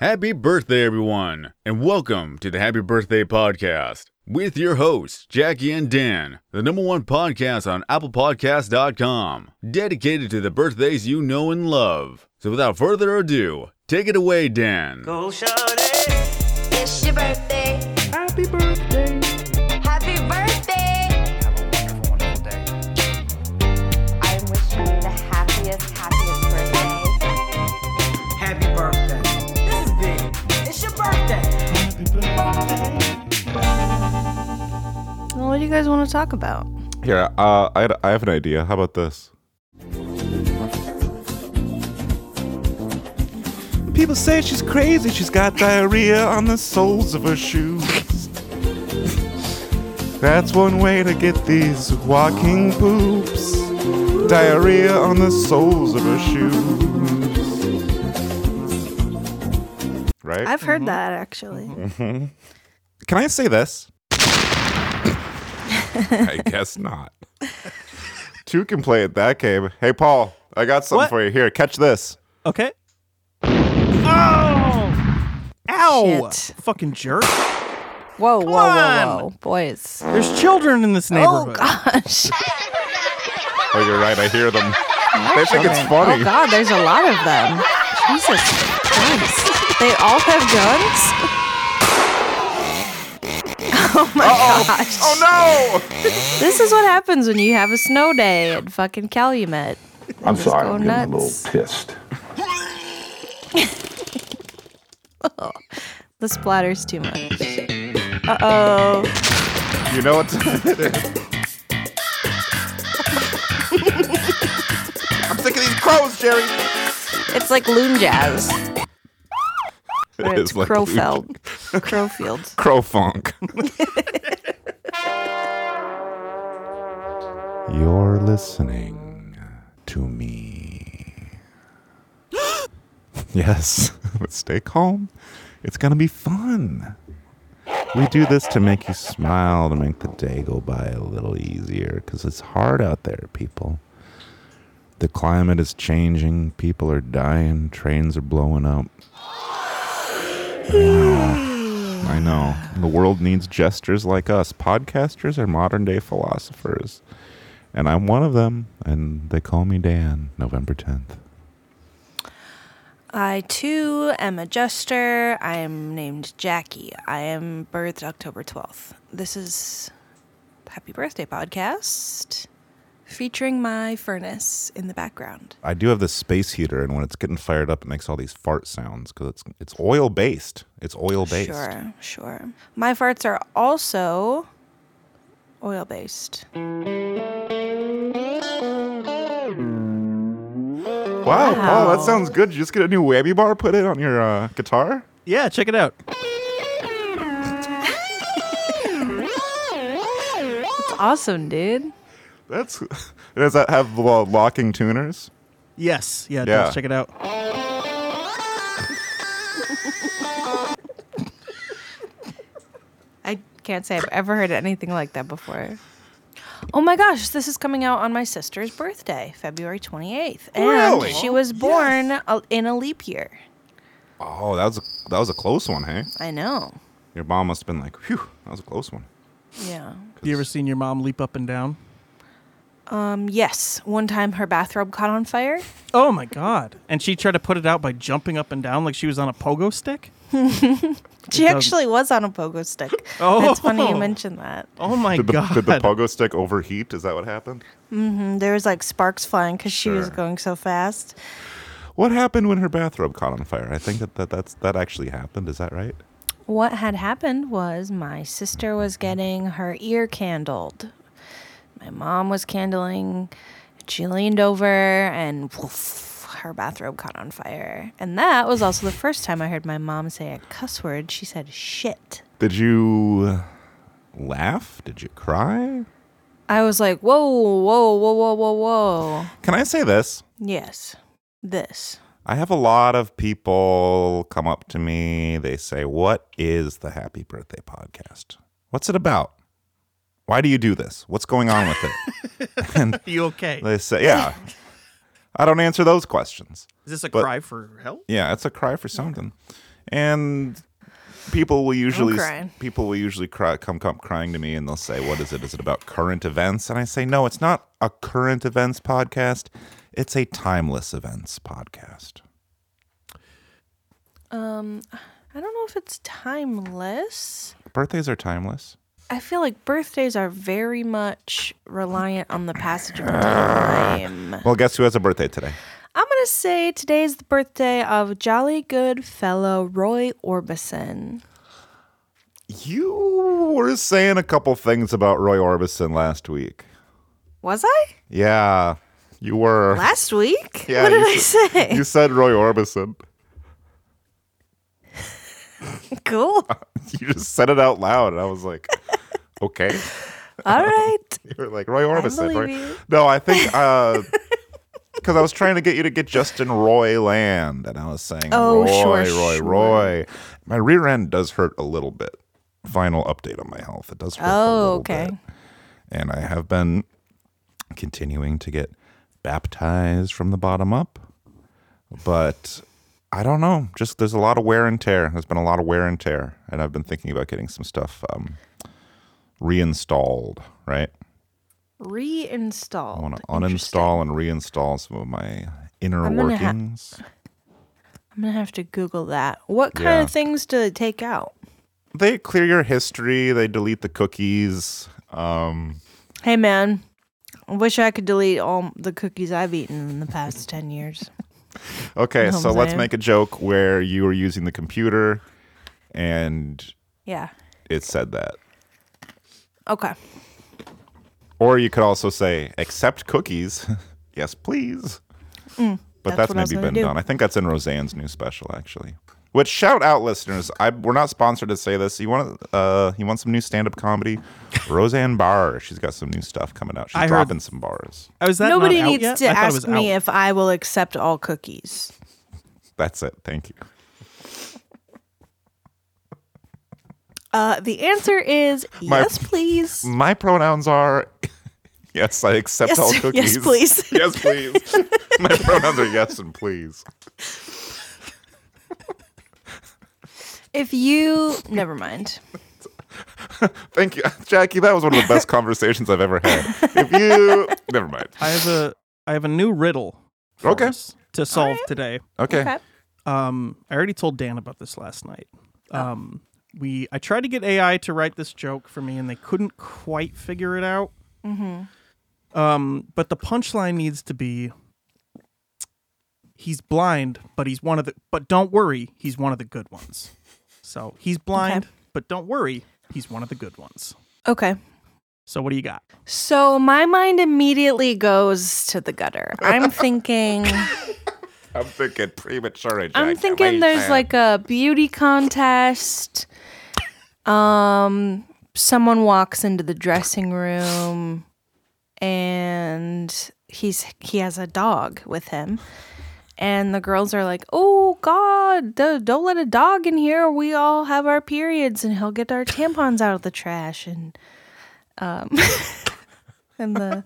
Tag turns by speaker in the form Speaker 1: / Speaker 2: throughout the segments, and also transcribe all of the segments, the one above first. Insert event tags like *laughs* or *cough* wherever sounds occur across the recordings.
Speaker 1: Happy birthday, everyone, and welcome to the Happy Birthday Podcast with your hosts, Jackie and Dan, the number one podcast on ApplePodcast.com, dedicated to the birthdays you know and love. So, without further ado, take it away, Dan.
Speaker 2: Go shawty,
Speaker 3: It's your birthday.
Speaker 4: Happy birthday.
Speaker 3: Happy birthday.
Speaker 2: have a wonderful, wonderful day.
Speaker 3: I wish you the happiest, happiest birthday.
Speaker 5: Happy birthday. This is big. It's your birthday.
Speaker 4: Well, what do you guys want to talk about?
Speaker 6: Here, uh, I, I have an idea. How about this? People say she's crazy. She's got diarrhea on the soles of her shoes. That's one way to get these walking poops. Diarrhea on the soles of her shoes. Right?
Speaker 4: I've heard that actually.
Speaker 6: Can I say this? I guess not. Two can play at that game. Hey, Paul, I got something
Speaker 7: What?
Speaker 6: for you. Here, catch this.
Speaker 7: Okay. Oh! Ow!
Speaker 4: Shit.
Speaker 7: Fucking jerk.
Speaker 4: Whoa, whoa,
Speaker 7: on.
Speaker 4: whoa, whoa, boys!
Speaker 7: There's children in this
Speaker 4: Oh
Speaker 7: neighborhood.
Speaker 4: *laughs* gosh!
Speaker 6: Oh, you're right. I hear them. They think it's
Speaker 4: Oh
Speaker 6: funny.
Speaker 4: god! There's a lot of them. Jesus Christ! They all have guns. *laughs* Oh my gosh!
Speaker 6: Oh,
Speaker 4: *laughs* This is what happens when you have a snow day at fucking Calumet. I'm sorry, I'm getting a little *laughs* pissed. Oh, the splatter's too much. Uh oh.
Speaker 6: no! You know what time it is? I'm sick of these crows, Jerry.
Speaker 4: It's like loon *laughs* jazz. But
Speaker 6: It
Speaker 4: it's
Speaker 6: is like
Speaker 4: Crowfeld. Crowfield.
Speaker 6: Crow funk. *laughs* You're listening to me. *gasps* yes, *laughs* but stay calm. It's going to be fun. We do this to make you smile, to make the day go by a little easier, because it's hard out there, people. The climate is changing, people are dying, trains are blowing up. I know. The world needs jesters like us. Podcasters are modern day philosophers. And I'm one of them. And they call me Dan, November 10th.
Speaker 4: I too am a jester. I am named Jackie. I am birthed October 12th. This is Happy Birthday Podcast featuring my furnace in the background.
Speaker 6: I do have this space heater, and when it's getting fired up, it makes all these fart sounds because it's, it's oil based. It's oil based.
Speaker 4: Sure, sure. My farts are also oil based.
Speaker 6: Wow, Paul, that sounds good. You just get a new whammy bar put in on your uh, guitar?
Speaker 7: Yeah, check it out.
Speaker 4: It's awesome, dude.
Speaker 6: That's. *laughs* Does that have uh, locking tuners?
Speaker 7: Yes. Yeah, it
Speaker 6: Yeah.
Speaker 7: does. check it out.
Speaker 4: I can't say I've ever heard anything like that before. Oh my gosh, this is coming out on my sister's birthday, February 28th. And
Speaker 6: Really?
Speaker 4: she was born a- in a leap year.
Speaker 6: Oh, that was, a, that was a close one, hey?
Speaker 4: I know.
Speaker 6: Your mom must have been like, phew, that was a close one.
Speaker 4: Yeah.
Speaker 7: You ever seen your mom leap up and down?
Speaker 4: Um, yes, one time her bathrobe caught on fire.
Speaker 7: Oh my god. And she tried to put it out by jumping up and down like she was on a pogo stick?
Speaker 4: She
Speaker 7: doesn't-
Speaker 4: actually was on a pogo stick.
Speaker 7: Oh.
Speaker 4: It's funny you mentioned that.
Speaker 7: Oh my
Speaker 6: Did the,
Speaker 7: *laughs* god.
Speaker 6: did the pogo stick overheat? Is that what happened?
Speaker 4: And Um, there was like sparks flying because she was
Speaker 6: Sure.
Speaker 4: going so fast.
Speaker 6: What happened when her bathrobe caught on fire? I think that, that that's that actually happened. Is that right?
Speaker 4: What had happened was my sister was getting her ear candled. My mom was candling. She leaned over and woof, her bathrobe caught on fire. And that was also the first time I heard my mom say a cuss word. She said shit.
Speaker 6: Did you laugh? Did you cry?
Speaker 4: I was like, whoa, whoa, whoa, whoa, whoa, whoa.
Speaker 6: Can I say this?
Speaker 4: Yes, this.
Speaker 6: I have a lot of people come up to me. They say, "What is the Happy Birthday podcast? What's it about? Why do you do this? What's going on with it?"
Speaker 7: you okay?
Speaker 6: they say, "Yeah." I don't answer those questions.
Speaker 7: Is this a
Speaker 6: but-
Speaker 7: cry for help?
Speaker 6: Yeah, it's a cry for something. and people will usually
Speaker 4: crying.
Speaker 6: people will usually cry, come come crying to me and they'll say what is it is it about current events and i say no it's not a current events podcast it's a timeless events podcast
Speaker 4: I don't know if it's timeless.
Speaker 6: birthdays are timeless
Speaker 4: I feel like birthdays are very much reliant on the passage of time.
Speaker 6: well guess who has a birthday today
Speaker 4: I'm going to say today's the birthday of jolly good fellow Roy Orbison.
Speaker 6: you were saying a couple things about roy orbison last week
Speaker 4: Was I?
Speaker 6: yeah you were
Speaker 4: Last week?
Speaker 6: Yeah,
Speaker 4: what did
Speaker 6: you
Speaker 4: I
Speaker 6: said-
Speaker 4: say? *laughs*
Speaker 6: you said roy orbison *laughs* *laughs*
Speaker 4: cool.
Speaker 6: you just said it out loud and i was like *laughs* okay
Speaker 4: All right.
Speaker 6: *laughs* You were like Roy Orbison.
Speaker 4: believe
Speaker 6: Roy.
Speaker 4: you.
Speaker 6: No,
Speaker 4: *laughs*
Speaker 6: I think because I was trying to get you to get Justin Roy Land, and I was saying
Speaker 4: Oh,
Speaker 6: Roy,
Speaker 4: sure,
Speaker 6: Roy,
Speaker 4: sure.
Speaker 6: Roy. My rear end does hurt a little bit. Final update on my health. It does hurt. a
Speaker 4: Oh,
Speaker 6: little
Speaker 4: okay.
Speaker 6: bit. And I have been continuing to get baptized from the bottom up, but. I don't know. Just there's a lot of wear and tear. There's been a lot of wear and tear, and I've been thinking about getting some stuff um, reinstalled. Right?
Speaker 4: Reinstalled.
Speaker 6: I want to uninstall and reinstall some of my inner
Speaker 4: I'm gonna ha-
Speaker 6: workings.
Speaker 4: I'm going to have to Google that. What kind
Speaker 6: Yeah.
Speaker 4: of things do they take out?
Speaker 6: they clear your history. They delete the cookies. Um,
Speaker 4: Hey, man. I wish I could delete all the cookies I've eaten in the past 10 years. *laughs*
Speaker 6: okay,
Speaker 4: Know what
Speaker 6: so
Speaker 4: I'm
Speaker 6: let's
Speaker 4: saying?
Speaker 6: make a joke where you were using the computer, and
Speaker 4: Yeah.
Speaker 6: it said that.
Speaker 4: Okay.
Speaker 6: Or you could also say accept cookies. *laughs* yes, please. but
Speaker 4: Mm, that's
Speaker 6: that's,
Speaker 4: what I was
Speaker 6: maybe
Speaker 4: gonna
Speaker 6: been
Speaker 4: do.
Speaker 6: done. I think that's in Roseanne's new special actually. Which shout out listeners, I, we're not sponsored to say this. You want uh you want some new stand
Speaker 4: *laughs*
Speaker 6: up comedy? Roseanne Barr, she's got some new stuff coming out. She's
Speaker 7: I heard-
Speaker 6: dropping some bars.
Speaker 7: Oh, is that not
Speaker 4: Nobody
Speaker 7: out
Speaker 4: needs
Speaker 7: yet?
Speaker 4: to
Speaker 7: I thought it
Speaker 4: ask
Speaker 7: was
Speaker 4: me
Speaker 7: out.
Speaker 4: if I will accept all cookies.
Speaker 6: That's it. Thank you.
Speaker 4: Uh, the answer
Speaker 7: *laughs*
Speaker 4: is
Speaker 6: My-
Speaker 4: yes, please.
Speaker 7: Mm.
Speaker 6: My pronouns are *laughs* yes, I accept
Speaker 4: Yes,
Speaker 6: all
Speaker 4: *laughs* yes,
Speaker 6: cookies.
Speaker 4: please.
Speaker 6: *laughs* yes, please. My pronouns are yes and please.
Speaker 4: If you never mind.
Speaker 6: Thank you, *laughs* Jackie. That was one of
Speaker 4: *laughs*
Speaker 6: the best conversations I've ever had. If you never mind.
Speaker 7: I have a I have a new riddle. for
Speaker 6: Okay.
Speaker 7: us To solve today.
Speaker 6: Okay.
Speaker 4: Okay.
Speaker 7: Um, I already told Dan about this last night. Um, we I tried to get AI to write this joke for me, and they couldn't quite figure it out. Mm-hmm. Um, but the punchline needs to be: he's blind, but he's one of the. But don't worry, he's one of the good ones. So he's blind, but don't worry, he's one of the good ones.
Speaker 4: Okay.
Speaker 7: So what do you got?
Speaker 4: So my mind immediately goes to the gutter. I'm thinking
Speaker 6: I'm thinking premature. Jackie.
Speaker 4: I'm thinking there's like a beauty contest. Um someone walks into the dressing room and he's he has a dog with him. And the girls are like, "Oh God, do- don't let a dog in here. We all have our periods, and he'll get our tampons out of the trash." And um, *laughs* and the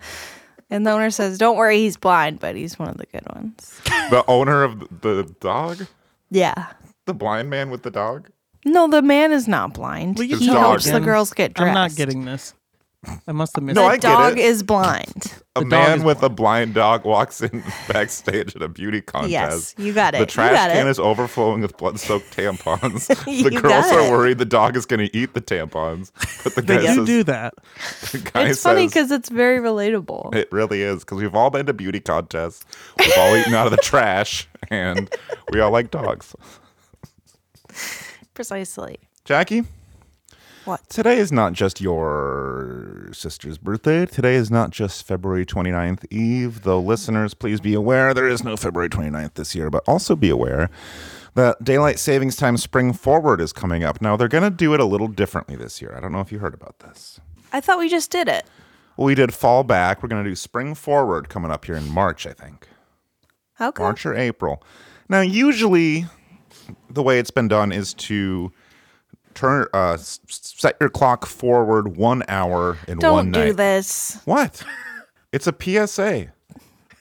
Speaker 4: and the owner says, "Don't worry, he's blind, but he's one of the good ones."
Speaker 6: the owner of the dog,
Speaker 4: Yeah.
Speaker 6: the blind man with the dog.
Speaker 4: No, the man is not blind.
Speaker 7: Will you
Speaker 4: he
Speaker 7: tell me
Speaker 4: helps the
Speaker 7: again?
Speaker 4: girls get dressed.
Speaker 7: I'm not getting this. I must have missed.
Speaker 6: No,
Speaker 7: it.
Speaker 4: The
Speaker 6: I get
Speaker 4: dog
Speaker 6: it.
Speaker 4: is
Speaker 6: *laughs*
Speaker 4: blind.
Speaker 6: A
Speaker 7: The dog
Speaker 6: man
Speaker 7: is
Speaker 6: with a blind dog walks in *laughs* backstage at a beauty contest.
Speaker 4: Yes, you got it.
Speaker 6: The
Speaker 4: You
Speaker 6: trash
Speaker 4: got
Speaker 6: can
Speaker 4: it.
Speaker 6: is overflowing with
Speaker 4: *laughs*
Speaker 6: blood-soaked tampons. the
Speaker 4: You
Speaker 6: girls
Speaker 4: got
Speaker 6: are
Speaker 4: it.
Speaker 6: worried the dog is going to eat the tampons, but
Speaker 4: *laughs*
Speaker 6: the guy
Speaker 7: They do
Speaker 6: says,
Speaker 7: do that.
Speaker 6: the guy
Speaker 4: It's funny
Speaker 6: says,
Speaker 4: because it's very relatable.
Speaker 6: it really is because we've all been to beauty contests, we've all eaten out of the trash, and we all like dogs.
Speaker 4: Precisely.
Speaker 6: Jackie,
Speaker 4: What?
Speaker 6: Today is not just your sister's birthday. Today is not just February 29th Eve, though listeners, please be aware there is no February 29th this year, but also be aware that daylight savings time spring forward is coming up. Now, they're going to do it a little differently this year. I don't know if you heard about this.
Speaker 4: I thought we just did it.
Speaker 6: Well, we did fall back. We're going to do spring forward coming up here in March, I think.
Speaker 4: Okay.
Speaker 6: March or April. Now, usually, the way it's been done is to turn uh, s- s- set your clock forward one hour in one
Speaker 4: Don't
Speaker 6: night.
Speaker 4: do this.
Speaker 6: What? It's a PSA.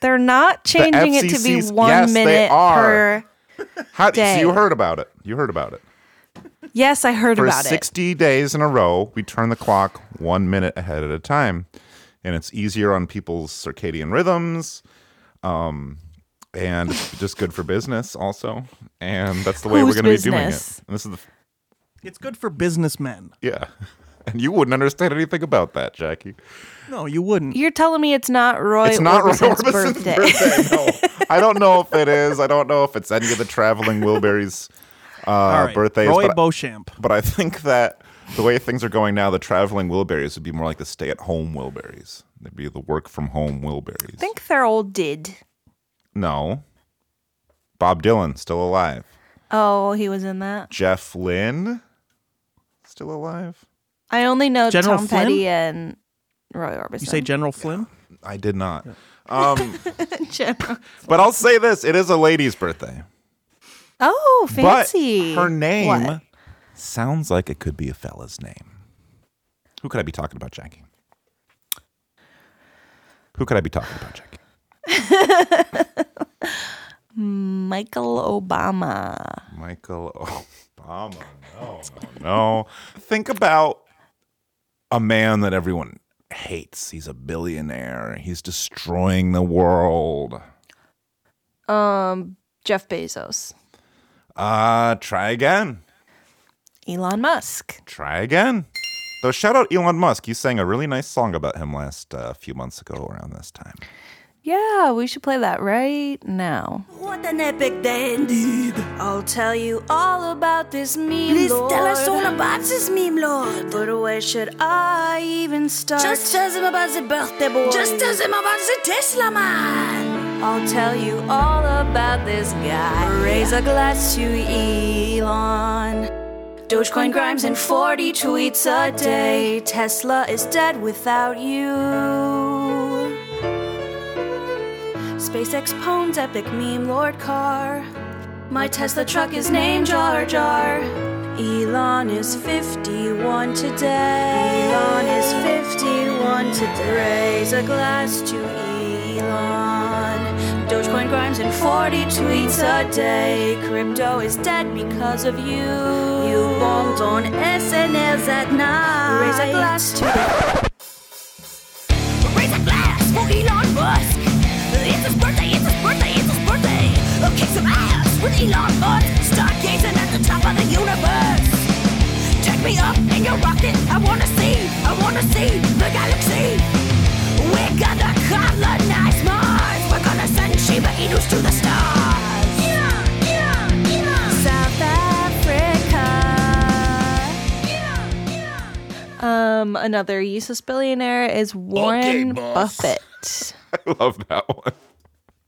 Speaker 4: They're not changing it to be
Speaker 6: FCC's
Speaker 4: one
Speaker 6: yes, they
Speaker 4: minute
Speaker 6: are.
Speaker 4: per
Speaker 6: How, so
Speaker 4: Day.
Speaker 6: you heard about it. You heard about it.
Speaker 4: Yes, I heard
Speaker 6: For
Speaker 4: about it.
Speaker 6: 60 days in a row, we turn the clock one minute ahead at a time. And it's easier on people's circadian rhythms. Um, and it's just good for business also. And that's the way
Speaker 4: Whose
Speaker 6: we're going to be doing it.
Speaker 4: business?
Speaker 6: And this is the,
Speaker 7: It's good for businessmen.
Speaker 6: yeah. *laughs* And you wouldn't understand anything about that, Jackie.
Speaker 7: No, you wouldn't.
Speaker 6: Uh,
Speaker 4: You're telling me it's not Roy
Speaker 6: it's not Roy
Speaker 4: Orbison's
Speaker 6: Orbison's *laughs* birthday.
Speaker 4: birthday. *laughs*
Speaker 6: no. I don't know if it is. I don't know if it's any of the traveling Wilburys uh,
Speaker 7: All right,
Speaker 6: birthdays.
Speaker 7: Roy
Speaker 6: but I-
Speaker 7: Beauchamp.
Speaker 6: But I think that the way things are going now, the traveling Wilburys would be more like the stay at home Wilburys. They'd be the work from home Wilburys.
Speaker 4: I think they're all did.
Speaker 6: no. Bob Dylan, still alive.
Speaker 4: Oh, he was in that.
Speaker 6: Jeff Lynne, still alive.
Speaker 4: I only know
Speaker 7: General
Speaker 4: Tom
Speaker 7: Flynn?
Speaker 4: Petty and Roy Orbison.
Speaker 7: You say General Flynn?
Speaker 6: I did not. Um,
Speaker 4: *laughs* General.
Speaker 6: but I'll say this it is a lady's birthday.
Speaker 4: Oh, fancy.
Speaker 6: But her name
Speaker 4: What?
Speaker 6: sounds like it could be a fella's name. Who could I be talking about, Jackie? Who could I be talking about, Jackie?
Speaker 4: Michael Obama.
Speaker 6: Michael Obama. No, no, no. Think about a man that everyone hates. He's a billionaire. He's destroying the world.
Speaker 4: Um, Jeff Bezos.
Speaker 6: Uh, try again.
Speaker 4: Elon Musk.
Speaker 6: Try again. Though shout out Elon Musk. You sang a really nice song about him last uh, few months ago around this time.
Speaker 4: Yeah, we should play that right now.
Speaker 8: What an epic day indeed.
Speaker 4: I'll tell you all about this meme.
Speaker 8: Please
Speaker 4: lord.
Speaker 8: tell us all about this meme, Lord.
Speaker 4: But where should I even start?
Speaker 8: Just tell them about the birthday boy. Just tell them about the Tesla man.
Speaker 4: I'll tell you all about this guy. Raise a glass to Elon. Dogecoin grimes in 40 tweets a day. Tesla is dead without you. SpaceX pwns epic meme lord car. My Tesla truck is named Jar Jar. Elon is 51 today. Elon is 51 today. Raise a glass to Elon. Dogecoin grimes in 40 tweets a day. Crypto is dead because of you. You bombed on SNLs at night. Raise a glass to
Speaker 8: Raise a glass for Elon Musk. It's his birthday, it's his birthday, it's his birthday. Oh, kick some ass with Elon Musk. Start gazing at the top of the universe. Take me up in your rocket. I wanna see, I wanna see the galaxy. We're gonna colonize Mars. We're gonna send Shiba Inus to the stars. Yeah, yeah, yeah. South Africa. Yeah, yeah.
Speaker 4: Um, another useless billionaire is Warren Buffett.
Speaker 6: I *laughs* love that one.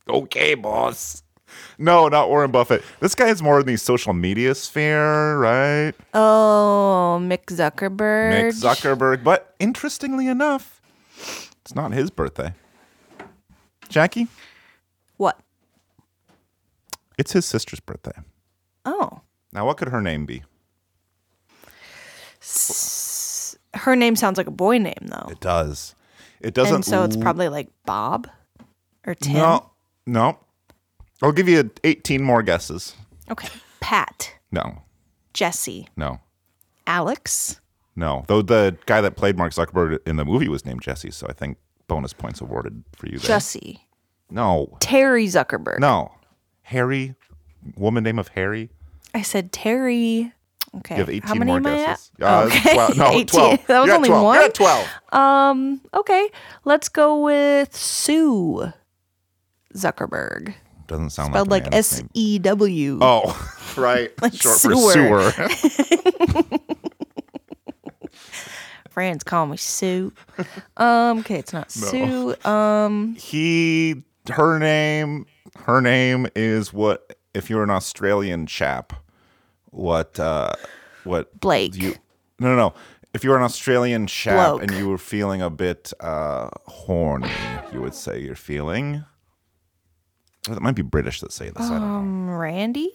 Speaker 6: Okay, boss. No, not Warren Buffett. This guy's more in the social media sphere, right?
Speaker 4: Oh, Mick Zuckerberg.
Speaker 6: Mick Zuckerberg. But interestingly enough, it's not his birthday. Jackie,
Speaker 4: What?
Speaker 6: it's his sister's birthday.
Speaker 4: Oh.
Speaker 6: Now, what could her name be?
Speaker 4: S- her name sounds like a boy name though.
Speaker 6: It does. It doesn't.
Speaker 4: and so it's
Speaker 6: l-
Speaker 4: probably like Bob or Tim.
Speaker 6: no, no. I'll give you 18 more guesses.
Speaker 4: Okay. Pat,
Speaker 6: No,
Speaker 4: Jesse,
Speaker 6: no,
Speaker 4: Alex.
Speaker 6: no. Though the guy that played Mark Zuckerberg in the movie was named Jesse, so I think bonus points awarded for you there.
Speaker 4: Jesse.
Speaker 6: no,
Speaker 4: Terry Zuckerberg.
Speaker 6: no. Harry, woman name of Harry.
Speaker 4: I said Terry. Okay.
Speaker 6: You have 18
Speaker 4: How many
Speaker 6: more
Speaker 4: am I at?
Speaker 6: guesses. Uh,
Speaker 4: okay. *laughs*
Speaker 6: 12 no,
Speaker 4: 18.
Speaker 6: 12.
Speaker 4: That was
Speaker 6: You're at
Speaker 4: only
Speaker 6: 12.
Speaker 4: one.
Speaker 6: You're at 12.
Speaker 4: Um, okay. Let's go with Sue Zuckerberg.
Speaker 6: Doesn't sound
Speaker 4: Spelled
Speaker 6: like,
Speaker 4: like
Speaker 6: a man's
Speaker 4: S *laughs*
Speaker 6: name.
Speaker 4: E W.
Speaker 6: Oh, *laughs* right. Short for
Speaker 4: sewer.
Speaker 6: sewer.
Speaker 4: *laughs* Friends call me Sue. Um, okay, it's
Speaker 6: *laughs*
Speaker 4: not Sue. Um,
Speaker 6: he, her name, her name is what if you're an Australian chap, what, uh, what
Speaker 4: Blake.
Speaker 6: you? No, no, no. If you were an Australian chap
Speaker 4: Bloke.
Speaker 6: and you were feeling a bit uh, horny, you would say you're feeling. Or that might be British that say this. I don't know.
Speaker 4: um, Randy?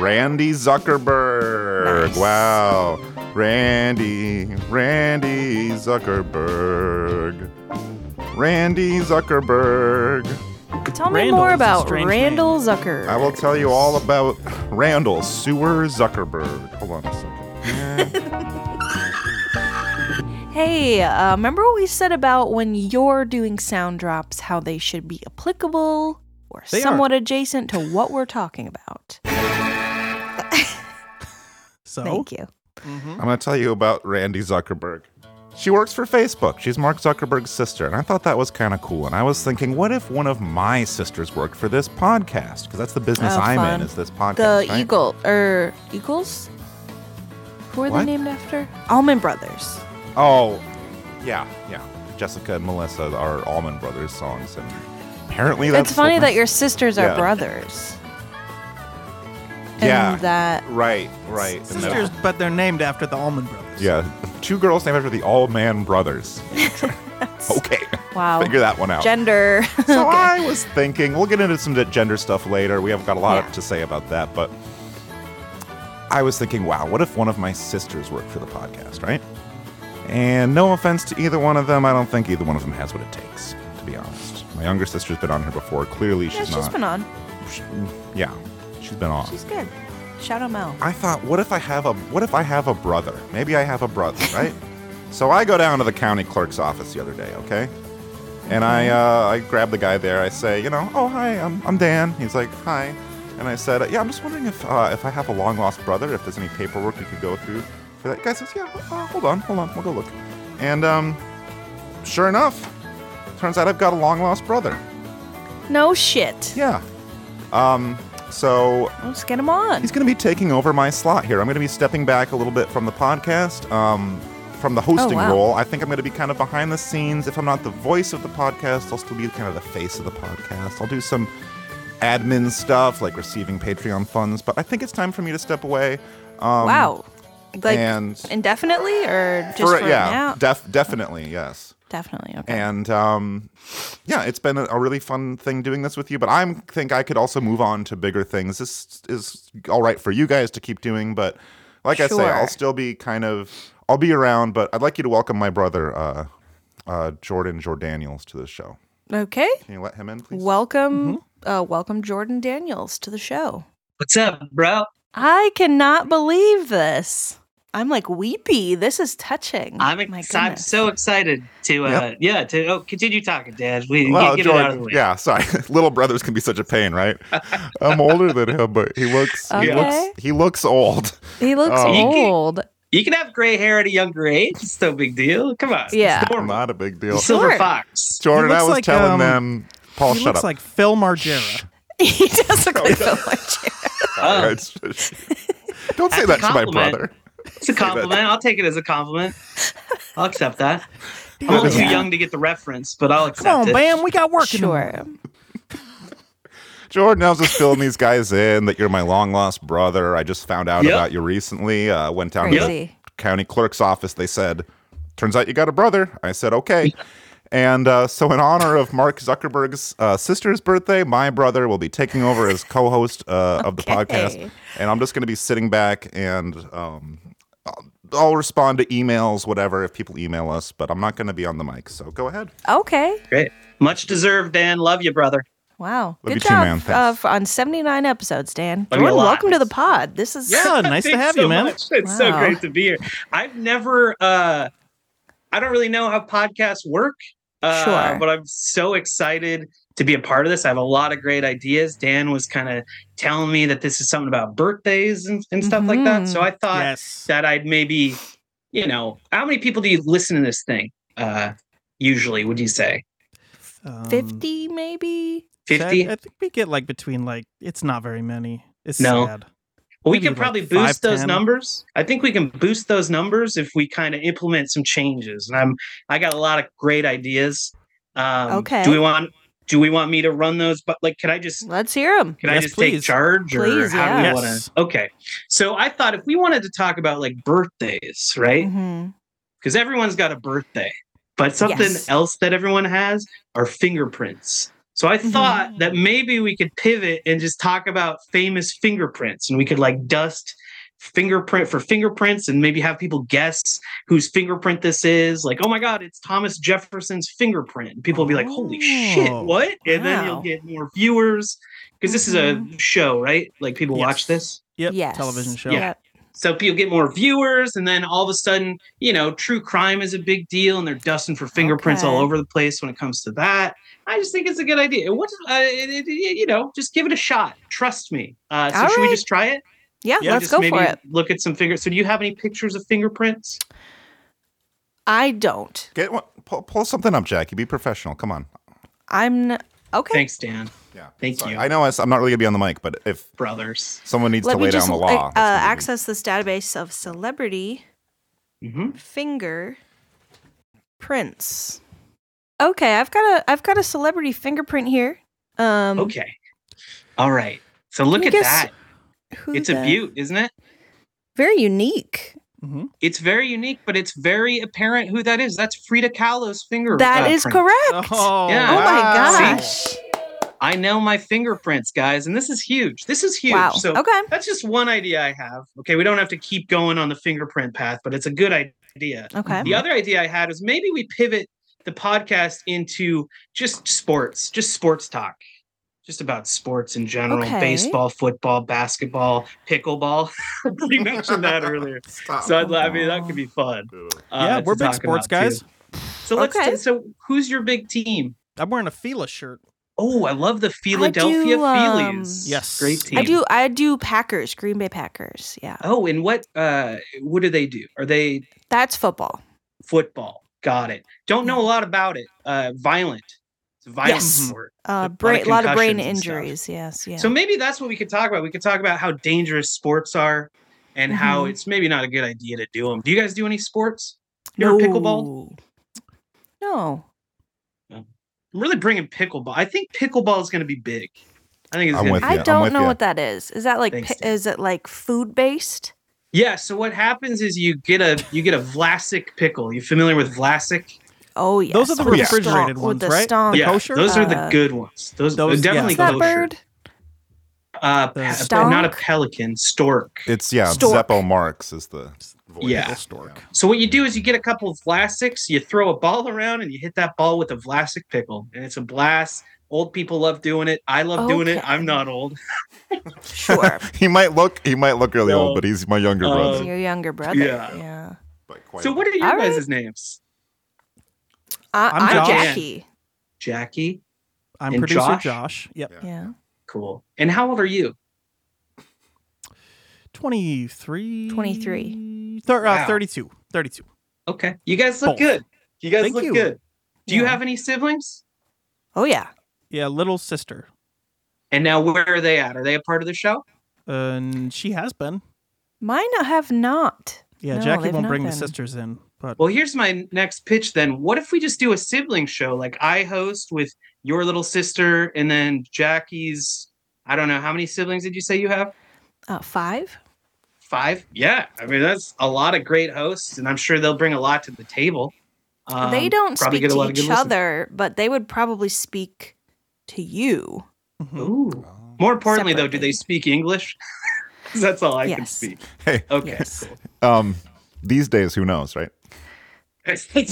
Speaker 6: Randy Zuckerberg.
Speaker 4: Nice.
Speaker 6: Wow. Randy, Randy Zuckerberg. Randy Zuckerberg.
Speaker 4: Tell me
Speaker 7: Randall
Speaker 4: more
Speaker 7: is a
Speaker 4: about
Speaker 7: strange
Speaker 4: Randall Zucker.
Speaker 6: I will tell you all about Randall Sewer Zuckerberg. Hold on a second.
Speaker 4: Hey, uh, remember what we said about when you're doing sound drops, how they should be applicable or
Speaker 7: They are.
Speaker 4: somewhat adjacent to what we're talking about?
Speaker 6: *laughs*
Speaker 7: So
Speaker 4: Thank you.
Speaker 6: I'm going to tell you about Randy Zuckerberg. She works for Facebook. She's Mark Zuckerberg's sister. And I thought that was kind of cool. And I was thinking, what if one of my sisters worked for this podcast? Because that's the business
Speaker 4: Oh,
Speaker 6: I'm
Speaker 4: fun.
Speaker 6: in is this podcast.
Speaker 4: The
Speaker 6: right?
Speaker 4: Eagle, or Eagles? Who are
Speaker 6: What?
Speaker 4: they named after? Almond Brothers.
Speaker 6: Oh, yeah, yeah. Jessica and Melissa are Almond Brothers songs. And apparently that's
Speaker 4: it's funny
Speaker 6: what
Speaker 4: that your sisters are
Speaker 6: Yeah.
Speaker 4: brothers.
Speaker 6: Yeah.
Speaker 4: And that
Speaker 6: Right, right. And that-
Speaker 7: sisters, but they're named after the Almond Brothers.
Speaker 6: Yeah, two girls named after the All
Speaker 4: *laughs*
Speaker 6: Man Brothers. *laughs* okay.
Speaker 4: Wow.
Speaker 6: Figure that one out. *laughs*
Speaker 4: gender. *laughs*
Speaker 6: so I was thinking, we'll get into some d- gender stuff later. We have got a lot
Speaker 4: Yeah.
Speaker 6: to say about that, but I was thinking, wow, what if one of my sisters worked for the podcast, right? And no offense to either one of them, I don't think either one of them has what it takes, to be honest. My younger sister's been on here before. Clearly,
Speaker 4: yeah,
Speaker 6: she's
Speaker 4: she's
Speaker 6: not.
Speaker 4: been on.
Speaker 6: yeah, she's been on.
Speaker 4: She's good. Shout out Mel.
Speaker 6: I thought, what if I have a what if I have a brother? Maybe I have a brother, right? so I go down to the county clerk's office the other day, okay? And I uh, I grab the guy there. I say, you know, oh hi, I'm I'm Dan. He's like, hi. And I said, yeah, I'm just wondering if uh, if I have a long lost brother, if there's any paperwork you could go through for that. Guy says, yeah, uh, hold on, hold on, we'll go look. And um, sure enough, turns out I've got a long lost brother.
Speaker 4: No shit.
Speaker 6: Yeah. Um, so
Speaker 4: Let's get him on.
Speaker 6: He's going to be taking over my slot here. I'm going to be stepping back a little bit from the podcast, um, from the hosting
Speaker 4: wow.
Speaker 6: role. I think I'm going to be kind of behind the scenes. If I'm not the voice of the podcast, I'll still be kind of the face of the podcast. I'll do some admin stuff like receiving Patreon funds, but I think it's time for me to step away. Um,
Speaker 4: wow. Like
Speaker 6: and-
Speaker 4: indefinitely or just
Speaker 6: For,
Speaker 4: for,
Speaker 6: yeah,
Speaker 4: now?
Speaker 6: def- definitely, yes.
Speaker 4: Definitely. Okay.
Speaker 6: And um, yeah, it's been a, a really fun thing doing this with you. But I think I could also move on to bigger things. This is all right for you guys to keep doing, but like I say,
Speaker 4: Sure.
Speaker 6: I'll still be kind of I'll be around. But I'd like you to welcome my brother, uh, uh, Jordan Jordaniels, to the show.
Speaker 4: okay.
Speaker 6: Can you let him in, please?
Speaker 4: Welcome,
Speaker 6: Mm-hmm.
Speaker 4: uh, welcome Jordan Daniels to the show.
Speaker 5: What's up, bro?
Speaker 4: I cannot believe this. I'm like weepy. This is touching.
Speaker 5: I'm,
Speaker 4: My
Speaker 5: ex- I'm
Speaker 4: goodness.
Speaker 5: so excited to uh
Speaker 6: Yep.
Speaker 5: yeah to oh, continue talking, Dad. We
Speaker 6: Well,
Speaker 5: get, get it out of the
Speaker 6: Jordan,
Speaker 5: way.
Speaker 6: yeah, sorry. *laughs* Little brothers can be such a pain, right? I'm older than him, but he looks he
Speaker 4: Okay.
Speaker 6: looks he looks old.
Speaker 4: He looks
Speaker 6: Oh.
Speaker 4: old.
Speaker 5: You can have gray hair at a younger age. It's no big deal. Come on.
Speaker 4: Yeah.
Speaker 5: It's normal.
Speaker 6: Not a big deal.
Speaker 5: The Silver
Speaker 4: Sure.
Speaker 5: fox.
Speaker 6: Jordan,
Speaker 7: He
Speaker 6: I
Speaker 7: looks
Speaker 6: was
Speaker 7: like,
Speaker 6: telling
Speaker 7: um,
Speaker 6: them
Speaker 4: Oh,
Speaker 6: Paul,
Speaker 7: he
Speaker 6: shut
Speaker 7: looks
Speaker 6: up.
Speaker 7: like Phil Margera.
Speaker 4: *laughs* he does look like Phil Margera.
Speaker 5: Oh, *laughs*
Speaker 6: Alright. Don't
Speaker 5: That's
Speaker 6: say
Speaker 5: a
Speaker 6: that to my
Speaker 5: compliment.
Speaker 6: brother.
Speaker 5: it's a compliment. I'll take it as a
Speaker 4: *laughs*
Speaker 5: compliment. I'll accept that. I'm a little too young to get the reference, but I'll accept
Speaker 7: Come on,
Speaker 5: it.
Speaker 7: Bam. We got work. in the
Speaker 4: Sure.
Speaker 6: Jordan, I was just filling these guys in that you're my long lost brother. I just found out
Speaker 5: Yep.
Speaker 6: about you recently. Uh, went down to
Speaker 4: Crazy.
Speaker 6: the county clerk's office. They said, Turns out you got a brother. I said, Okay. And uh, so, in honor of Mark Zuckerberg's uh, sister's birthday, my brother will be taking over as co host uh, of the
Speaker 4: Okay.
Speaker 6: podcast. And I'm just going to be sitting back and um, I'll- I'll respond to emails, whatever, if people email us, but I'm not going to be on the mic. So, go ahead.
Speaker 4: Okay.
Speaker 5: Great. Much deserved, Dan. Love you, brother.
Speaker 4: Wow.
Speaker 6: Love you
Speaker 4: Good
Speaker 6: too,
Speaker 4: job
Speaker 6: man. Thanks.
Speaker 4: uh, for- on 79 episodes, Dan.
Speaker 5: Love you a
Speaker 4: Jordan,
Speaker 5: lot.
Speaker 4: welcome to the pod. This is
Speaker 5: *laughs*
Speaker 7: Yeah, nice to
Speaker 5: Thanks
Speaker 7: have
Speaker 5: so
Speaker 7: you, man.
Speaker 5: much. It's so
Speaker 4: Wow.
Speaker 5: great to be here. I've never, uh, I don't really know how podcasts work, uh,
Speaker 4: Sure.
Speaker 5: but I'm so excited to be a part of this. I have a lot of great ideas. Dan was kind of telling me that this is something about birthdays and, and stuff like that.
Speaker 4: Mm-hmm.
Speaker 5: So I thought
Speaker 7: Yes.
Speaker 5: that I'd maybe, you know, how many people do you listen to this thing? Uh, usually, would you say
Speaker 7: Um,
Speaker 4: 50 maybe.
Speaker 5: 50?
Speaker 7: I, I think we get like between like it's not very many. It's
Speaker 5: No.
Speaker 7: sad.
Speaker 5: Well, we
Speaker 7: Maybe
Speaker 5: can
Speaker 7: like
Speaker 5: probably
Speaker 7: five,
Speaker 5: boost those
Speaker 7: 10.
Speaker 5: numbers. I think we can boost those numbers if we kind of implement some changes. And I'm I got a lot of great ideas. Um,
Speaker 4: Okay.
Speaker 5: Do we want Do we want me to run those? But like, can I just
Speaker 4: Let's hear him.
Speaker 5: can I
Speaker 7: Yes,
Speaker 5: just take
Speaker 7: please.
Speaker 5: charge or
Speaker 4: Please,
Speaker 5: how do
Speaker 7: yeah.
Speaker 5: we want
Speaker 7: Yes.
Speaker 5: to? Okay. So I thought if we wanted to talk about like birthdays, right?
Speaker 4: Mhm.
Speaker 5: Because everyone's got a birthday, but something
Speaker 4: Yes.
Speaker 5: else that everyone has are fingerprints. So I thought that maybe we could pivot and just talk about famous fingerprints and we could like dust fingerprint for fingerprints and maybe have people guess whose fingerprint this is. Like, oh my God, it's Thomas Jefferson's fingerprint. People will be like, holy shit,
Speaker 7: Oh,
Speaker 5: what? And then you'll
Speaker 4: wow.
Speaker 5: get more viewers because this is a show, right? Like, people watch
Speaker 7: Yes.
Speaker 5: this.
Speaker 7: Yep.
Speaker 4: Yes.
Speaker 7: Television show.
Speaker 5: Yeah. So people get more viewers, and then all of a sudden, you know, true crime is a big deal, and they're dusting for fingerprints all
Speaker 4: Okay.
Speaker 5: over the place when it comes to that. I just think it's a good idea. What, uh, it- it- it- you know, just give it a shot. Trust me. Uh, so
Speaker 4: All
Speaker 5: should we
Speaker 4: right.
Speaker 5: just try it?
Speaker 4: Yeah,
Speaker 7: Yeah,
Speaker 4: let's
Speaker 5: just
Speaker 4: go
Speaker 5: maybe
Speaker 4: for it.
Speaker 5: Look at some fingers. So do you have any pictures of fingerprints?
Speaker 4: I don't.
Speaker 6: Get one, pull, pull something up, Jackie. Be professional. Come on.
Speaker 4: I'm n- okay.
Speaker 5: Thanks, Dan.
Speaker 6: Yeah.
Speaker 5: Thank you.
Speaker 6: I know I, am not really gonna be on the mic, but if
Speaker 5: Brothers.
Speaker 6: someone needs
Speaker 4: Let
Speaker 6: to
Speaker 4: me
Speaker 6: lay
Speaker 4: just
Speaker 6: down the
Speaker 4: like,
Speaker 6: law,
Speaker 4: uh,
Speaker 6: that's what we do.
Speaker 4: access this database of celebrity
Speaker 5: Mhm.
Speaker 4: finger prints. Okay, I've got a I've got a celebrity fingerprint here. Um,
Speaker 5: Okay. All right. So look
Speaker 4: you
Speaker 5: at
Speaker 4: guess
Speaker 5: that.
Speaker 4: who
Speaker 5: It's a
Speaker 4: the-
Speaker 5: beaut, isn't it?
Speaker 4: Very unique.
Speaker 7: hmm
Speaker 5: It's very unique, but it's very apparent who that is. That's Frida Kahlo's finger.
Speaker 4: That
Speaker 5: uh,
Speaker 4: is
Speaker 5: print.
Speaker 4: correct. Oh,
Speaker 5: Yeah.
Speaker 4: my
Speaker 5: wow.
Speaker 4: gosh!
Speaker 5: I know my fingerprints, guys, and this is huge. This is huge.
Speaker 4: Wow.
Speaker 5: So
Speaker 4: okay.
Speaker 5: that's just one idea I have. Okay, we don't have to keep going on the fingerprint path, but it's a good idea.
Speaker 4: Okay.
Speaker 5: The other idea I had was maybe we pivot the podcast into just sports, just sports talk. Just about sports in general,
Speaker 4: Okay.
Speaker 5: baseball, football, basketball, pickleball. *laughs* you mentioned that earlier.
Speaker 6: Stop.
Speaker 5: So I'd, I mean, that could be fun. uh,
Speaker 7: yeah,
Speaker 5: to
Speaker 7: we're big
Speaker 5: talk
Speaker 7: sports
Speaker 5: about, too.
Speaker 7: guys.
Speaker 5: So let's.
Speaker 4: Okay.
Speaker 5: so who's your big team?
Speaker 7: I'm wearing a Fila shirt.
Speaker 5: Oh, I love the Philadelphia
Speaker 4: um,
Speaker 5: Phillies.
Speaker 7: Yes.
Speaker 5: great team.
Speaker 4: I do. I do Packers, Green Bay Packers. Yeah,
Speaker 5: Oh, and what uh what do they do? Are they
Speaker 4: that's football.
Speaker 5: football? Got it. Don't know a lot about it. Uh violent. It's a violent
Speaker 4: Yes.
Speaker 6: Mm-hmm.
Speaker 5: sport. Like a
Speaker 4: Uh,
Speaker 5: lot of
Speaker 4: brain, lot of brain
Speaker 5: concussions and stuff.
Speaker 4: injuries. Yes. Yeah.
Speaker 5: So maybe that's what we could talk about. We could talk about how dangerous sports are and how
Speaker 4: Mhm.
Speaker 5: it's maybe not a good idea to do them. Do you guys do any sports? You ever pickleball?
Speaker 4: No. No.
Speaker 5: I'm really bringing pickleball. I think pickleball is going to be big. I think it's
Speaker 6: I'm
Speaker 5: gonna
Speaker 6: with
Speaker 5: be
Speaker 6: you.
Speaker 4: I
Speaker 6: I'm
Speaker 4: don't
Speaker 6: with
Speaker 4: know
Speaker 6: ya.
Speaker 4: what that is. Is that like
Speaker 5: Thanks,
Speaker 4: pi-
Speaker 5: Dan.
Speaker 4: is it like food based?
Speaker 5: Yeah, so what happens is you get a you get a Vlasic pickle. You familiar with Vlasic?
Speaker 4: Oh yes.
Speaker 7: Those are the
Speaker 4: with stomp-
Speaker 7: refrigerated
Speaker 4: with
Speaker 7: ones,
Speaker 4: the
Speaker 7: right?
Speaker 4: Stomp.
Speaker 7: The
Speaker 5: yeah,
Speaker 7: kosher?
Speaker 5: those are the
Speaker 4: Uh,
Speaker 5: good ones. Those,
Speaker 7: those- yeah.
Speaker 5: definitely
Speaker 4: What's that
Speaker 5: kosher.
Speaker 4: bird?
Speaker 5: Uh,
Speaker 7: The
Speaker 5: pe- but
Speaker 4: stork?
Speaker 5: not a pelican, stork.
Speaker 6: It's yeah,
Speaker 4: Stork.
Speaker 6: Zeppo Marx is the
Speaker 5: Yeah.
Speaker 7: Little stork.
Speaker 5: So what you do is you get a couple of vlasics, you throw a ball around, and you hit that ball with a vlasic pickle, and it's a blast. Old people love doing it. I love doing it. I'm
Speaker 4: Okay.
Speaker 5: not old. *laughs*
Speaker 4: Sure.
Speaker 6: *laughs* He might look he might look really
Speaker 5: No.
Speaker 6: old, but he's my younger
Speaker 5: Uh,
Speaker 6: brother.
Speaker 5: Um,
Speaker 4: Your younger brother.
Speaker 5: yeah.
Speaker 4: Yeah.
Speaker 6: by quite
Speaker 5: So
Speaker 6: a
Speaker 5: what
Speaker 6: bit.
Speaker 5: are your
Speaker 4: All
Speaker 5: guys'
Speaker 4: right.
Speaker 5: names?
Speaker 4: I,
Speaker 7: I'm
Speaker 4: I'm,
Speaker 7: Josh.
Speaker 4: Jackie.
Speaker 5: Jackie.
Speaker 7: I'm
Speaker 5: And
Speaker 7: producer
Speaker 5: Josh?
Speaker 7: Josh. Yep.
Speaker 6: Yeah.
Speaker 4: Yeah.
Speaker 5: Cool. And how old are you?
Speaker 7: 23.
Speaker 4: 23.
Speaker 7: Thir-
Speaker 5: Wow.
Speaker 7: uh, 32. 32.
Speaker 5: Okay. You guys look
Speaker 7: Both.
Speaker 5: good. You guys
Speaker 7: Thank
Speaker 5: look
Speaker 7: you.
Speaker 5: good. Do you
Speaker 4: Yeah.
Speaker 5: have any siblings?
Speaker 4: Oh yeah.
Speaker 7: Yeah, little sister.
Speaker 5: And now where are they at? Are they a part of the show?
Speaker 7: And she has been.
Speaker 4: Mine have not.
Speaker 7: Yeah,
Speaker 4: No,
Speaker 7: Jackie
Speaker 4: they've
Speaker 7: won't
Speaker 4: not
Speaker 7: bring the
Speaker 4: been.
Speaker 7: sisters in, but
Speaker 5: Well, here's my next pitch then. What if we just do a sibling show? Like I host with your little sister and then Jackie's, I don't know, how many siblings did you say you have?
Speaker 4: Uh, five.
Speaker 5: Five? Yeah. I mean, that's a lot of great hosts, and I'm sure they'll bring a lot to the table. Um,
Speaker 4: they don't
Speaker 5: probably
Speaker 4: speak
Speaker 5: get a lot
Speaker 4: to
Speaker 5: of
Speaker 4: each
Speaker 5: good listens.
Speaker 4: other, but they would probably speak
Speaker 9: *laughs*
Speaker 4: to you.
Speaker 7: Mhm.
Speaker 5: Ooh.
Speaker 6: Oh.
Speaker 5: More importantly, though, do
Speaker 4: Separately.
Speaker 5: they speak English? *laughs* 'Cause that's all I can
Speaker 4: Yes.
Speaker 5: speak.
Speaker 6: Hey.
Speaker 5: Okay. *laughs*
Speaker 4: Yes.
Speaker 5: cool.
Speaker 6: um these days who knows, right?
Speaker 5: Dan,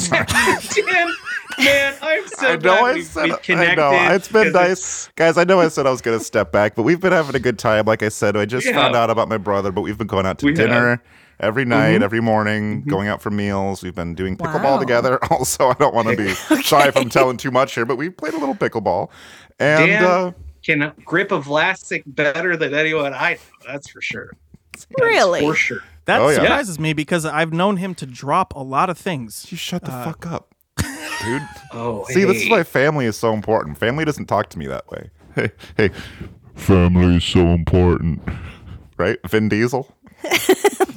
Speaker 5: man, I'm so
Speaker 6: I know
Speaker 5: glad
Speaker 6: I
Speaker 5: we,
Speaker 6: said
Speaker 5: we
Speaker 6: I
Speaker 5: connected.
Speaker 6: know. It's been
Speaker 5: 'cause
Speaker 6: nice. Guys, I know I said I was gonna step back, but we've been having a good time. Like I said, I just
Speaker 5: Yeah.
Speaker 6: found out about my brother, but we've been going out to
Speaker 5: We have.
Speaker 6: dinner every night,
Speaker 5: Mhm.
Speaker 6: every morning, going out for meals. We've been doing pickleball
Speaker 4: Wow.
Speaker 6: together. *laughs* Also, I don't wanna be sorry if I'm telling too much here, but we played a little pickleball. And
Speaker 5: Dan,
Speaker 6: uh
Speaker 5: can grip a Vlasic better than anyone I know. That's for sure. That's
Speaker 4: Really?
Speaker 5: For sure.
Speaker 7: that
Speaker 6: Oh, yeah.
Speaker 7: surprises me because I've known him to drop a lot of things.
Speaker 4: *laughs*
Speaker 6: you shut the fuck up.
Speaker 5: *laughs*
Speaker 6: Dude.
Speaker 5: Oh,
Speaker 6: See, this is
Speaker 5: hey.
Speaker 6: why family is so important. Family doesn't talk to me that way. Hey, hey,
Speaker 10: Family is so important.
Speaker 6: right? Vin Diesel?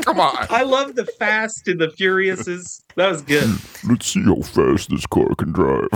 Speaker 6: Come on.
Speaker 5: I love the Fast and the Furiouses. That was good.
Speaker 9: *laughs*
Speaker 10: Let's see how fast this car can drive.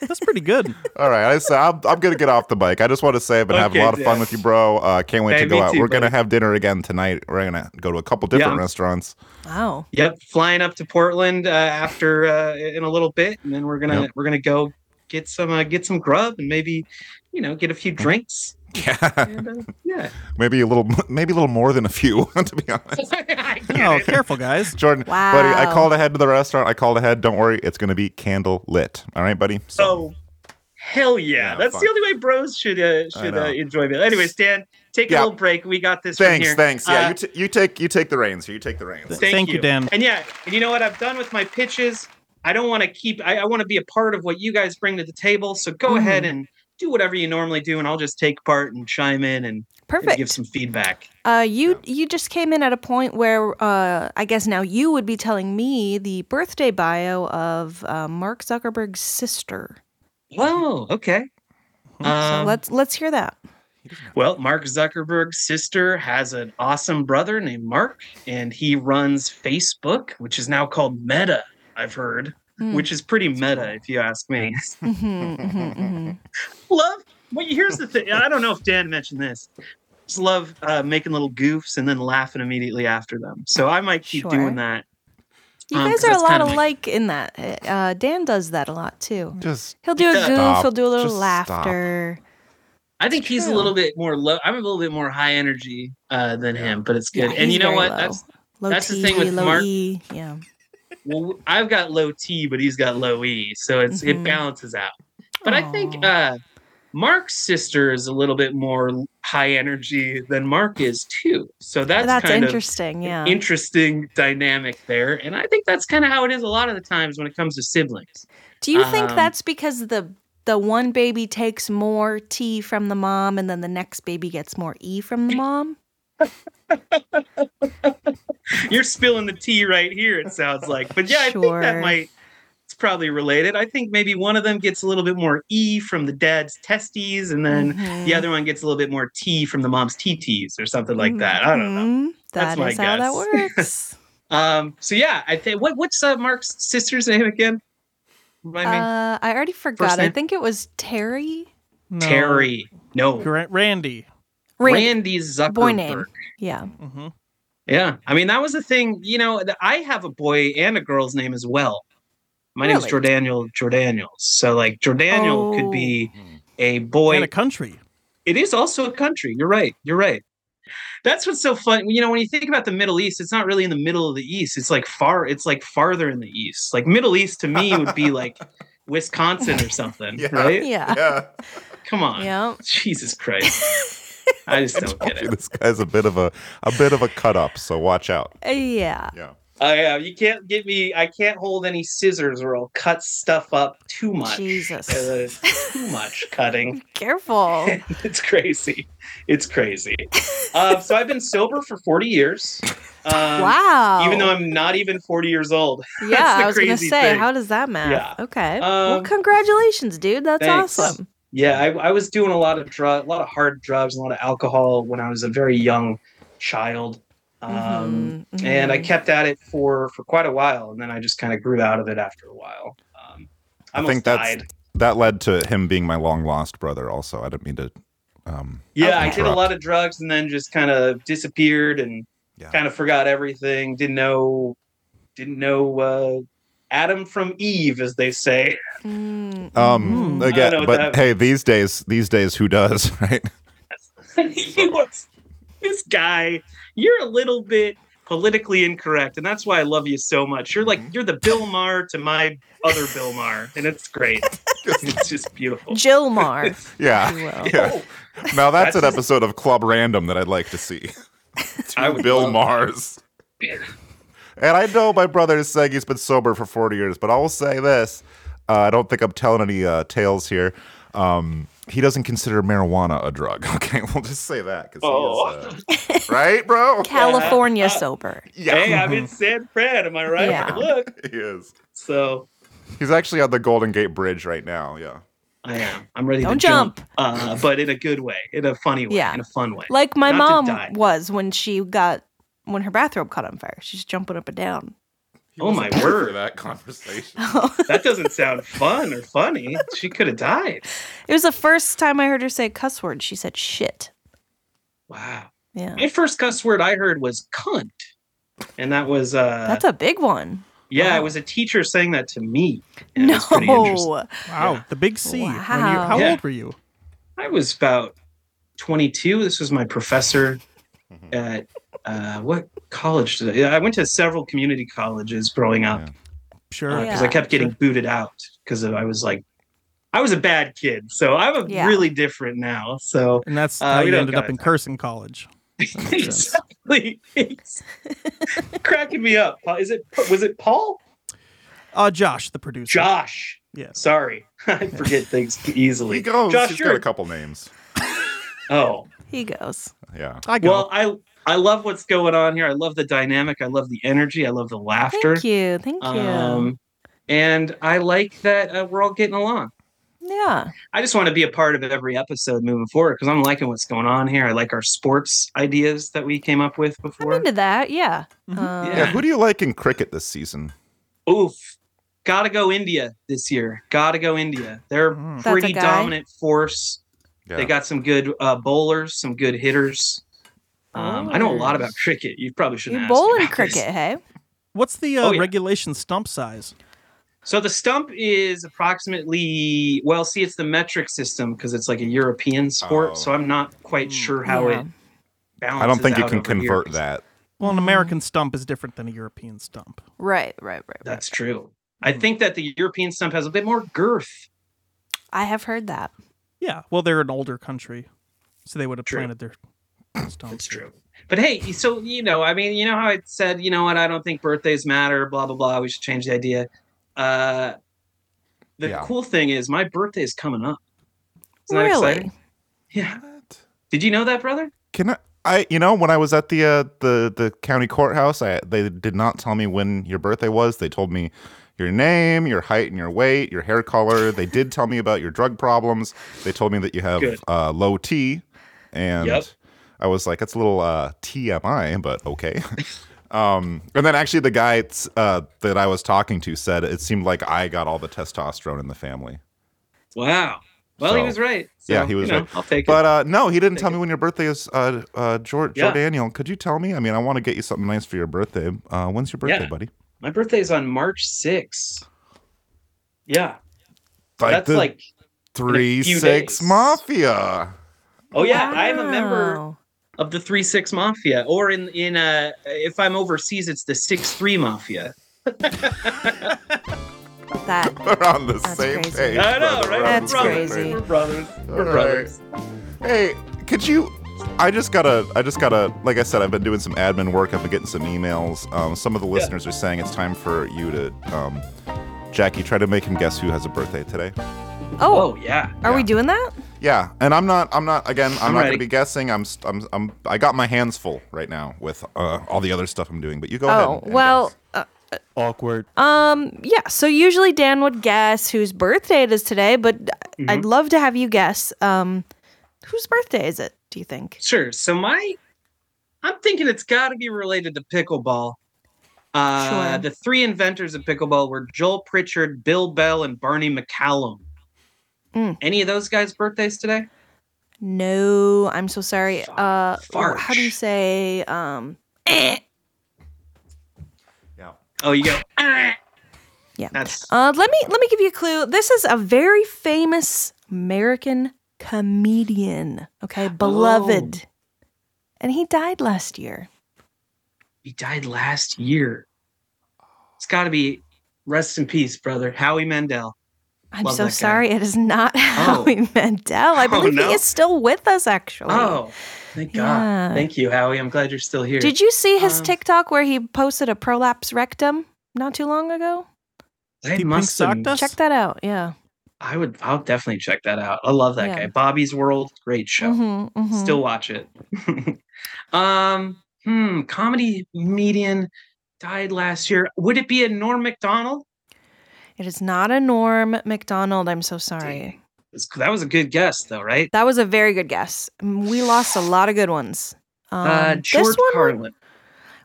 Speaker 7: That's
Speaker 4: *laughs*
Speaker 7: pretty good.
Speaker 6: All right, I said I'm, I'm gonna get off the bike. I just want to say I've been having a
Speaker 5: Okay,
Speaker 6: lot of
Speaker 5: Dan.
Speaker 6: fun with you, bro. Uh, can't wait
Speaker 5: Hey,
Speaker 6: to go
Speaker 5: me
Speaker 6: out.
Speaker 5: too,
Speaker 6: We're gonna
Speaker 5: buddy.
Speaker 6: have dinner again tonight. We're gonna go to a couple
Speaker 5: Yeah.
Speaker 6: different restaurants.
Speaker 4: Wow.
Speaker 5: Yep, flying up to Portland uh, after uh, in a little bit, and then we're gonna we're gonna go get some uh, get some grub and maybe you know get a few drinks.
Speaker 9: *laughs* Yeah,
Speaker 5: And, uh, yeah.
Speaker 9: maybe a little, maybe a little more than a few. *laughs* To be honest,
Speaker 5: *laughs* I get
Speaker 7: Oh,
Speaker 5: it.
Speaker 7: careful, guys.
Speaker 9: Jordan, buddy, I
Speaker 4: Wow.
Speaker 9: called ahead to the restaurant. I called ahead. Don't worry, it's going to be candle lit. All right, buddy.
Speaker 5: Oh, hell yeah!
Speaker 9: Yeah,
Speaker 5: That's
Speaker 9: fun.
Speaker 5: the only way bros should uh, should
Speaker 9: know.
Speaker 5: uh, enjoy it. Anyways, Dan, take
Speaker 9: Yeah.
Speaker 5: a little break. We got this. from
Speaker 9: thanks,
Speaker 5: here.
Speaker 9: thanks. Yeah,
Speaker 5: Uh,
Speaker 9: you, t- you take you take the reins. You take the reins.
Speaker 5: Thank,
Speaker 7: Thank you, Dan.
Speaker 5: And yeah, and you know what? I've done with my pitches. I don't want to keep. I, I want to be a part of what you guys bring to the table. So go ahead and do whatever you normally do, and I'll just take part and chime in and, and
Speaker 4: Perfect.
Speaker 5: give some feedback.
Speaker 4: Uh, you you just came in at a point where uh, I guess now you would be telling me the birthday bio of uh, Mark Zuckerberg's sister.
Speaker 5: Whoa, Oh, okay.
Speaker 4: Hmm, so
Speaker 5: Um,
Speaker 4: let's let's
Speaker 9: *laughs*
Speaker 4: hear that.
Speaker 5: Well, Mark Zuckerberg's sister has an awesome brother named Mark, and he runs Facebook, which is now called Meta, I've heard,
Speaker 4: Mm.
Speaker 5: which is pretty meta, if you ask me.
Speaker 4: Mhm, mhm,
Speaker 9: *laughs*
Speaker 4: mhm.
Speaker 5: love, well, here's the thing. I don't know if Dan mentioned this. Just love uh, making little goofs and then laughing immediately after them. So I might keep
Speaker 4: Sure.
Speaker 5: doing that.
Speaker 4: You
Speaker 5: Um,
Speaker 4: guys
Speaker 5: 'cause
Speaker 4: are a
Speaker 5: that's
Speaker 4: lot
Speaker 5: kinda my-
Speaker 4: alike in that. Uh, Dan does that a lot too. *laughs*
Speaker 9: Just
Speaker 4: He'll do a goof.
Speaker 9: Stop.
Speaker 4: He'll do a little
Speaker 9: Just stop.
Speaker 4: laughter.
Speaker 5: I think he's a
Speaker 4: true.
Speaker 5: little bit more low. I'm a little bit more high energy uh, than him, but it's good.
Speaker 4: Yeah,
Speaker 5: and
Speaker 4: he's
Speaker 5: you know
Speaker 4: very
Speaker 5: what?
Speaker 4: Low.
Speaker 5: That's
Speaker 4: Low
Speaker 5: that's the
Speaker 4: T,
Speaker 5: thing with
Speaker 4: low
Speaker 5: Mark-
Speaker 4: E. Yeah.
Speaker 5: well i've got low t but he's got low e so it's
Speaker 4: Mhm.
Speaker 5: it balances out but i think
Speaker 4: Aw.
Speaker 5: uh mark's sister is a little bit more high energy than mark is too so that's,
Speaker 4: That's,
Speaker 5: kind of
Speaker 4: interesting.
Speaker 5: an
Speaker 4: yeah.
Speaker 5: interesting dynamic there and i think that's kind of how it is a lot of the times when it comes to siblings
Speaker 4: Do you think
Speaker 5: Um,
Speaker 4: that's because the the one baby takes more T from the mom, and then the next baby gets more E from the mom?
Speaker 5: you're spilling the tea right here it sounds like but yeah i think
Speaker 4: Sure.
Speaker 5: that might it's probably related i think maybe one of them gets a little bit more e from the dad's testes and then the
Speaker 4: Mhm.
Speaker 5: other one gets a little bit more t from the mom's tt's or something like that i don't know
Speaker 4: Mhm.
Speaker 5: That's
Speaker 4: That
Speaker 5: my
Speaker 4: is how that
Speaker 5: guess. *laughs*
Speaker 4: works.
Speaker 5: Um, so yeah, I think what what's uh, Mark's sister's name again? Remind me.
Speaker 4: uh, I already forgot. I
Speaker 5: name?
Speaker 4: think it was Terry.
Speaker 7: No.
Speaker 5: Terry. No,
Speaker 7: Gra- Randy.
Speaker 4: Randy.
Speaker 5: Randy Zuckerberg.
Speaker 4: Boy name.
Speaker 5: *laughs*
Speaker 4: Yeah.
Speaker 7: hmm
Speaker 5: Yeah, I mean that was the thing. You know, th- I have a boy and a girl's name as well. My name's
Speaker 4: Really?
Speaker 5: Jordaniel Jordaniels. So like Jordaniel
Speaker 4: Oh.
Speaker 5: could be a boy
Speaker 7: And a country.
Speaker 5: it is also a country. You're right. You're right. That's what's so fun. You know, when you think about the Middle East, it's not really in the middle of the East. It's like far. It's like farther in the East. Like Middle East to me would be
Speaker 4: *laughs*
Speaker 5: like Wisconsin or something,
Speaker 9: Yeah.
Speaker 5: right?
Speaker 4: Yeah.
Speaker 9: yeah.
Speaker 5: Come on.
Speaker 4: Yeah.
Speaker 5: Jesus
Speaker 4: *laughs*
Speaker 5: Christ. I just don't get it.
Speaker 9: This guy's a bit of a a bit of a cut up, so watch out.
Speaker 4: Uh, Yeah.
Speaker 9: Yeah.
Speaker 5: I uh, you can't get me. I can't hold any scissors, or I'll cut stuff up too much.
Speaker 4: Jesus.
Speaker 5: Uh,
Speaker 4: *laughs*
Speaker 5: too much cutting. *laughs*
Speaker 4: Careful.
Speaker 5: it's crazy. It's crazy. Uh, so I've been sober for 40 years. Um,
Speaker 4: wow.
Speaker 5: Even though I'm not even 40 years old. *laughs*
Speaker 4: yeah,
Speaker 5: that's the
Speaker 4: I was gonna
Speaker 5: crazy
Speaker 4: say,
Speaker 5: thing.
Speaker 4: how does that math?
Speaker 5: Yeah.
Speaker 4: Okay. well,
Speaker 5: Um,
Speaker 4: congratulations, dude. That's
Speaker 5: thanks.
Speaker 4: awesome.
Speaker 5: Yeah, I, I was doing a lot of drug, a lot of hard drugs, a lot of alcohol when I was a very young child. Um,
Speaker 4: Mhm, mhm.
Speaker 5: And I kept at it for for quite a while, and then I just kind of grew out of it after a while. Um, I,
Speaker 9: I
Speaker 5: almost
Speaker 9: think that's-
Speaker 5: died.
Speaker 9: That led to him being my long lost brother. Also, I didn't mean to. Um,
Speaker 5: Yeah, I did a
Speaker 9: interrupt.
Speaker 5: lot of drugs and then just kind of disappeared and
Speaker 9: Yeah.
Speaker 5: kind of forgot everything. Didn't know, didn't know uh, Adam from Eve, as they say. *laughs*
Speaker 4: Mm,
Speaker 9: Um,
Speaker 7: Mhm.
Speaker 5: I don't know
Speaker 9: again,
Speaker 5: what
Speaker 9: but
Speaker 5: that-
Speaker 9: hey, these days, these days, who does, *laughs* right?
Speaker 5: he was this guy. You're a little bit politically incorrect, and that's why I love you so much. You're like you're the Bill Maher to my other Bill Maher, and it's great. it's just beautiful. *laughs*
Speaker 4: Jill Mar, if
Speaker 9: Yeah.
Speaker 4: you will.
Speaker 9: Yeah. Now that's,
Speaker 5: Oh. That's
Speaker 9: an
Speaker 5: just-
Speaker 9: episode of Club Random that I'd like to
Speaker 5: *laughs*
Speaker 9: see.
Speaker 5: I would
Speaker 9: Bill
Speaker 5: love-
Speaker 9: Mars. And I know my brother is saying he's been sober for 40 years, but I will say this: uh, I don't think I'm telling any uh, tales here. Um, he doesn't consider marijuana a drug. *laughs* Okay, we'll just say that. 'cause he is,
Speaker 5: Oh.
Speaker 9: uh, right,
Speaker 5: *laughs*
Speaker 9: bro?
Speaker 5: Uh,
Speaker 4: California sober.
Speaker 5: Hey, I'm in San Fran. Am I right?
Speaker 4: Yeah.
Speaker 5: Look,
Speaker 9: He is.
Speaker 5: so
Speaker 9: He's actually on the Golden Gate Bridge right now. Yeah.
Speaker 5: I am. I'm ready
Speaker 4: Don't
Speaker 5: to jump, uh, but in a good way, in a funny way,
Speaker 4: Yeah.
Speaker 5: in a fun way.
Speaker 4: Like my
Speaker 5: Not to die.
Speaker 4: mom was when she got when her bathrobe caught on fire. She's jumping up and down. *laughs*
Speaker 5: oh my
Speaker 9: Here for
Speaker 5: word,
Speaker 9: that conversation.
Speaker 5: that doesn't sound fun or funny. She could have died.
Speaker 4: It was the first time I heard her say a cuss word. She said shit.
Speaker 5: Wow.
Speaker 4: Yeah.
Speaker 5: My first cuss word I heard was cunt, and that was uh,
Speaker 4: That's a big one.
Speaker 5: Yeah, it was a teacher saying that to me. and it was pretty interesting.
Speaker 4: no.
Speaker 7: Wow,
Speaker 5: Yeah.
Speaker 7: the big C. When you-
Speaker 4: Wow.
Speaker 7: how
Speaker 5: Yeah.
Speaker 7: old were you?
Speaker 5: I was about 22. This was my professor at uh, what college did I? yeah, I went to several community colleges growing up
Speaker 7: Sure.
Speaker 5: because Uh, I
Speaker 4: Yeah.
Speaker 5: kept getting booted out because I was like, I was a bad kid. So I'm a
Speaker 4: Yeah.
Speaker 5: really different now. So
Speaker 7: And that's
Speaker 5: Uh,
Speaker 7: how
Speaker 5: we
Speaker 7: you
Speaker 5: don't
Speaker 7: ended
Speaker 5: got
Speaker 7: up in
Speaker 5: it.
Speaker 7: Cursing College. sense.
Speaker 5: exactly, It's cracking me up. Is it was it Paul?
Speaker 7: Uh, Josh, the producer.
Speaker 5: Josh.
Speaker 7: Yes.
Speaker 5: Sorry, *laughs* I forget things easily.
Speaker 6: He goes.
Speaker 5: Josh,
Speaker 6: He's
Speaker 5: you're
Speaker 6: got a couple names.
Speaker 5: oh.
Speaker 4: He goes.
Speaker 6: Yeah.
Speaker 7: I go.
Speaker 5: Well, I I love what's going on here. I love the dynamic. I love the energy. I love the laughter.
Speaker 4: Thank you. Thank you.
Speaker 5: Um, and I like that uh, we're all getting along.
Speaker 4: yeah.
Speaker 5: I just want to be a part of every episode moving forward because I'm liking what's going on here. I like our sports ideas that we came up with
Speaker 4: I'm
Speaker 5: before.
Speaker 4: into that. Yeah.
Speaker 7: Mhm.
Speaker 4: Um,
Speaker 5: Mm-hmm. Yeah.
Speaker 6: Yeah. Who do you like in cricket this season?
Speaker 5: Oof. Gotta go India this year. Gotta go India. They're
Speaker 7: Mm.
Speaker 4: Hmm. That's a
Speaker 5: pretty
Speaker 4: guy.
Speaker 5: dominant force.
Speaker 6: Yeah.
Speaker 5: They got some good uh, bowlers, some good hitters. Um, I know a lot about cricket. You probably shouldn't
Speaker 4: Oh. You
Speaker 5: ask me
Speaker 4: bowl in
Speaker 5: about this.
Speaker 4: cricket, hey?
Speaker 7: What's the uh,
Speaker 5: Oh, yeah.
Speaker 7: regulation stump size?
Speaker 5: So the stump is approximately well, see, it's the metric system because it's like a European sport.
Speaker 6: Oh.
Speaker 5: So I'm not quite sure how
Speaker 4: Hmm. Yeah.
Speaker 5: it balances.
Speaker 6: I don't think you
Speaker 5: Oh, out
Speaker 6: can
Speaker 5: over here.
Speaker 6: convert that.
Speaker 7: Well,
Speaker 4: Mm-hmm.
Speaker 7: an American stump is different than a European stump.
Speaker 4: Right, right, right. right.
Speaker 5: That's true.
Speaker 4: Hmm.
Speaker 5: I think that the European stump has a bit more girth.
Speaker 4: I have heard that.
Speaker 7: Yeah. Well, they're an older country, so they would have
Speaker 5: True.
Speaker 7: planted their stumps.
Speaker 5: That's true. But hey, so you know, I mean, you know how I said, you know what, I don't think birthdays matter, blah blah blah. We should change the idea. Uh, the
Speaker 6: Yeah.
Speaker 5: cool thing is, my birthday is coming up. Isn't that
Speaker 4: Really?
Speaker 5: exciting? Yeah.
Speaker 6: What?
Speaker 5: Did you know that, brother?
Speaker 6: Can I? I you know when I was at the uh, the the county courthouse, I they did not tell me when your birthday was. They told me your name, your height, and your weight, your hair color. They did tell me about your drug problems. They told me that you have
Speaker 5: Good.
Speaker 6: uh, low T, and
Speaker 5: Yep.
Speaker 6: I was like, that's a little uh, TMI, but okay. *laughs* um, and then actually, the guy uh, that I was talking to said it seemed like I got all the testosterone in the family.
Speaker 5: Wow. Well, he
Speaker 6: So-
Speaker 5: was right.
Speaker 6: yeah,
Speaker 5: So,
Speaker 6: he was
Speaker 5: you know,
Speaker 6: right.
Speaker 5: I'll take
Speaker 6: But
Speaker 5: it.
Speaker 6: uh, no, he didn't
Speaker 5: Thank
Speaker 6: tell
Speaker 5: you.
Speaker 6: me when your birthday is. Uh, uh, Jor
Speaker 5: Yeah.
Speaker 6: Daniel, could you tell me? I mean, I want to get you something nice for your birthday. Uh, when's your birthday,
Speaker 5: Yeah.
Speaker 6: buddy?
Speaker 5: My birthday is on March 6th. Yeah. So
Speaker 6: Like
Speaker 5: that's
Speaker 6: the
Speaker 5: like,
Speaker 6: three
Speaker 5: few
Speaker 6: six
Speaker 5: days.
Speaker 6: mafia. *laughs*
Speaker 5: oh, yeah, I am a member
Speaker 4: Wow.
Speaker 5: of the 3 6 Mafia. Or in, in uh, if I'm overseas, it's the 6 3 Mafia.
Speaker 4: That
Speaker 6: We're on the
Speaker 4: That's
Speaker 6: same
Speaker 4: crazy.
Speaker 6: page.
Speaker 5: I know, right?
Speaker 6: brother. We're on
Speaker 4: That's
Speaker 6: the
Speaker 5: We're
Speaker 6: same
Speaker 5: brothers.
Speaker 4: crazy.
Speaker 6: page.
Speaker 5: We're brothers. We're
Speaker 6: All right.
Speaker 5: brothers.
Speaker 6: Hey, could you? I just gotta. I just gotta. Like I said, I've been doing some admin work. I've been getting some emails. Um, some of the listeners are saying it's time for you to. Um, Jackie, try to make him guess who has a birthday today.
Speaker 5: Oh,
Speaker 4: Oh,
Speaker 5: yeah.
Speaker 4: are we
Speaker 6: yeah.
Speaker 4: doing that?
Speaker 6: Yeah, and I'm not. I'm not. Again, I'm,
Speaker 5: I'm
Speaker 6: not
Speaker 5: ready.
Speaker 6: going to be guessing. I'm, st- I'm. I'm. I got my hands full right now with uh, all the other stuff I'm doing. But you go ahead.
Speaker 4: Oh,
Speaker 6: and- and
Speaker 4: well, uh,
Speaker 11: Awkward.
Speaker 4: um, yeah. So usually Dan would guess whose birthday it is today, but
Speaker 6: Mm-hmm.
Speaker 4: I'd love to have you guess um, whose birthday is it, do you think?
Speaker 5: Sure. So my, I'm thinking it's got to be related to pickleball. Uh,
Speaker 4: Sure.
Speaker 5: The three inventors of pickleball were Joel Pritchard, Bill Bell, and Barney McCallum.
Speaker 4: Mm.
Speaker 5: Any of those guys' birthdays today?
Speaker 4: No, I'm so sorry.
Speaker 5: Fuck.
Speaker 4: Uh, oh, how do you
Speaker 5: Farsh.
Speaker 4: say? Um,
Speaker 5: Oh, you go. "Ah."
Speaker 4: *laughs* Yeah.
Speaker 5: That's
Speaker 4: uh, let me let me give you a clue. This is a very famous American comedian. Okay, beloved, and he died last year.
Speaker 5: he died last year. It's got to be rest in peace, brother Howie Mandel.
Speaker 4: I'm
Speaker 5: Love
Speaker 4: so
Speaker 5: that guy.
Speaker 4: sorry. It is not *laughs* Howie Mandel.
Speaker 5: *laughs*
Speaker 4: I
Speaker 5: Oh,
Speaker 4: believe
Speaker 5: no?
Speaker 4: he is still with us. Actually.
Speaker 5: Oh, thank God.
Speaker 4: Yeah.
Speaker 5: Thank you, Howie. I'm glad you're still here.
Speaker 4: Did you see his
Speaker 5: Um,
Speaker 4: TikTok where he posted a prolapse rectum not too long ago?
Speaker 5: I
Speaker 7: He
Speaker 5: must have-
Speaker 7: pink-socked us?
Speaker 4: Check that out. Yeah.
Speaker 5: I would. I'll definitely check that out. I love that
Speaker 4: Yeah.
Speaker 5: guy. Bobby's World, great show.
Speaker 4: Mhm, mhm.
Speaker 5: Still watch it. *laughs* um, hmm, comedy median died last year. Would it be a Norm Macdonald?
Speaker 4: It is not a Norm McDonald. I'm so sorry.
Speaker 5: Dang. It's- That was a good guess, though, right?
Speaker 4: That was a very good guess. Mm, We lost a lot of good ones. Um,
Speaker 5: uh, George
Speaker 4: this one
Speaker 5: Carlin.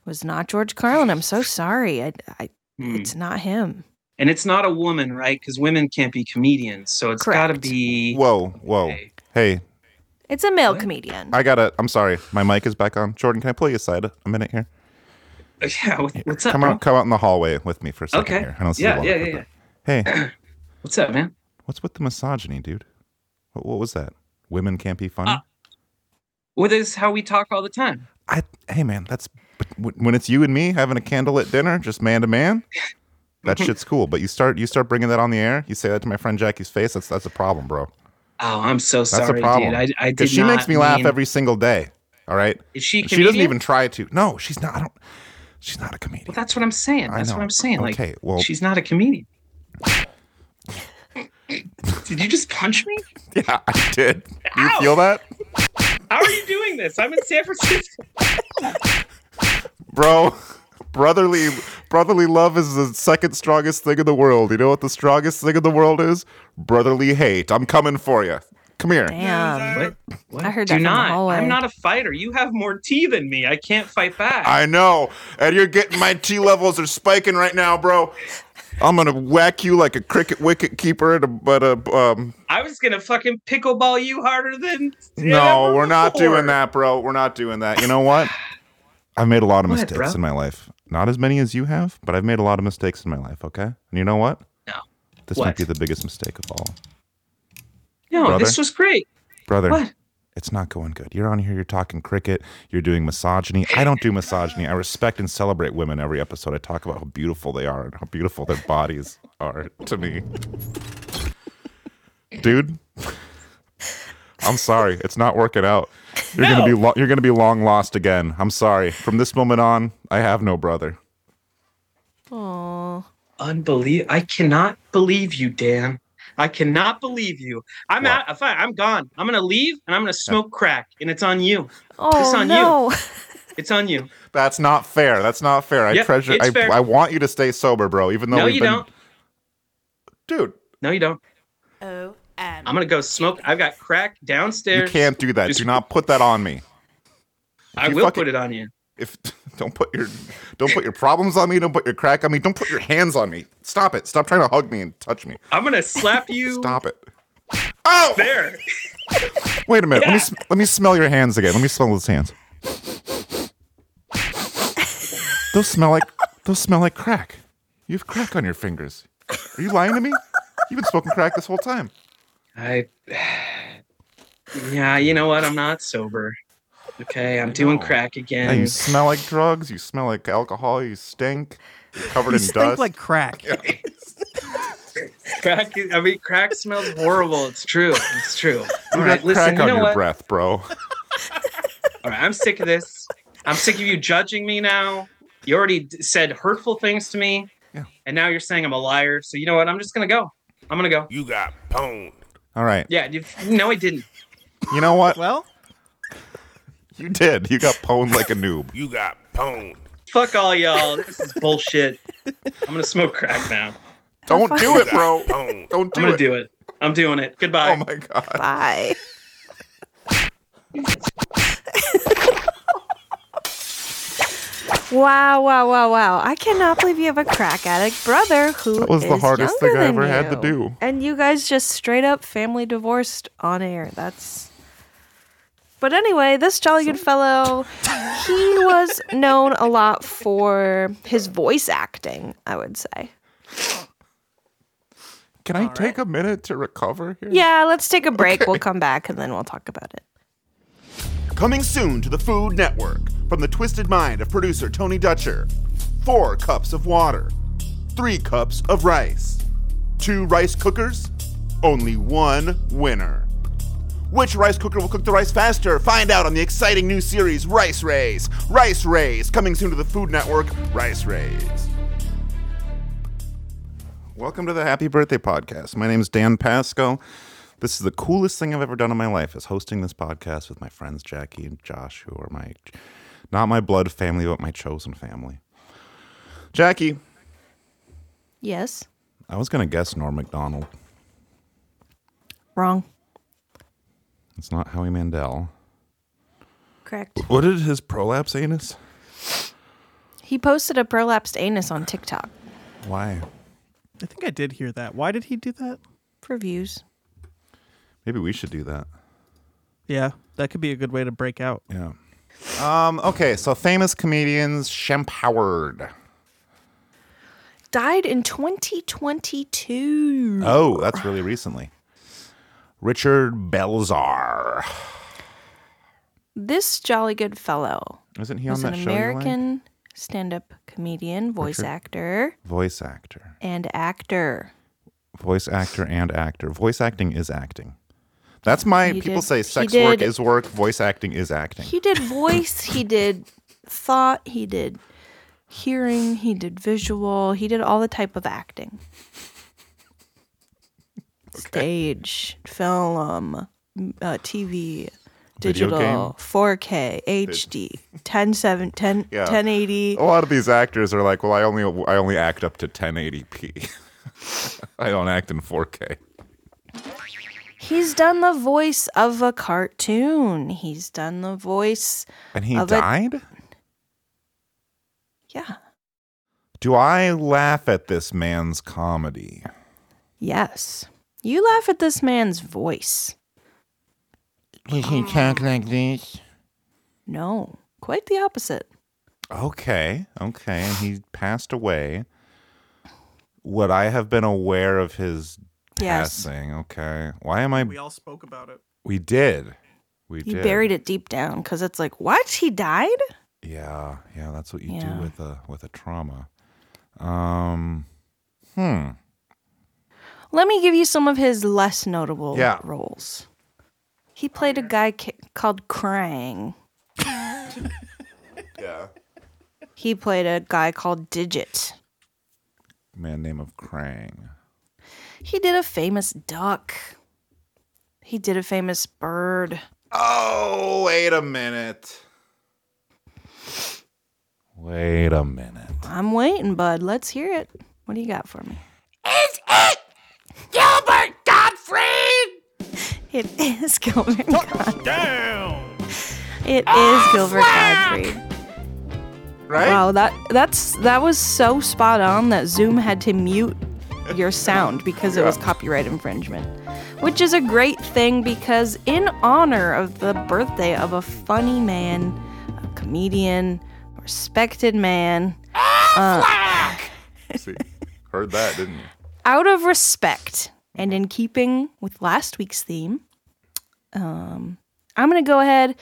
Speaker 4: was not George Carlin. I'm so sorry. I, I,
Speaker 5: Hmm.
Speaker 4: It's not him.
Speaker 5: And it's not a woman, right? Because women can't be comedians, so it's got to
Speaker 4: Correct.
Speaker 5: be.
Speaker 6: Whoa, whoa.
Speaker 5: Okay.
Speaker 6: Hey,
Speaker 4: It's a male
Speaker 5: What?
Speaker 4: comedian.
Speaker 6: I gotta. I'm sorry. My mic is back on. Jordan, can I pull you aside a a minute here?
Speaker 5: Yeah, what- what's up?
Speaker 6: come
Speaker 5: bro?
Speaker 6: out. Come out in the hallway with me for a second
Speaker 5: Okay.
Speaker 6: here. I don't see
Speaker 5: Yeah,
Speaker 6: the
Speaker 5: yeah,
Speaker 6: light
Speaker 5: yeah,
Speaker 6: up there. Hey,
Speaker 5: What's up, man? Uh,
Speaker 6: what's with the misogyny, dude? What, what was that? Women can't be funny.
Speaker 5: Well, this is how we talk all the time.
Speaker 6: I hey man, that's but when when it's you and me having a candlelit dinner, just man to man.
Speaker 5: *laughs*
Speaker 6: That shit's cool, but you start you start bringing that on the air. You say that to my friend Jackie's face. That's that's a problem, bro.
Speaker 5: Oh, I'm so
Speaker 6: That's
Speaker 5: sorry,
Speaker 6: a problem.
Speaker 5: dude. I, I
Speaker 6: 'Cause
Speaker 5: did
Speaker 6: she makes
Speaker 5: not
Speaker 6: me laugh
Speaker 5: mean-
Speaker 6: every single day. All right.
Speaker 5: Is she?
Speaker 6: She doesn't
Speaker 5: comedian?
Speaker 6: even try to. No, she's not. I don't. She's not a comedian.
Speaker 5: Well, that's what I'm saying.
Speaker 6: I
Speaker 5: That's what
Speaker 6: know.
Speaker 5: I'm saying. Like,
Speaker 6: Okay, well-
Speaker 5: she's not a comedian. Did you just punch me?
Speaker 6: *laughs* Yeah, I did. Do you
Speaker 5: Ow!
Speaker 6: feel that,
Speaker 5: How are you doing this? I'm in San Francisco.
Speaker 6: bro? *laughs* Brotherly, brotherly love is the second strongest thing in the world. You know what the strongest thing in the world is? Brotherly hate. I'm coming for you. Come here.
Speaker 4: Damn. I heard that
Speaker 5: Do
Speaker 4: from the
Speaker 5: not.
Speaker 4: hallway.
Speaker 5: I'm not a fighter. You have more tea than me. I can't fight back.
Speaker 6: I know. And you're getting my T levels are spiking right now, bro. I'm gonna whack you like a cricket wicket keeper at a but a um
Speaker 5: I was gonna fucking pickleball you harder than.
Speaker 6: No,
Speaker 5: ever
Speaker 6: we're not
Speaker 5: before.
Speaker 6: doing that, bro. We're not doing that. You know what? I've made a lot of
Speaker 5: Go ahead,
Speaker 6: mistakes
Speaker 5: bro.
Speaker 6: in my life. Not as many as you have, but I've made a lot of mistakes in my life, okay? And you know what?
Speaker 5: No.
Speaker 6: This
Speaker 5: What?
Speaker 6: might be the biggest mistake of all.
Speaker 5: No,
Speaker 6: Brother?
Speaker 5: this was great.
Speaker 6: Brother,
Speaker 5: What?
Speaker 6: it's not going good. You're on here, you're talking cricket, you're doing misogyny. I don't do misogyny. I respect and celebrate women every episode. I talk about how beautiful they are and how beautiful their bodies are to me. Dude, I'm sorry. It's not working out. You're gonna be lo- you're gonna be long lost again. I'm sorry. From this moment on, I have no brother.
Speaker 4: Aw.
Speaker 5: Unbelievable. I cannot believe you, Dan. I cannot believe you. I'm
Speaker 6: What?
Speaker 5: out. Fine. I'm gone. I'm gonna leave and I'm gonna smoke crack, and it's on you. It's
Speaker 4: Oh
Speaker 5: on
Speaker 4: no.
Speaker 5: It's on you.
Speaker 6: That's not fair. That's not fair. I
Speaker 5: Yep,
Speaker 6: treasure.
Speaker 5: it's
Speaker 6: I,
Speaker 5: fair.
Speaker 6: I want you to stay sober, bro. Even though
Speaker 5: No,
Speaker 6: we've
Speaker 5: you
Speaker 6: been,
Speaker 5: don't.
Speaker 6: dude,
Speaker 5: No, you don't. I'm gonna go smoke. I've got crack
Speaker 6: you
Speaker 5: downstairs.
Speaker 6: can't do that.
Speaker 5: Just-
Speaker 6: Do not put that on me.
Speaker 5: I
Speaker 6: you
Speaker 5: will
Speaker 6: fucking-
Speaker 5: put it on you.
Speaker 6: if *laughs* don't put your don't put your problems on me, don't put your crack on me, don't put your hands on me. Stop it. Stop trying to hug me and touch me.
Speaker 5: I'm gonna slap you
Speaker 6: *laughs* Stop it. Oh,
Speaker 5: there.
Speaker 6: wait a minute. Let me sm- let me smell your hands again. Let me smell those hands. Those smell like those smell like crack. You have crack on your fingers. Are you lying to me? You've been smoking crack this whole time.
Speaker 5: I. Yeah, you know what? I'm not sober. Okay, I'm doing
Speaker 6: know.
Speaker 5: crack
Speaker 6: Yeah,
Speaker 5: again.
Speaker 6: you smell like drugs. You smell like alcohol. You stink. You're covered
Speaker 7: You
Speaker 6: in
Speaker 7: stink
Speaker 6: dust. *laughs*
Speaker 7: like crack.
Speaker 5: *laughs* Crack. is- I mean, crack smells horrible. It's true. It's
Speaker 6: *laughs*
Speaker 5: true. All
Speaker 6: you
Speaker 5: right,
Speaker 6: got
Speaker 5: listen.
Speaker 6: crack
Speaker 5: You
Speaker 6: on
Speaker 5: know
Speaker 6: your
Speaker 5: what?
Speaker 6: breath, bro.
Speaker 5: All right, I'm sick of this. I'm sick of you judging me now. You already d- said hurtful things to me,
Speaker 6: Yeah.
Speaker 5: and now you're saying I'm a liar. So you know what? I'm just gonna go. I'm gonna go.
Speaker 12: You got pwned.
Speaker 6: All right.
Speaker 5: Yeah. You, no, I didn't.
Speaker 6: You know what?
Speaker 7: Well,
Speaker 6: *laughs* You did. You got pwned like a noob.
Speaker 12: You got pwned.
Speaker 5: Fuck all y'all. This is bullshit. I'm gonna smoke crack now.
Speaker 6: Don't do it,
Speaker 5: *laughs*
Speaker 6: bro.
Speaker 12: Pwned.
Speaker 6: Don't
Speaker 5: I'm
Speaker 6: do
Speaker 5: gonna
Speaker 6: it.
Speaker 5: do it. I'm doing it. Goodbye.
Speaker 6: Oh my god.
Speaker 4: Bye. *laughs* wow, wow, wow, wow. I cannot believe you have a crack addict brother who
Speaker 6: That was the
Speaker 4: is
Speaker 6: hardest
Speaker 4: younger
Speaker 6: thing I
Speaker 4: than
Speaker 6: ever had to
Speaker 4: you.
Speaker 6: do.
Speaker 4: And you guys just straight up family divorced on air. That's But anyway, this jolly good fellow, he was known a lot for his voice acting, I would say.
Speaker 6: Can I take a minute to recover here?
Speaker 4: Yeah, let's take a break. We'll come back and then we'll talk about it.
Speaker 11: Coming soon to the Food Network from the twisted mind of producer Tony Dutcher. Four cups of water, three cups of rice, two rice cookers, only one winner. Which rice cooker will cook the rice faster? Find out on the exciting new series Rice Rays. Rice Rays, coming soon to the Food Network, Rice Rays.
Speaker 6: Welcome to the Happy Birthday Podcast. My name's Dan Pasco. This is the coolest thing I've ever done in my life is hosting this podcast with my friends Jackie and Josh, who are my not my blood family, but my chosen family. Jackie,
Speaker 4: Yes.
Speaker 6: I was gonna guess Norm McDonald.
Speaker 4: Wrong.
Speaker 6: It's not Howie Mandel.
Speaker 4: Correct.
Speaker 6: What did his prolapse anus?
Speaker 4: He posted a prolapsed anus on TikTok
Speaker 6: Why?
Speaker 7: I think I did hear that. Why did he do that?
Speaker 4: for views.
Speaker 6: Maybe we should do that.
Speaker 7: Yeah, that could be a good way to break out.
Speaker 6: Yeah. Um, okay, so famous comedians Shemp Howard.
Speaker 4: Died in 2022.
Speaker 6: Oh, that's really recently. Richard Belzar.
Speaker 4: This jolly good fellow
Speaker 6: Isn't he on
Speaker 4: was
Speaker 6: that
Speaker 4: an
Speaker 6: show? you like?
Speaker 4: American stand-up comedian, voice
Speaker 6: Richard-
Speaker 4: actor,
Speaker 6: Voice actor.
Speaker 4: and actor.
Speaker 6: Voice actor and actor. Voice acting is acting. That's my
Speaker 4: He
Speaker 6: people
Speaker 4: did-
Speaker 6: say
Speaker 4: he
Speaker 6: sex work
Speaker 4: did-
Speaker 6: is work, voice acting is acting.
Speaker 4: He did voice, he did thought, he did hearing, he did visual, he did all the type of acting. Stage, film, m- uh, TV,
Speaker 6: Video
Speaker 4: digital,
Speaker 6: game.
Speaker 4: 4K, HD, 10, 7, 10,
Speaker 6: Yeah. Oh.
Speaker 4: 1080.
Speaker 6: A lot of these actors are like, well, I only I only act up to 1080p. *laughs* I don't act in 4K.
Speaker 4: He's done the voice of a cartoon. He's done the voice.
Speaker 6: And he
Speaker 4: of a-
Speaker 6: died?
Speaker 4: yeah.
Speaker 6: Do I laugh at this man's comedy?
Speaker 4: Yes. You laugh at this man's voice.
Speaker 6: Does he talk like this?
Speaker 4: No, quite the opposite.
Speaker 6: Okay, okay. And he passed away. Would I have been aware of his
Speaker 4: Yes.
Speaker 6: passing? Okay. Why am I?
Speaker 7: We all spoke about it.
Speaker 6: We did. We
Speaker 4: You
Speaker 6: did.
Speaker 4: buried it deep down because it's like, what? He died?
Speaker 6: Yeah, yeah. That's what you
Speaker 4: Yeah.
Speaker 6: do with a with a trauma. Um. Hmm.
Speaker 4: Let me give you some of his less notable
Speaker 6: Yeah.
Speaker 4: roles. He played a guy ca- called Krang.
Speaker 6: *laughs* Yeah.
Speaker 4: He played a guy called Digit.
Speaker 6: Man, name of Krang.
Speaker 4: He did a famous duck. He did a famous bird.
Speaker 6: Oh, wait a minute. Wait a minute.
Speaker 4: I'm waiting, bud. Let's hear it. What do you got for me?
Speaker 8: Is it Gilbert Gottfried?
Speaker 4: It is Gilbert Godfrey.
Speaker 8: Down.
Speaker 4: It
Speaker 8: Oh,
Speaker 4: is Gilbert Godfrey.
Speaker 6: Right?
Speaker 4: Wow, that that's that was so spot on that Zoom had to mute your sound because it was copyright infringement. Which is a great thing because in honor of the birthday of a funny man, a comedian, respected man,
Speaker 6: See, heard that, didn't you?
Speaker 4: out of respect and in keeping with last week's theme, um, I'm going to go ahead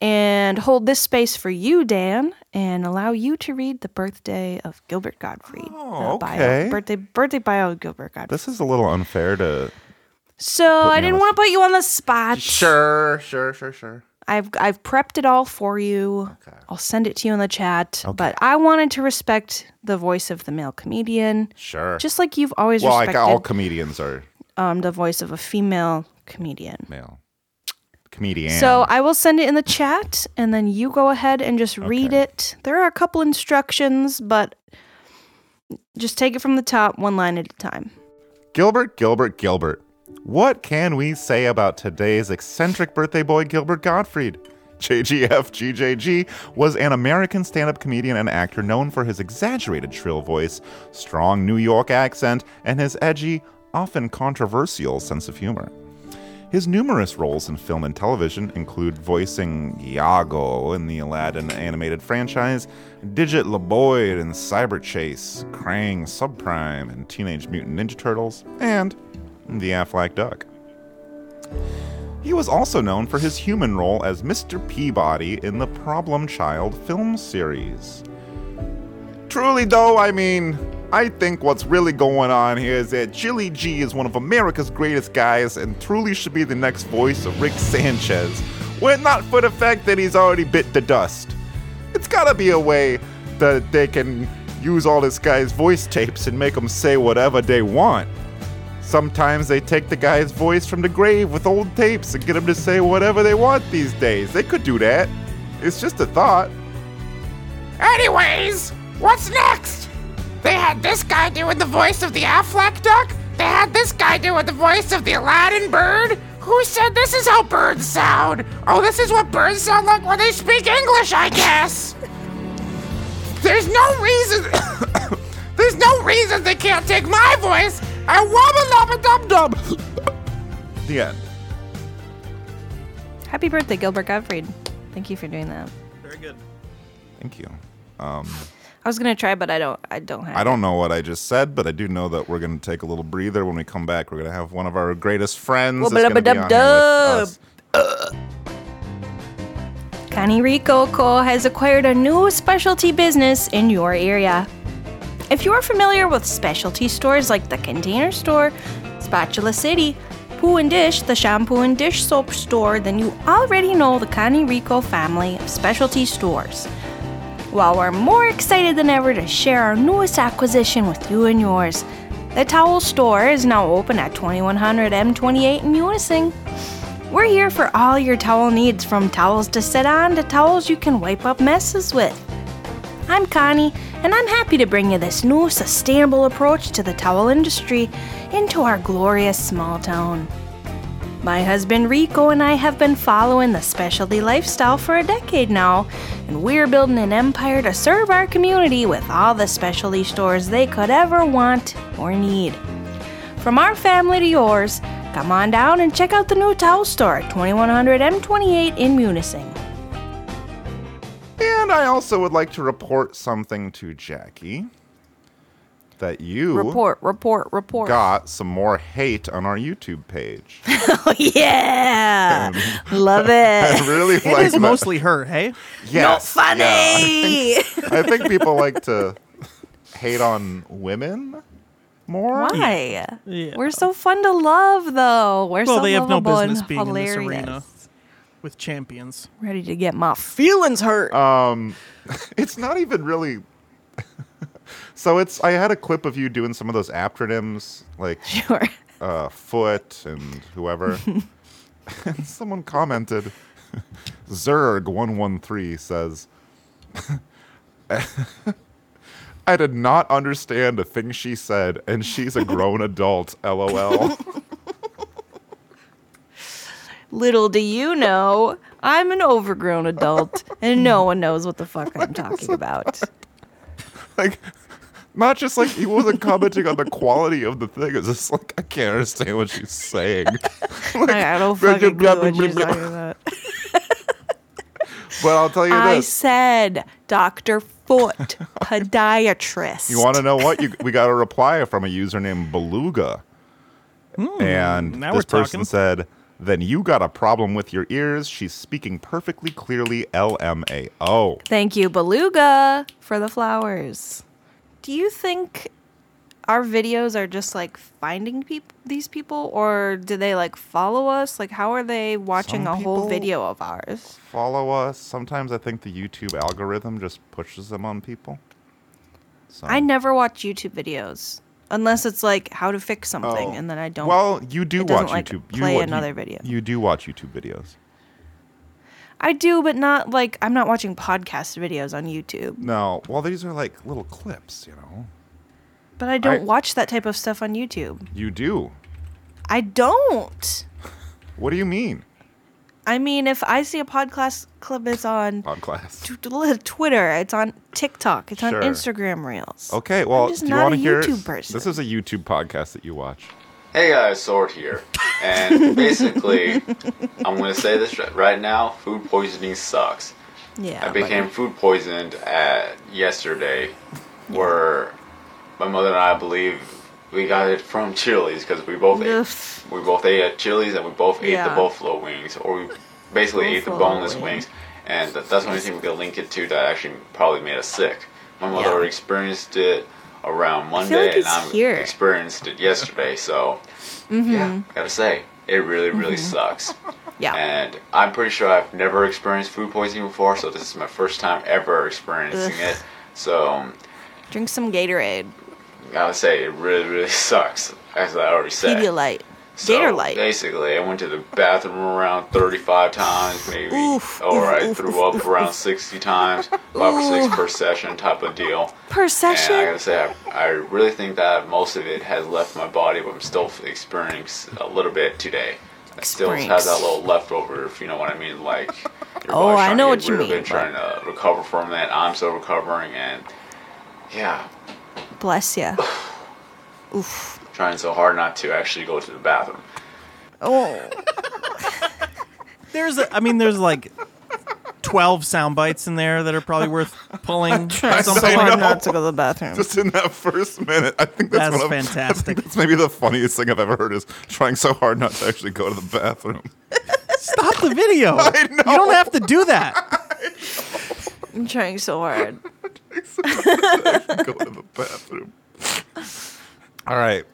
Speaker 4: and hold this space for you, Dan, and allow you to read the birthday of Gilbert Gottfried.
Speaker 6: Oh,
Speaker 4: the bio-
Speaker 6: okay.
Speaker 4: birthday, birthday bio of Gilbert Gottfried.
Speaker 6: This is a little unfair to.
Speaker 4: so
Speaker 6: me
Speaker 4: I
Speaker 6: on
Speaker 4: didn't
Speaker 6: the
Speaker 4: want to put you on the spot.
Speaker 6: Sure, sure, sure, sure.
Speaker 4: I've I've prepped it all for you. I'll send it to you in the chat. But I wanted to respect the voice of the male comedian,
Speaker 6: Sure.
Speaker 4: just like you've always
Speaker 6: well, like
Speaker 4: respected
Speaker 6: all comedians are
Speaker 4: um, the voice of a female comedian.
Speaker 6: male. Comedian.
Speaker 4: So I will send it in the chat and then you go ahead and just read it. There are a couple instructions, but just take it from the top, one line at a time.
Speaker 6: Gilbert, Gilbert, Gilbert. What can we say about today's eccentric birthday boy, Gilbert Gottfried? JGFGJG was an American stand up comedian and actor known for his exaggerated shrill voice, strong New York accent, and his edgy, often controversial sense of humor. His numerous roles in film and television include voicing Iago in the Aladdin animated franchise, Digit LeBoyd in Cyber Chase, Krang Subprime in Teenage Mutant Ninja Turtles, and The Aflac Duck. He was also known for his human role as Mr. Peabody in the Problem Child film series. Truly, though, I mean, I think what's really going on here is that Chili G is one of America's greatest guys and truly should be the next voice of Rick Sanchez, were it not for the fact that he's already bit the dust. It's gotta be a way that they can use all this guy's voice tapes and make him say whatever they want. Sometimes they take the guy's voice from the grave with old tapes and get him to say whatever they want these days. They could do that. It's just a thought.
Speaker 8: Anyways, what's next? They had this guy doing the voice of the Affleck duck. They had this guy doing the voice of the Aladdin bird. Who said this is how birds sound? Oh, this is what birds sound like when they speak English, I guess. There's no reason. *coughs* There's no reason they can't take my voice and wobble a dum dum.
Speaker 6: The end.
Speaker 4: Happy birthday, Gilbert Gottfried. Thank you for doing that.
Speaker 7: Very good.
Speaker 6: Thank you. Um,
Speaker 4: I was gonna try, but I don't I don't have
Speaker 6: I don't know what I just said, but I do know that we're going to take a little breather when we come back. We're going to have one of our greatest friends. that's gonna be on here with us.
Speaker 4: Kaniriko Co. has acquired a new specialty business in your area. If you're familiar with specialty stores like the Container Store, Spatula City, Poo and Dish, the shampoo and dish soap store, then you already know the Kaniriko family of specialty stores. While we're more excited than ever to share our newest acquisition with you and yours, the Towel Store is now open at 2100 M28 in Unising. We're here for all your towel needs, from towels to sit on to towels you can wipe up messes with. I'm Connie, and I'm happy to bring you this new sustainable approach to the towel industry into our glorious small town. My husband Rico and I have been following the specialty lifestyle for a decade now, and we're building an empire to serve our community with all the specialty stores they could ever want or need. From our family to yours, come on down and check out the new towel store at 2100 M28 in Munising.
Speaker 6: And I also would like to report something to Jackie that you
Speaker 4: Report, report, report.
Speaker 6: got some more hate on our YouTube page. *laughs*
Speaker 4: Oh, *laughs* yeah. Love it.
Speaker 6: *laughs* I really
Speaker 7: It
Speaker 6: like
Speaker 7: is
Speaker 6: that.
Speaker 7: mostly her, hey?
Speaker 6: Yes,
Speaker 4: Not
Speaker 6: yeah,
Speaker 4: funny.
Speaker 6: I think- I think people like to hate on women more.
Speaker 4: Why? *laughs* We're so fun to love, though. We're
Speaker 7: well,
Speaker 4: so
Speaker 7: they have no
Speaker 4: lovable
Speaker 7: business
Speaker 4: and
Speaker 7: being
Speaker 4: hilarious.
Speaker 7: in this arena with champions.
Speaker 4: Ready to get my *laughs* feelings hurt.
Speaker 6: Um, it's not even really. *laughs* so it's. I had a clip of you doing some of those acronyms, like
Speaker 4: sure,
Speaker 6: uh, foot and whoever. *laughs* and someone commented, *laughs* Zerg one one three says. *laughs* I did not understand a thing she said, and she's a grown adult. LOL. *laughs*
Speaker 4: Little do you know, I'm an overgrown adult, and no one knows what the fuck I'm talking about.
Speaker 6: like not just like he wasn't commenting on the quality of the thing. It's just like I can't understand what she's saying.
Speaker 4: I don't fucking clue what you're talking about.
Speaker 6: But I'll tell you
Speaker 4: I
Speaker 6: this:
Speaker 4: said, Doctor
Speaker 6: *laughs*
Speaker 4: Foot, podiatrist.
Speaker 6: you want to know what? You, we got a reply from a user named Beluga, and
Speaker 7: Hmm. now
Speaker 6: this
Speaker 7: we're
Speaker 6: person
Speaker 7: talking.
Speaker 6: said, "Then you got a problem with your ears." She's speaking perfectly clearly. LMAO.
Speaker 4: Thank you, Beluga, for the flowers. Do you think our videos are just like finding peop- these people, or do they like follow us? Like, how are they watching
Speaker 6: Some
Speaker 4: a whole
Speaker 6: people-
Speaker 4: video of ours?
Speaker 6: Follow us. Sometimes I think the YouTube algorithm just pushes them on people. So.
Speaker 4: I never watch YouTube videos unless it's like how to fix something, and then I don't.
Speaker 6: Oh. Well, you do
Speaker 4: it doesn't,
Speaker 6: watch
Speaker 4: like,
Speaker 6: YouTube. You
Speaker 4: Play
Speaker 6: wa- you-
Speaker 4: another video.
Speaker 6: You do watch YouTube videos.
Speaker 4: I do, but not like I'm not watching podcast videos on YouTube.
Speaker 6: No, well, these are like little clips, you know.
Speaker 4: But I don't
Speaker 6: I-
Speaker 4: watch that type of stuff on YouTube.
Speaker 6: You do.
Speaker 4: I don't.
Speaker 6: What do you mean?
Speaker 4: I mean, if I see a podcast clip is on
Speaker 6: On class.
Speaker 4: Tw- tw- Twitter, it's on TikTok, it's
Speaker 6: Sure.
Speaker 4: on Instagram Reels.
Speaker 6: Okay, well,
Speaker 4: I'm just
Speaker 6: do you
Speaker 4: not
Speaker 6: want
Speaker 4: a
Speaker 6: to hear?
Speaker 4: YouTube person.
Speaker 6: This is a YouTube podcast that you watch.
Speaker 1: Hey guys, Sword here. And basically, I'm going to say this ri- right now food poisoning sucks.
Speaker 4: Yeah.
Speaker 1: I became food poisoned at yesterday, where my mother and I believe we got it from Chili's because we both ate, we both ate at Chili's and we both ate the
Speaker 10: Yeah.
Speaker 1: buffalo wings, or we basically ate the
Speaker 10: Buffalo
Speaker 1: boneless wings, and th- that's the only thing we could link it to that actually probably made us sick. My mother experienced it around
Speaker 4: I
Speaker 1: Monday,
Speaker 4: feel like
Speaker 1: and
Speaker 4: it's
Speaker 1: I
Speaker 4: here.
Speaker 1: experienced it yesterday. So
Speaker 4: Mm-hmm.
Speaker 1: gotta say, it really, really sucks.
Speaker 4: Yeah.
Speaker 1: And I'm pretty sure I've never experienced food poisoning before, so this is my first time ever experiencing
Speaker 4: Ugh.
Speaker 1: it. So
Speaker 4: Drink some Gatorade,
Speaker 1: gotta say, it really, really *laughs* sucks, as I already said.
Speaker 4: Pedialyte.
Speaker 1: So,
Speaker 4: Gatorlight.
Speaker 1: Basically, I went to the bathroom around 35 times, maybe,
Speaker 4: Oof,
Speaker 1: or I
Speaker 4: oof,
Speaker 1: threw up around 60 times, five or six per session type of deal.
Speaker 4: Per
Speaker 1: And I
Speaker 4: session?
Speaker 1: gotta say, I, I really think that most of it has left my body, but I'm still experiencing a little bit today. I still have
Speaker 4: Experience.
Speaker 1: that little leftover, if you know what I mean. Like, your
Speaker 4: Oh,
Speaker 1: body's
Speaker 4: I
Speaker 1: trying to
Speaker 4: know
Speaker 1: get
Speaker 4: what you
Speaker 1: rid of
Speaker 4: mean,
Speaker 1: it, Trying to recover from that, I'm still recovering, and yeah,
Speaker 4: Bless ya.
Speaker 1: trying so hard not to actually go to the bathroom.
Speaker 4: Oh.
Speaker 7: There's, a, I mean, there's like twelve sound bites in there that are probably worth
Speaker 6: *laughs*
Speaker 7: pulling.
Speaker 6: trying
Speaker 7: at some
Speaker 6: so
Speaker 7: point.
Speaker 6: hard not to
Speaker 4: go to the bathroom.
Speaker 6: *laughs* Just in that first minute, I think that's,
Speaker 7: That's
Speaker 6: one of- I think
Speaker 7: fantastic.
Speaker 6: *laughs* that's maybe the funniest thing I've ever heard is trying so hard not to actually go to the bathroom. *laughs*
Speaker 7: Stop the video.
Speaker 6: I know.
Speaker 7: You don't have to do that.
Speaker 4: I'm trying so hard.
Speaker 6: Go to the bathroom. All right.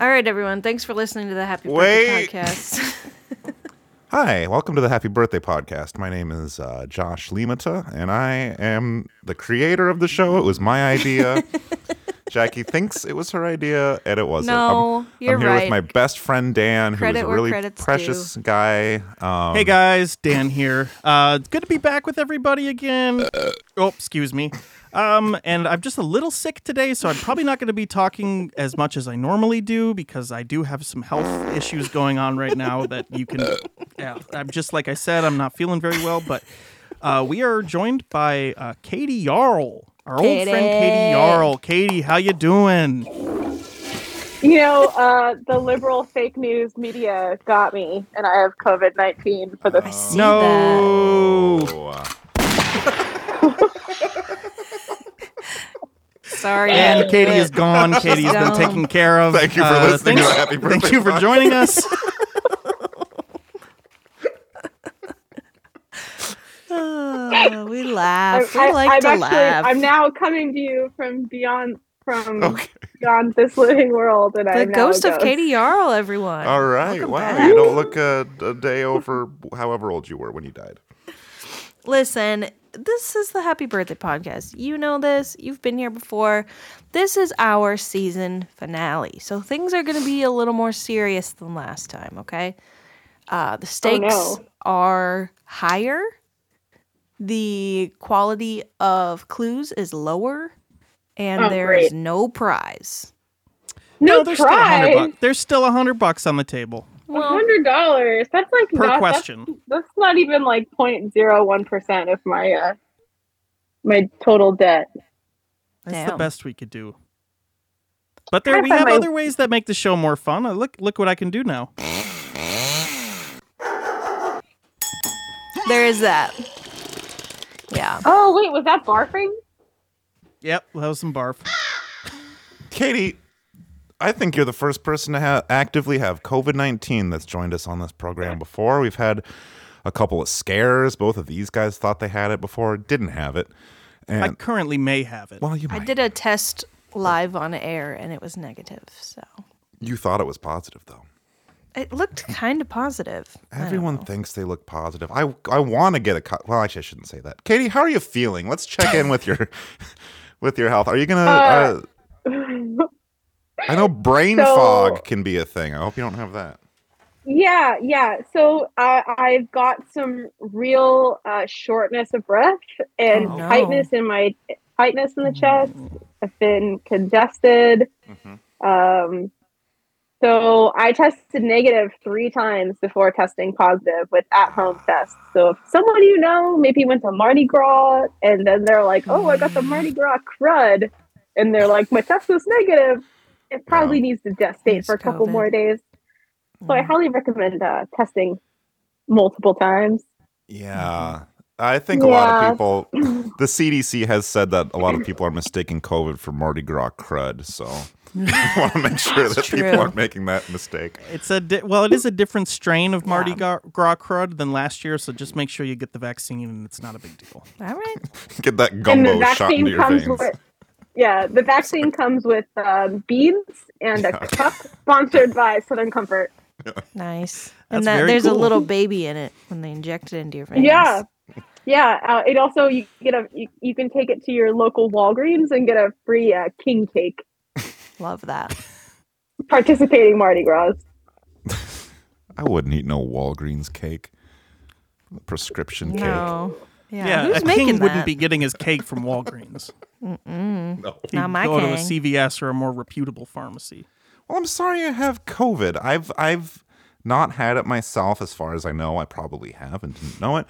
Speaker 4: All right, everyone. Thanks for listening to the Happy
Speaker 6: Wait.
Speaker 4: Birthday podcast.
Speaker 6: Hi, welcome to the Happy Birthday Podcast. My name is uh, Josh Limata, and I am the creator of the show. It was my
Speaker 4: *laughs*
Speaker 6: idea. Jackie thinks it was her idea, and it wasn't.
Speaker 4: No,
Speaker 6: I'm,
Speaker 4: you're
Speaker 6: I'm here
Speaker 4: right.
Speaker 6: with my best friend Dan,
Speaker 4: Credit
Speaker 6: who's a
Speaker 4: where
Speaker 6: really
Speaker 4: credit's
Speaker 6: precious guy. Um,
Speaker 7: hey guys, Dan here. Uh, it's good to be back with everybody again. Oh, excuse me. Um, and I'm just a little sick today, so I'm probably not going to be talking as much as I normally do because I do have some health issues going on right now that you can. Yeah, I'm just like I said, I'm not feeling very well, but uh, we are joined by uh, Katie Yarl, our old friend Katie
Speaker 10: Katie.
Speaker 7: Yarl. Katie, how you doing?
Speaker 10: You know, uh, the liberal fake news media got me, and I have COVID 19 for the.
Speaker 7: no.
Speaker 4: Sorry. I
Speaker 7: And Katie
Speaker 4: quit.
Speaker 7: is gone. Katie has been
Speaker 4: Dumb.
Speaker 7: taken care of.
Speaker 6: Thank you for listening to
Speaker 7: thanks-
Speaker 6: the Happy
Speaker 7: Thank
Speaker 6: Birthday
Speaker 7: you for
Speaker 6: podcast.
Speaker 7: joining
Speaker 10: *laughs*
Speaker 7: us.
Speaker 4: Oh, we laugh. We like
Speaker 10: I'm
Speaker 4: to laugh.
Speaker 10: I'm now coming to you from beyond from beyond this living world, and
Speaker 4: the
Speaker 10: I'm now a
Speaker 4: ghost of Katie Yarl, everyone.
Speaker 6: All right.
Speaker 4: Welcome
Speaker 6: wow.
Speaker 4: back.
Speaker 6: You don't look a, a day over however old you were when you died.
Speaker 4: Listen, this is the Happy Birthday podcast. You know this. You've been here before. This is our season finale. So things are going to be a little more serious than last time, okay? Uh, the stakes
Speaker 10: Oh, no.
Speaker 4: are higher, the quality of clues is lower, and
Speaker 10: Oh,
Speaker 4: there
Speaker 10: great.
Speaker 4: is no prize.
Speaker 10: No,
Speaker 7: there's still a
Speaker 10: prize.
Speaker 7: hundred bucks. There's still a hundred bucks on the table.
Speaker 10: hundred dollars. That's like
Speaker 7: Per
Speaker 10: not-
Speaker 7: question.
Speaker 10: That's, that's not even like 0.01 percent of my uh, my total debt.
Speaker 7: That's the
Speaker 10: Damn.
Speaker 7: best we could do. But there,
Speaker 10: I
Speaker 7: we
Speaker 10: thought
Speaker 7: have
Speaker 10: my-
Speaker 7: other ways that make the show more fun. Uh, look, look what I can do now.
Speaker 4: There is that. Yeah.
Speaker 10: Oh wait, was that barfing?
Speaker 7: Yep, that was some barf.
Speaker 6: Katie, I think you're the first person to ha- actively have COVID 19 that's joined us on this program before. We've had a couple of scares. Both of these guys thought they had it before, didn't have it.
Speaker 7: I
Speaker 6: And
Speaker 7: currently may have it.
Speaker 6: well, you
Speaker 4: I did a test live on air and it was negative. So
Speaker 6: you thought it was positive though.
Speaker 4: it looked kind of positive. I don't
Speaker 6: Everyone thinks they look positive. I I want to get a co- well. Actually, I shouldn't say that. Katie, how are you feeling? Let's check in with your *laughs* with your health. Are you gonna? Uh,
Speaker 10: Uh,
Speaker 6: I
Speaker 10: *laughs*
Speaker 6: know brain
Speaker 10: so-
Speaker 6: fog can be a thing. I hope you don't have that.
Speaker 10: Yeah, yeah. So uh, I've got some real uh, shortness of breath and
Speaker 13: Oh, no. Mm.
Speaker 10: tightness in my tightness in the chest. I've been congested.
Speaker 6: Mm-hmm.
Speaker 10: Um, so I tested negative three times before testing positive with at-home tests. So if someone you know maybe went to Mardi Gras and then they're like, "Oh, I got the Mardi Gras crud," and they're like, "My test was negative," it probably needs to just stay for a couple more days. So I highly recommend uh, testing multiple times.
Speaker 6: Yeah. I think a lot
Speaker 10: Yeah.
Speaker 6: of people,
Speaker 10: *laughs*
Speaker 6: the CDC has said that a lot of people are mistaking COVID for Mardi Gras crud. So *laughs* I want to make sure
Speaker 7: It's
Speaker 6: that people
Speaker 7: true.
Speaker 6: aren't making that mistake.
Speaker 7: It's a di- well, it is a different strain of Mardi Gras Gras crud than last year, so just make sure you get the vaccine, and it's not a big deal.
Speaker 4: know. All right.
Speaker 6: Get that gumbo shot into your veins.
Speaker 10: with yeah, the vaccine comes with um, beads and a cup sponsored by Southern Comfort.
Speaker 4: Nice.
Speaker 10: That's
Speaker 4: and that
Speaker 10: very
Speaker 4: there's a
Speaker 10: cool.
Speaker 4: little baby in it when they inject it into your veins.
Speaker 10: Yeah, yeah. Uh, it also you get a you, you can take it to your local Walgreens and get a free uh, king cake.
Speaker 4: Love that.
Speaker 10: Participating Mardi Gras.
Speaker 6: I wouldn't eat no Walgreens cake. Prescription
Speaker 4: No. Yeah.
Speaker 7: Yeah,
Speaker 4: Who's
Speaker 7: a
Speaker 4: making
Speaker 7: king wouldn't
Speaker 4: that?
Speaker 7: be getting his cake from Walgreens.
Speaker 4: Mm-mm.
Speaker 6: No.
Speaker 7: He'd
Speaker 4: Not my
Speaker 7: go to a
Speaker 4: king.
Speaker 7: CVS or a more reputable pharmacy.
Speaker 6: Well, Oh, I'm sorry I have COVID. I've I've not had it myself as far as I know. I probably have and didn't know it.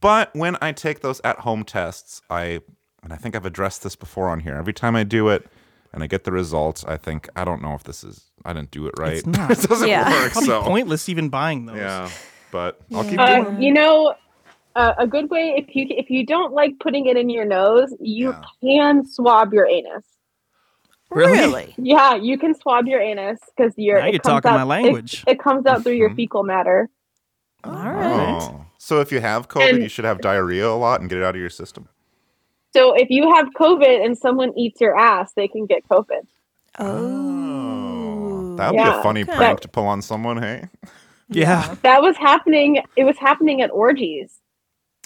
Speaker 6: But when I take those at-home tests, I and I think I've addressed this before on here. Every time I do it and I get the results, I think I don't know if this is I didn't do it right.
Speaker 7: It's
Speaker 6: *laughs*
Speaker 7: not.
Speaker 6: it doesn't
Speaker 7: Yeah.
Speaker 6: work.
Speaker 7: Probably
Speaker 6: So
Speaker 7: pointless even buying those.
Speaker 6: Yeah. But I'll keep doing
Speaker 4: Um,
Speaker 10: Uh, you know, uh, a good way if you if you don't like putting it in your nose, you can swab your anus.
Speaker 7: Really?
Speaker 10: Yeah, you can swab your anus because you're.
Speaker 6: Now
Speaker 10: it
Speaker 6: you're
Speaker 10: comes
Speaker 6: talking
Speaker 10: out-
Speaker 6: my
Speaker 10: it-
Speaker 6: language. Mm-hmm.
Speaker 10: It, comes out through your fecal matter.
Speaker 4: All
Speaker 6: Oh. So if you have COVID,
Speaker 10: And-
Speaker 6: you should have diarrhea a lot and get it out of your system.
Speaker 10: So if you have COVID and someone eats your ass, they can get COVID.
Speaker 4: Oh.
Speaker 6: That would be
Speaker 10: Yeah.
Speaker 6: a funny
Speaker 10: Okay.
Speaker 6: prank to pull on someone, hey?
Speaker 7: Yeah.
Speaker 10: That was happening. It was happening at orgies.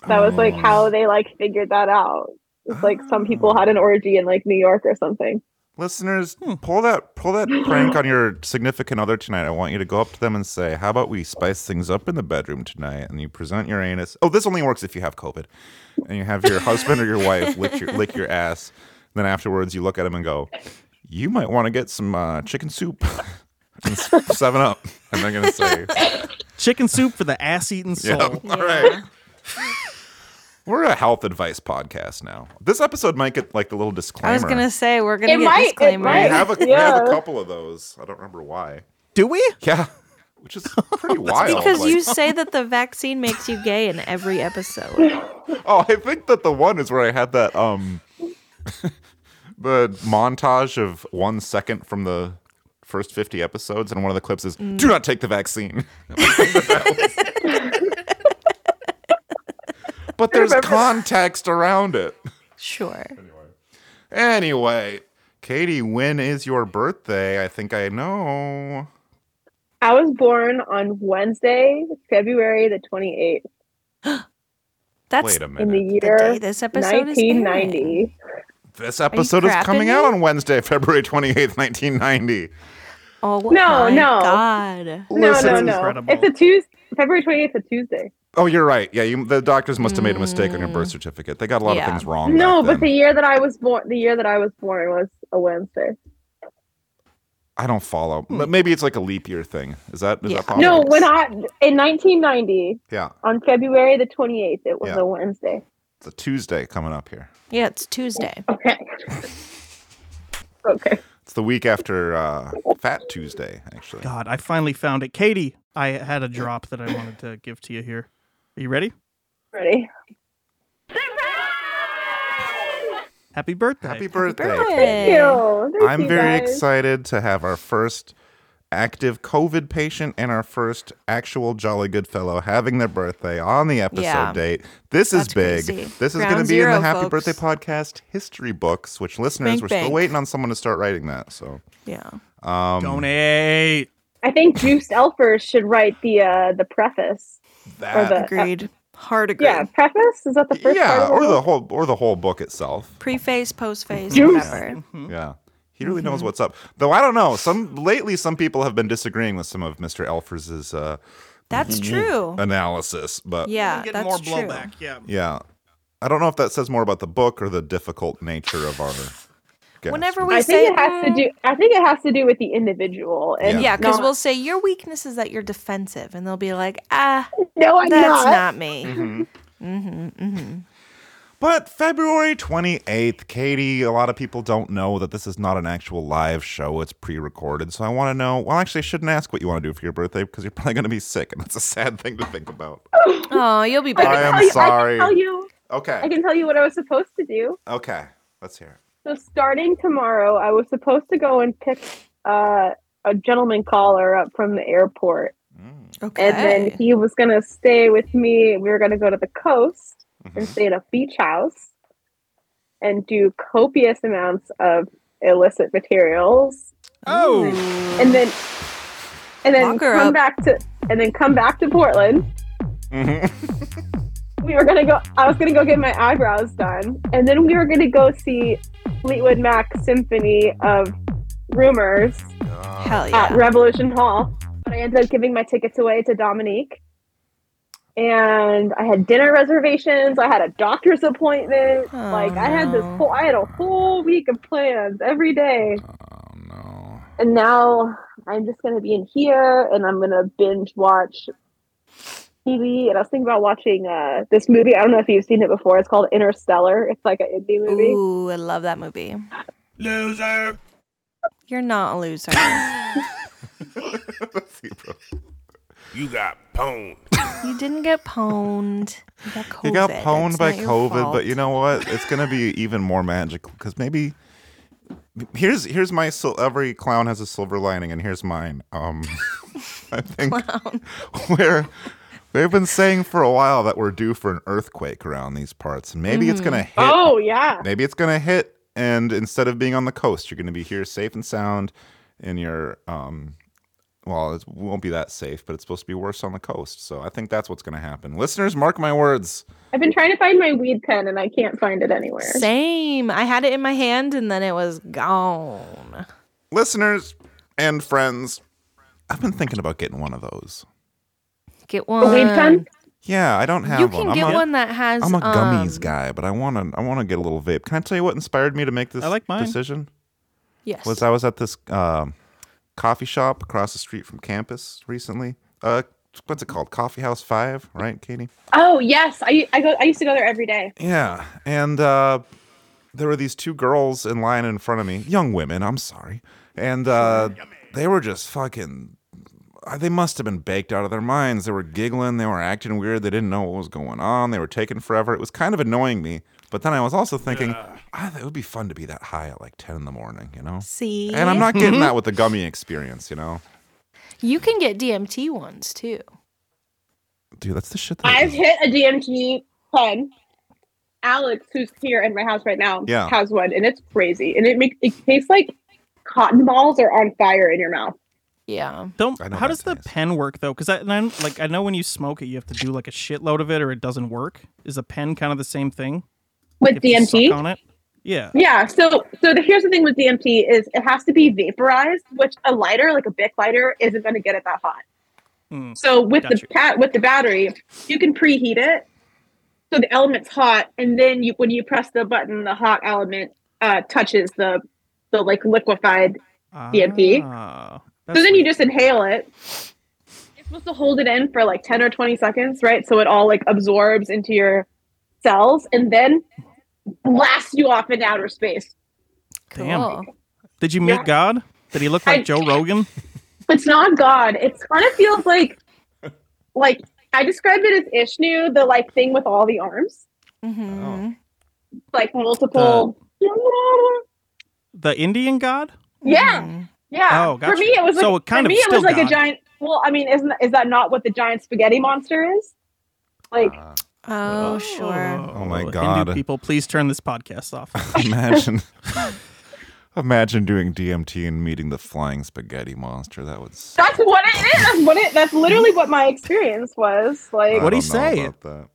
Speaker 10: That was like
Speaker 6: Oh.
Speaker 10: how they like figured that out. It's like some people had an orgy in like New York or something.
Speaker 6: Listeners, pull that pull that
Speaker 10: Hmm.
Speaker 6: prank on your significant other tonight. I want you to go up to them and say, "How about we spice things up in the bedroom tonight?" And you present your anus. Oh, this only works if you have COVID, and you have your husband or your wife lick your lick your ass. Then afterwards, you look at him and go, "You might want to get some uh, chicken soup and s- Seven Up." And they're gonna say,
Speaker 7: Chicken soup for the ass eating soul.
Speaker 6: Yep. *laughs* All right. *laughs* "We're a health advice podcast now." This episode might get like the little disclaimer.
Speaker 4: I was gonna say we're gonna
Speaker 10: It
Speaker 4: get
Speaker 10: might- it
Speaker 4: disclaimer.
Speaker 6: We have a, we have
Speaker 10: Yeah.
Speaker 6: a couple of those. I don't remember why.
Speaker 7: Do we?
Speaker 6: Yeah, *laughs* which is
Speaker 4: *laughs*
Speaker 6: pretty wild.
Speaker 4: Because
Speaker 6: like-
Speaker 4: you say that the vaccine makes you gay in every
Speaker 10: *laughs*
Speaker 4: episode.
Speaker 6: Oh, I think that the one is where I had that um, *laughs* the montage of one second from the first fifty episodes, and one of the clips is
Speaker 11: Mm.
Speaker 6: "Do not take
Speaker 4: *laughs*
Speaker 6: the vaccine." *laughs* but there's context around it.
Speaker 4: Sure.
Speaker 6: Anyway, Katie, when is your birthday? I think I know.
Speaker 10: I was born on Wednesday, February the 28th.
Speaker 4: That's
Speaker 6: Wait a
Speaker 10: in the
Speaker 6: minute.
Speaker 10: year
Speaker 4: day this episode is airing.
Speaker 10: 1990.
Speaker 6: This episode is
Speaker 4: crapping
Speaker 6: coming out
Speaker 4: me?
Speaker 6: on Wednesday, *laughs* February twenty eighth, nineteen ninety.
Speaker 4: Oh
Speaker 10: No,
Speaker 4: my
Speaker 10: no.
Speaker 4: God.
Speaker 10: No,
Speaker 6: Listen,
Speaker 10: no,
Speaker 6: it's
Speaker 10: no.
Speaker 6: incredible.
Speaker 10: It's a Tuesday. February 28th, is a Tuesday.
Speaker 6: Oh, you're right. Yeah, you, the doctors must have made a mistake on your birth certificate. They got a lot
Speaker 10: Yeah.
Speaker 6: of things wrong.
Speaker 10: no,
Speaker 6: back
Speaker 10: but
Speaker 6: then.
Speaker 10: the year that I was born, the year that I was born was a Wednesday.
Speaker 6: I don't follow. But maybe it's like a leap year thing. Is that is that possible?
Speaker 10: Mm. No, when I in 1990
Speaker 6: Yeah,
Speaker 10: on February the 28th, it was
Speaker 6: Yeah.
Speaker 10: a Wednesday.
Speaker 6: it's a Tuesday coming up here.
Speaker 4: Yeah, it's Tuesday.
Speaker 10: Okay. okay.
Speaker 6: It's the week after uh, Fat Tuesday, actually.
Speaker 7: God, I finally found it. Katie, I had a drop that I wanted to give to you here. Are you ready?
Speaker 10: Ready?
Speaker 7: Happy birthday.
Speaker 6: Happy birthday.
Speaker 10: Thank you. Thank
Speaker 6: I'm
Speaker 10: you,
Speaker 6: very
Speaker 10: guys.
Speaker 6: excited to have our first active COVID patient and our first actual Jolly Good Fellow having their birthday on the episode
Speaker 11: Yeah.
Speaker 6: date. This is big.
Speaker 11: crazy.
Speaker 6: This is
Speaker 11: Ground
Speaker 6: going to be in
Speaker 11: zero,
Speaker 6: the Happy
Speaker 11: folks.
Speaker 6: Birthday Podcast history books, which listeners,
Speaker 10: Bank,
Speaker 6: we're still
Speaker 10: bank.
Speaker 6: waiting on someone to start writing that. So,
Speaker 4: yeah.
Speaker 6: Um,
Speaker 7: Donate.
Speaker 10: I think Juiced Elfers should write the uh, the preface.
Speaker 6: That-
Speaker 4: Agreed. Hard agreed.
Speaker 10: Yeah, preface is that the first
Speaker 6: Yeah,
Speaker 10: part?
Speaker 6: or the whole or the whole book itself.
Speaker 4: Preface, postface,
Speaker 6: Juice.
Speaker 4: whatever.
Speaker 6: Yeah. He really knows what's up. Though I don't know. Some lately some people have been disagreeing with some of Mr. Elfers's uh
Speaker 4: That's true.
Speaker 6: analysis, but
Speaker 4: Yeah,
Speaker 7: Getting
Speaker 4: that's
Speaker 7: more
Speaker 4: true.
Speaker 7: blowback. Yeah.
Speaker 6: yeah. I don't know if that says more about the book or the difficult nature of our guest.
Speaker 4: Whenever we
Speaker 10: I
Speaker 4: say
Speaker 10: think it has to
Speaker 4: "Mm,"
Speaker 10: do. I think it has to do with the individual. And
Speaker 4: Yeah, because
Speaker 10: not-
Speaker 4: we'll say your weakness is that you're defensive, and they'll be like, ah,
Speaker 10: No, I'm
Speaker 4: that's
Speaker 10: not."
Speaker 4: not me.
Speaker 6: Mhm.
Speaker 4: hmm hmm
Speaker 6: But February 28th, Katie, a lot of people don't know that this is not an actual live show. It's pre recorded. So I want to know. Well, actually, I shouldn't ask what you want to do for your birthday because you're probably going to be sick. And that's a sad thing to think about.
Speaker 4: Oh, you'll be
Speaker 6: I
Speaker 4: back.
Speaker 6: am
Speaker 10: I can
Speaker 6: sorry.
Speaker 10: tell you.
Speaker 6: Okay.
Speaker 10: I can tell you what I was supposed to do.
Speaker 6: Okay. Let's hear it.
Speaker 10: So starting tomorrow, I was supposed to go and pick uh, a gentleman caller up from the airport,
Speaker 4: Okay.
Speaker 10: and then he was gonna stay with me. We were gonna go to the coast
Speaker 4: Mm-hmm.
Speaker 10: and stay at a beach house and do copious amounts of illicit materials.
Speaker 7: Oh,
Speaker 10: and then and then
Speaker 4: Lock her
Speaker 10: come
Speaker 4: up.
Speaker 10: back to and then come back to Portland.
Speaker 6: Mm.
Speaker 10: We were gonna go. I was gonna go get my eyebrows done, and then we were gonna go see Fleetwood Mac Symphony of Rumors
Speaker 4: Hell
Speaker 10: at
Speaker 4: yeah.
Speaker 10: Revolution Hall. But I ended up giving my tickets away to Dominique, and I had dinner reservations. I had a doctor's appointment.
Speaker 4: Oh,
Speaker 10: like I had this whole. I had a whole week of plans every day.
Speaker 4: Oh,
Speaker 10: And now I'm just gonna be in here, and I'm gonna binge watch TV. And I was thinking about watching uh, this movie. I don't know if you've seen it before. It's called Interstellar. It's like an indie movie.
Speaker 4: Ooh, I love that movie.
Speaker 7: Loser.
Speaker 4: You're not a loser.
Speaker 6: *laughs*
Speaker 12: You got pwned.
Speaker 4: you didn't get pwned. You got COVID.
Speaker 6: *laughs* You got pwned
Speaker 4: It's
Speaker 6: by
Speaker 4: not your
Speaker 6: COVID,
Speaker 4: fault.
Speaker 6: but you know what? It's gonna be
Speaker 4: *laughs*
Speaker 6: even more magical because maybe here's here's my sil- every
Speaker 4: *laughs*
Speaker 6: clown *laughs* has a silver lining, and here's mine. Um, I think where They've been saying for a while that we're due for an earthquake around these parts. Maybe it's
Speaker 10: Mhm.
Speaker 6: gonna hit.
Speaker 4: Mm-hmm.
Speaker 10: Oh, yeah.
Speaker 6: Maybe it's gonna hit, and instead of being on the coast, you're gonna be here safe and sound in your um. Well, it won't be that safe, but it's supposed to be worse on the coast. So I think that's what's going to happen. Listeners, mark my words.
Speaker 10: I've been trying to find my weed pen and I can't find it anywhere.
Speaker 4: Same. I had it in my hand and then it was gone.
Speaker 6: Listeners and friends, I've been thinking about getting one of those.
Speaker 4: Get one.
Speaker 10: weed pen?
Speaker 6: Yeah, I don't have
Speaker 4: You
Speaker 6: one.
Speaker 4: can
Speaker 6: I'm
Speaker 4: get
Speaker 6: a-
Speaker 4: one that has.
Speaker 6: I'm a gummies
Speaker 4: um,
Speaker 6: guy, but I want to. I want to get a little vape. Can I tell you what inspired me to make this
Speaker 7: I like mine.
Speaker 6: decision?
Speaker 4: Yes.
Speaker 6: Was I was at this um, coffee shop across the street from campus recently. Uh, what's it called? Coffee House Five, right, Katie?
Speaker 10: Oh yes, I I go I used to go there every day.
Speaker 6: Yeah, and uh, there were these two girls in line in front of me, young women. I'm sorry, and uh, they were just fucking. uh, They must have been baked out of their minds. They were giggling. They were acting weird. They didn't know what was going on. They were taking forever. It was kind of annoying me. But then I was also thinking, ah, it would be fun to be that high at like ten in the morning, you know.
Speaker 4: See?
Speaker 6: And I'm not
Speaker 4: Mhm.
Speaker 6: getting that with the gummy experience, you know.
Speaker 4: You can get DMT ones too.
Speaker 6: Dude, that's the shit. That
Speaker 10: I've hit a DMT pen. Alex, who's here in my house right now,
Speaker 6: Yeah.
Speaker 10: has one and it's crazy. And it makes it tastes like cotton balls are on fire in your mouth.
Speaker 4: Yeah.
Speaker 7: Don't.
Speaker 6: I know
Speaker 7: How does the pen work though? Because I, and I'm- like I know when you smoke it, you have to do like a shitload of it, or it doesn't work. Is a pen kind of the same thing?
Speaker 10: With
Speaker 7: You have to
Speaker 10: DMT?
Speaker 7: suck on it. Yeah.
Speaker 10: Yeah, so so the, here's the thing with DMT is it has to be vaporized, which a lighter like a Bic lighter isn't going to get it that hot.
Speaker 7: Mm.
Speaker 10: So with
Speaker 7: Got
Speaker 10: the pat with the battery, you can preheat it so the element's hot, and then you when you press the button, the hot element uh, touches the the like liquefied DMT.
Speaker 7: Ah,
Speaker 10: so
Speaker 7: that's
Speaker 10: then you just inhale it. You're supposed to hold it in for like ten or twenty seconds, right? So it all like absorbs into your cells, and then blasts you off into outer space.
Speaker 7: Damn. Did you meet God? Did he look like Joe Rogan?
Speaker 10: It's not God. It's kind of feels like like I described it as Ishnu, the like thing with all the arms,
Speaker 6: Oh.
Speaker 4: Mm-hmm.
Speaker 10: like multiple.
Speaker 7: The Indian God?
Speaker 10: Yeah, yeah.
Speaker 7: Oh,
Speaker 10: For
Speaker 7: gotcha.
Speaker 10: me, it was like,
Speaker 7: So it kind
Speaker 10: for
Speaker 7: of
Speaker 10: me, it
Speaker 7: still
Speaker 10: was like
Speaker 7: God.
Speaker 10: a giant. Well, I mean, isn't is that not what the giant spaghetti monster is? Like,
Speaker 7: Uh.
Speaker 4: Oh, sure.
Speaker 6: Oh my
Speaker 7: Hindu
Speaker 6: God.
Speaker 7: people, please turn this podcast
Speaker 10: *laughs*
Speaker 7: off.
Speaker 6: Imagine. *laughs* Imagine doing DMT and meeting the flying spaghetti monster. That would. s-
Speaker 10: that's what it is. That's what it. That's literally what my experience was. Like,
Speaker 6: I don't know about that.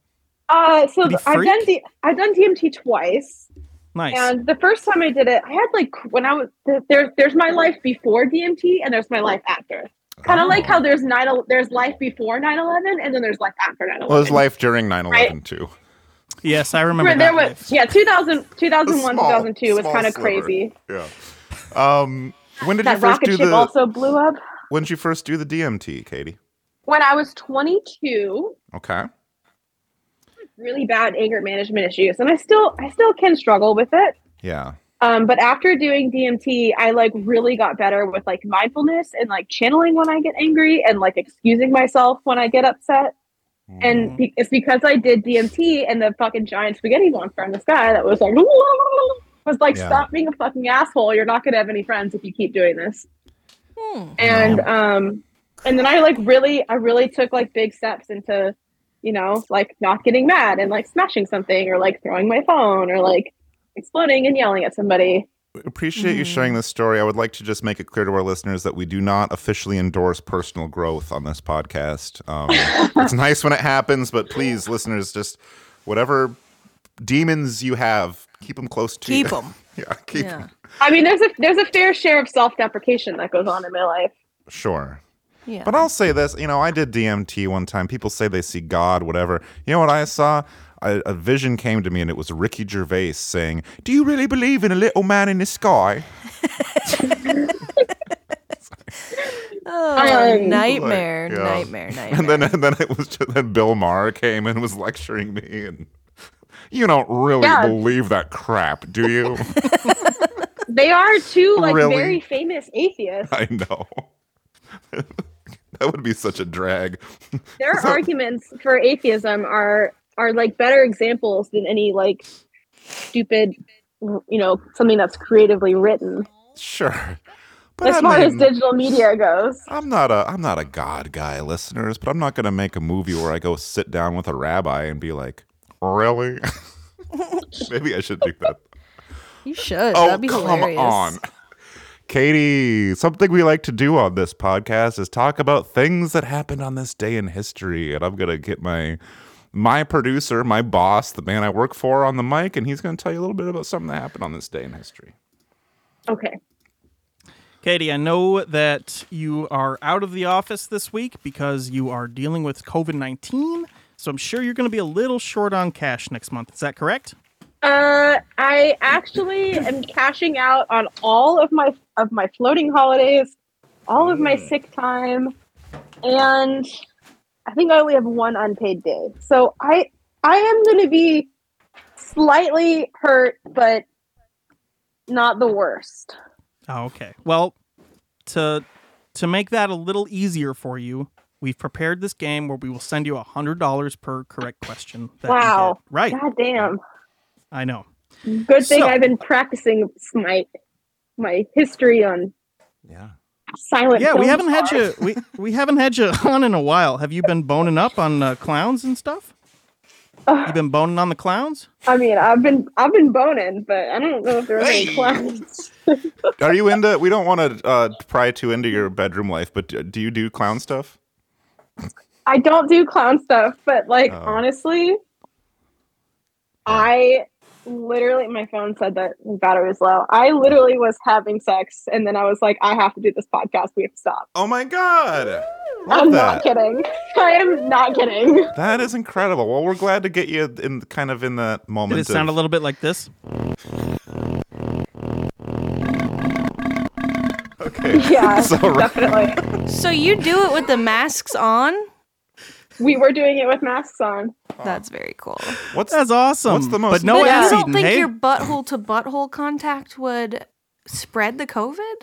Speaker 10: Uh, so
Speaker 6: Did he
Speaker 10: th- I've
Speaker 6: freak?
Speaker 10: done D- I've done DMT twice.
Speaker 7: Nice.
Speaker 10: And the first time I did it, I had like when I was th- there's there's my life before DMT and there's my life after. Kind of like
Speaker 6: Oh.
Speaker 10: how there's nine el- there's life before 9/11 and then there's life after 9/11.
Speaker 6: Well, his life during 9-11,
Speaker 10: Right.
Speaker 6: too.
Speaker 7: yes, I remember
Speaker 10: Where there
Speaker 7: that.
Speaker 10: was yeah 2000 2001
Speaker 6: Small-
Speaker 10: 2002 was
Speaker 6: small
Speaker 10: kind of
Speaker 6: sliver.
Speaker 10: crazy.
Speaker 6: Yeah. Um, when did
Speaker 10: That
Speaker 6: you first
Speaker 10: rocket
Speaker 6: do
Speaker 10: ship
Speaker 6: the?
Speaker 10: also blew up.
Speaker 6: When did you first do the DMT, Katie?
Speaker 10: When I was 22,
Speaker 6: Okay.
Speaker 10: really bad anger management issues, and I still I still can struggle with it.
Speaker 6: Yeah.
Speaker 10: Um, but after doing DMT, I like really got better with like mindfulness and like channeling when I get angry and like excusing myself when I get upset. And be- it's because I did DMT and the fucking giant spaghetti monster in the sky that was like *laughs* was like
Speaker 6: Yeah.
Speaker 10: stop being a fucking asshole. You're not gonna have any friends if you keep doing this. And um, and then I like really I really took like big steps into you know like not getting mad and like smashing something or like throwing my phone or like exploding and yelling at somebody.
Speaker 6: Appreciate you
Speaker 4: Mm-hmm.
Speaker 6: sharing this story. I would like to just make it clear to our listeners that we do not officially endorse personal growth on this podcast.
Speaker 4: *laughs*
Speaker 6: Um, it's nice when it happens, but please, listeners, just whatever demons you have, keep them close to you.
Speaker 4: Keep 'em.
Speaker 6: *laughs* yeah, keep 'em.
Speaker 10: I mean, there's a there's a fair share of self deprecation that goes on in my life.
Speaker 6: Sure.
Speaker 4: Yeah.
Speaker 6: But I'll say this, you know, I did DMT one time. People say they see God, whatever. You know what I saw? A, a vision came to me, and it was Ricky Gervais saying, "Do you really believe in a little man in the sky?"
Speaker 4: Oh,
Speaker 10: Um,
Speaker 4: nightmare,
Speaker 6: Yeah.
Speaker 4: nightmare, nightmare.
Speaker 6: *laughs* And then, and then it was just, then Bill Maher came and was lecturing me, and you don't really
Speaker 10: Yeah.
Speaker 6: believe that crap, do you? *laughs*
Speaker 10: They are two like
Speaker 6: Really?
Speaker 10: very famous atheists.
Speaker 6: I know. *laughs* that would be such a drag.
Speaker 10: Their arguments for atheism are are like better examples than any like stupid, you know, something that's creatively written.
Speaker 6: Sure.
Speaker 10: as
Speaker 6: I'm
Speaker 10: far
Speaker 6: not
Speaker 10: as
Speaker 6: even-
Speaker 10: digital media goes.
Speaker 6: I'm not a I'm not a god guy, listeners, but I'm not gonna make a movie where I go sit down with a rabbi and be like, really? *laughs* Maybe I should do that.
Speaker 4: You should.
Speaker 6: oh,
Speaker 4: That'd be
Speaker 6: come
Speaker 4: hilarious.
Speaker 6: on. *laughs* Katie, something we like to do on this podcast is talk about things that happened on this day in history. And I'm gonna get my my producer, my boss, the man I work for on the mic, and he's gonna tell you a little bit about something that happened on this day in history.
Speaker 10: Okay.
Speaker 7: Katie, I know that you are out of the office this week because you are dealing with COVID 19. So I'm sure you're going to be a little short on cash next month. Is that correct?
Speaker 10: Uh, I actually am cashing out on all of my of my floating holidays, all of my
Speaker 7: Mm.
Speaker 10: sick time, and I think I only have one unpaid day. So I I am going to be slightly hurt, but not the worst.
Speaker 7: Oh, okay. Well, to to make that a little easier for you, we've prepared this game where we will send you $100 per correct question. That you
Speaker 10: wow!
Speaker 7: get. Right.
Speaker 10: God damn.
Speaker 7: I know.
Speaker 10: Good thing
Speaker 7: So-
Speaker 10: I've been practicing my my history on yeah silent.
Speaker 7: Yeah, we
Speaker 10: film
Speaker 7: haven't had you
Speaker 10: scores.
Speaker 7: we, we haven't had you *laughs* on in a while. Have you been boning up on uh, clowns and stuff? You been boning on the clowns?
Speaker 10: I mean, I've been I've been boning, but I don't know if there are any clowns.
Speaker 6: Are you into? We don't want to uh, pry too into your bedroom life, but do- do you do clown stuff?
Speaker 10: I don't do clown stuff, but like
Speaker 6: Oh.
Speaker 10: honestly, I literally my phone said that the battery was low. I literally was having sex, and then I was like, I have to do this podcast. We have to stop.
Speaker 6: Oh my god! Love
Speaker 10: I'm
Speaker 6: that.
Speaker 10: not kidding. *laughs* I am not kidding.
Speaker 6: *laughs* That is incredible. Well, we're glad to get you in kind of in that moment.
Speaker 7: Did it sound a
Speaker 6: of-
Speaker 7: little bit like this?
Speaker 6: okay?
Speaker 10: *laughs*
Speaker 6: *laughs*
Speaker 10: Yeah,
Speaker 6: So, right-
Speaker 10: definitely.
Speaker 4: So you do it with the masks on?
Speaker 10: We were doing it with masks on.
Speaker 4: That's very cool.
Speaker 6: What's
Speaker 7: That's awesome.
Speaker 6: What's the most?
Speaker 7: But no
Speaker 4: but you
Speaker 7: ass
Speaker 4: don't
Speaker 7: eating,
Speaker 4: think
Speaker 7: hey?
Speaker 4: your butthole to butthole contact would spread the COVID?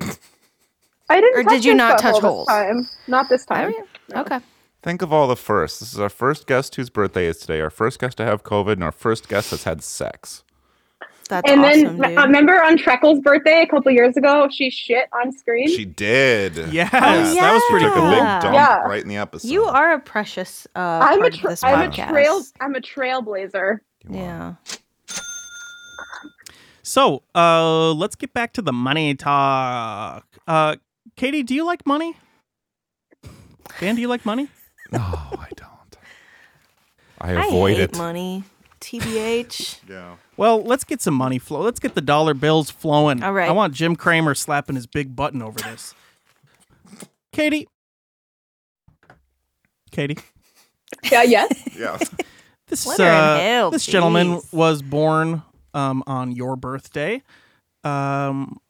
Speaker 10: I didn't.
Speaker 4: Or
Speaker 10: touch
Speaker 4: did you
Speaker 10: his
Speaker 4: not
Speaker 10: butthole
Speaker 4: touch
Speaker 10: this
Speaker 4: holes? Oh,
Speaker 10: Time. Not this time.
Speaker 4: Okay.
Speaker 6: Think of all the firsts. This is our first guest whose birthday is today. Our first guest to have COVID, and our first guest that's had sex.
Speaker 4: That's
Speaker 10: and
Speaker 4: awesome,
Speaker 10: then
Speaker 4: dude.
Speaker 10: I remember on Treckle's birthday a couple years ago, she shit on screen.
Speaker 6: She did.
Speaker 7: Yes, Oh, that was pretty
Speaker 6: Took a big
Speaker 4: yeah.
Speaker 6: dump
Speaker 10: Yeah.
Speaker 6: right in the episode.
Speaker 4: You are a precious uh,
Speaker 10: I'm a,
Speaker 4: part of
Speaker 10: tra-
Speaker 4: this
Speaker 10: I'm a
Speaker 4: podcast.
Speaker 10: trail. I'm a trailblazer.
Speaker 4: Yeah.
Speaker 7: So, uh, let's get back to the money talk. Uh, Katie, do you like money? Dan, do you like money?
Speaker 6: no, I don't. I
Speaker 4: I
Speaker 6: avoid
Speaker 4: hate
Speaker 6: it.
Speaker 4: money. TBH.
Speaker 6: Yeah.
Speaker 7: Well, let's get some money flow. Let's get the dollar bills flowing.
Speaker 4: All right.
Speaker 7: I want Jim Cramer slapping his big button over this. Katie. Katie.
Speaker 10: Yeah. Yes.
Speaker 4: *laughs*
Speaker 6: Yeah.
Speaker 7: This
Speaker 4: Let
Speaker 7: uh,
Speaker 4: her inhale,
Speaker 7: this gentleman
Speaker 4: please.
Speaker 7: was born um, on your birthday. Um,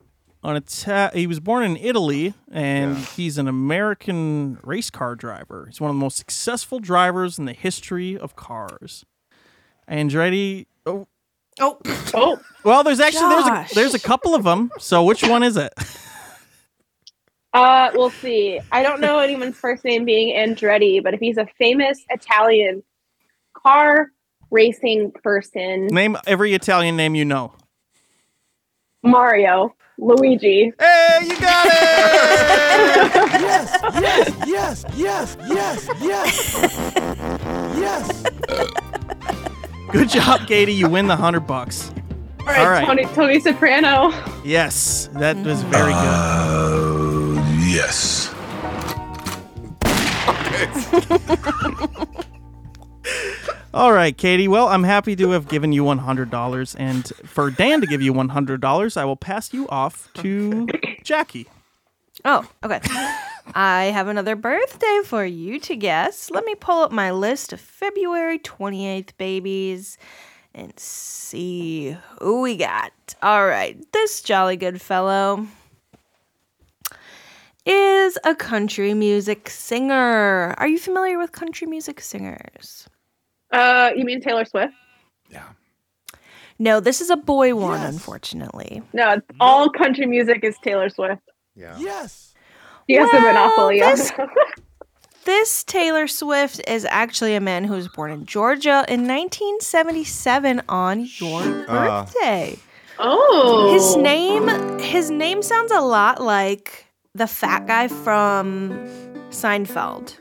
Speaker 7: on Ita- he was born in Italy, and he's an American race car driver. He's one of the most successful drivers in the history of cars. Andretti. Oh,
Speaker 4: Oh. *coughs*
Speaker 10: Oh.
Speaker 7: well, there's actually there's
Speaker 4: Josh.
Speaker 7: a, there's a couple of them. So which one is it?
Speaker 10: Uh, we'll see. I don't know anyone's first name being Andretti, but if he's a famous Italian car racing person,
Speaker 7: Name every Italian name you know.
Speaker 10: Mario, Luigi.
Speaker 7: Hey, you got it.
Speaker 14: Yes, yes, yes, yes. yes.
Speaker 7: Good job, Katie. You win the hundred bucks.
Speaker 10: All right,
Speaker 7: All right.
Speaker 10: Tony, Tony Soprano.
Speaker 7: Yes, that was very good.
Speaker 12: Yes.
Speaker 7: *laughs* All right, Katie. Well, I'm happy to have given you $100. And for Dan to give you $100, I will pass you off to Jackie.
Speaker 4: Oh, okay. *laughs* I have another birthday for you to guess. Let me pull up my list of February 28th babies and see who we got. All right, this jolly good fellow is a country music singer. Are you familiar with country music singers?
Speaker 10: Uh, you mean Taylor Swift?
Speaker 4: No, this is a boy one, unfortunately.
Speaker 10: No, it's- all country music is Taylor Swift.
Speaker 6: Yeah.
Speaker 14: Yes.
Speaker 10: She has the
Speaker 4: Well,
Speaker 10: monopoly. on
Speaker 4: this- *laughs*
Speaker 10: it.
Speaker 4: This Taylor Swift is actually a man who was born in Georgia in 1977 on your
Speaker 6: Uh.
Speaker 4: birthday.
Speaker 10: Oh.
Speaker 4: His name his name sounds a lot like the fat guy from Seinfeld.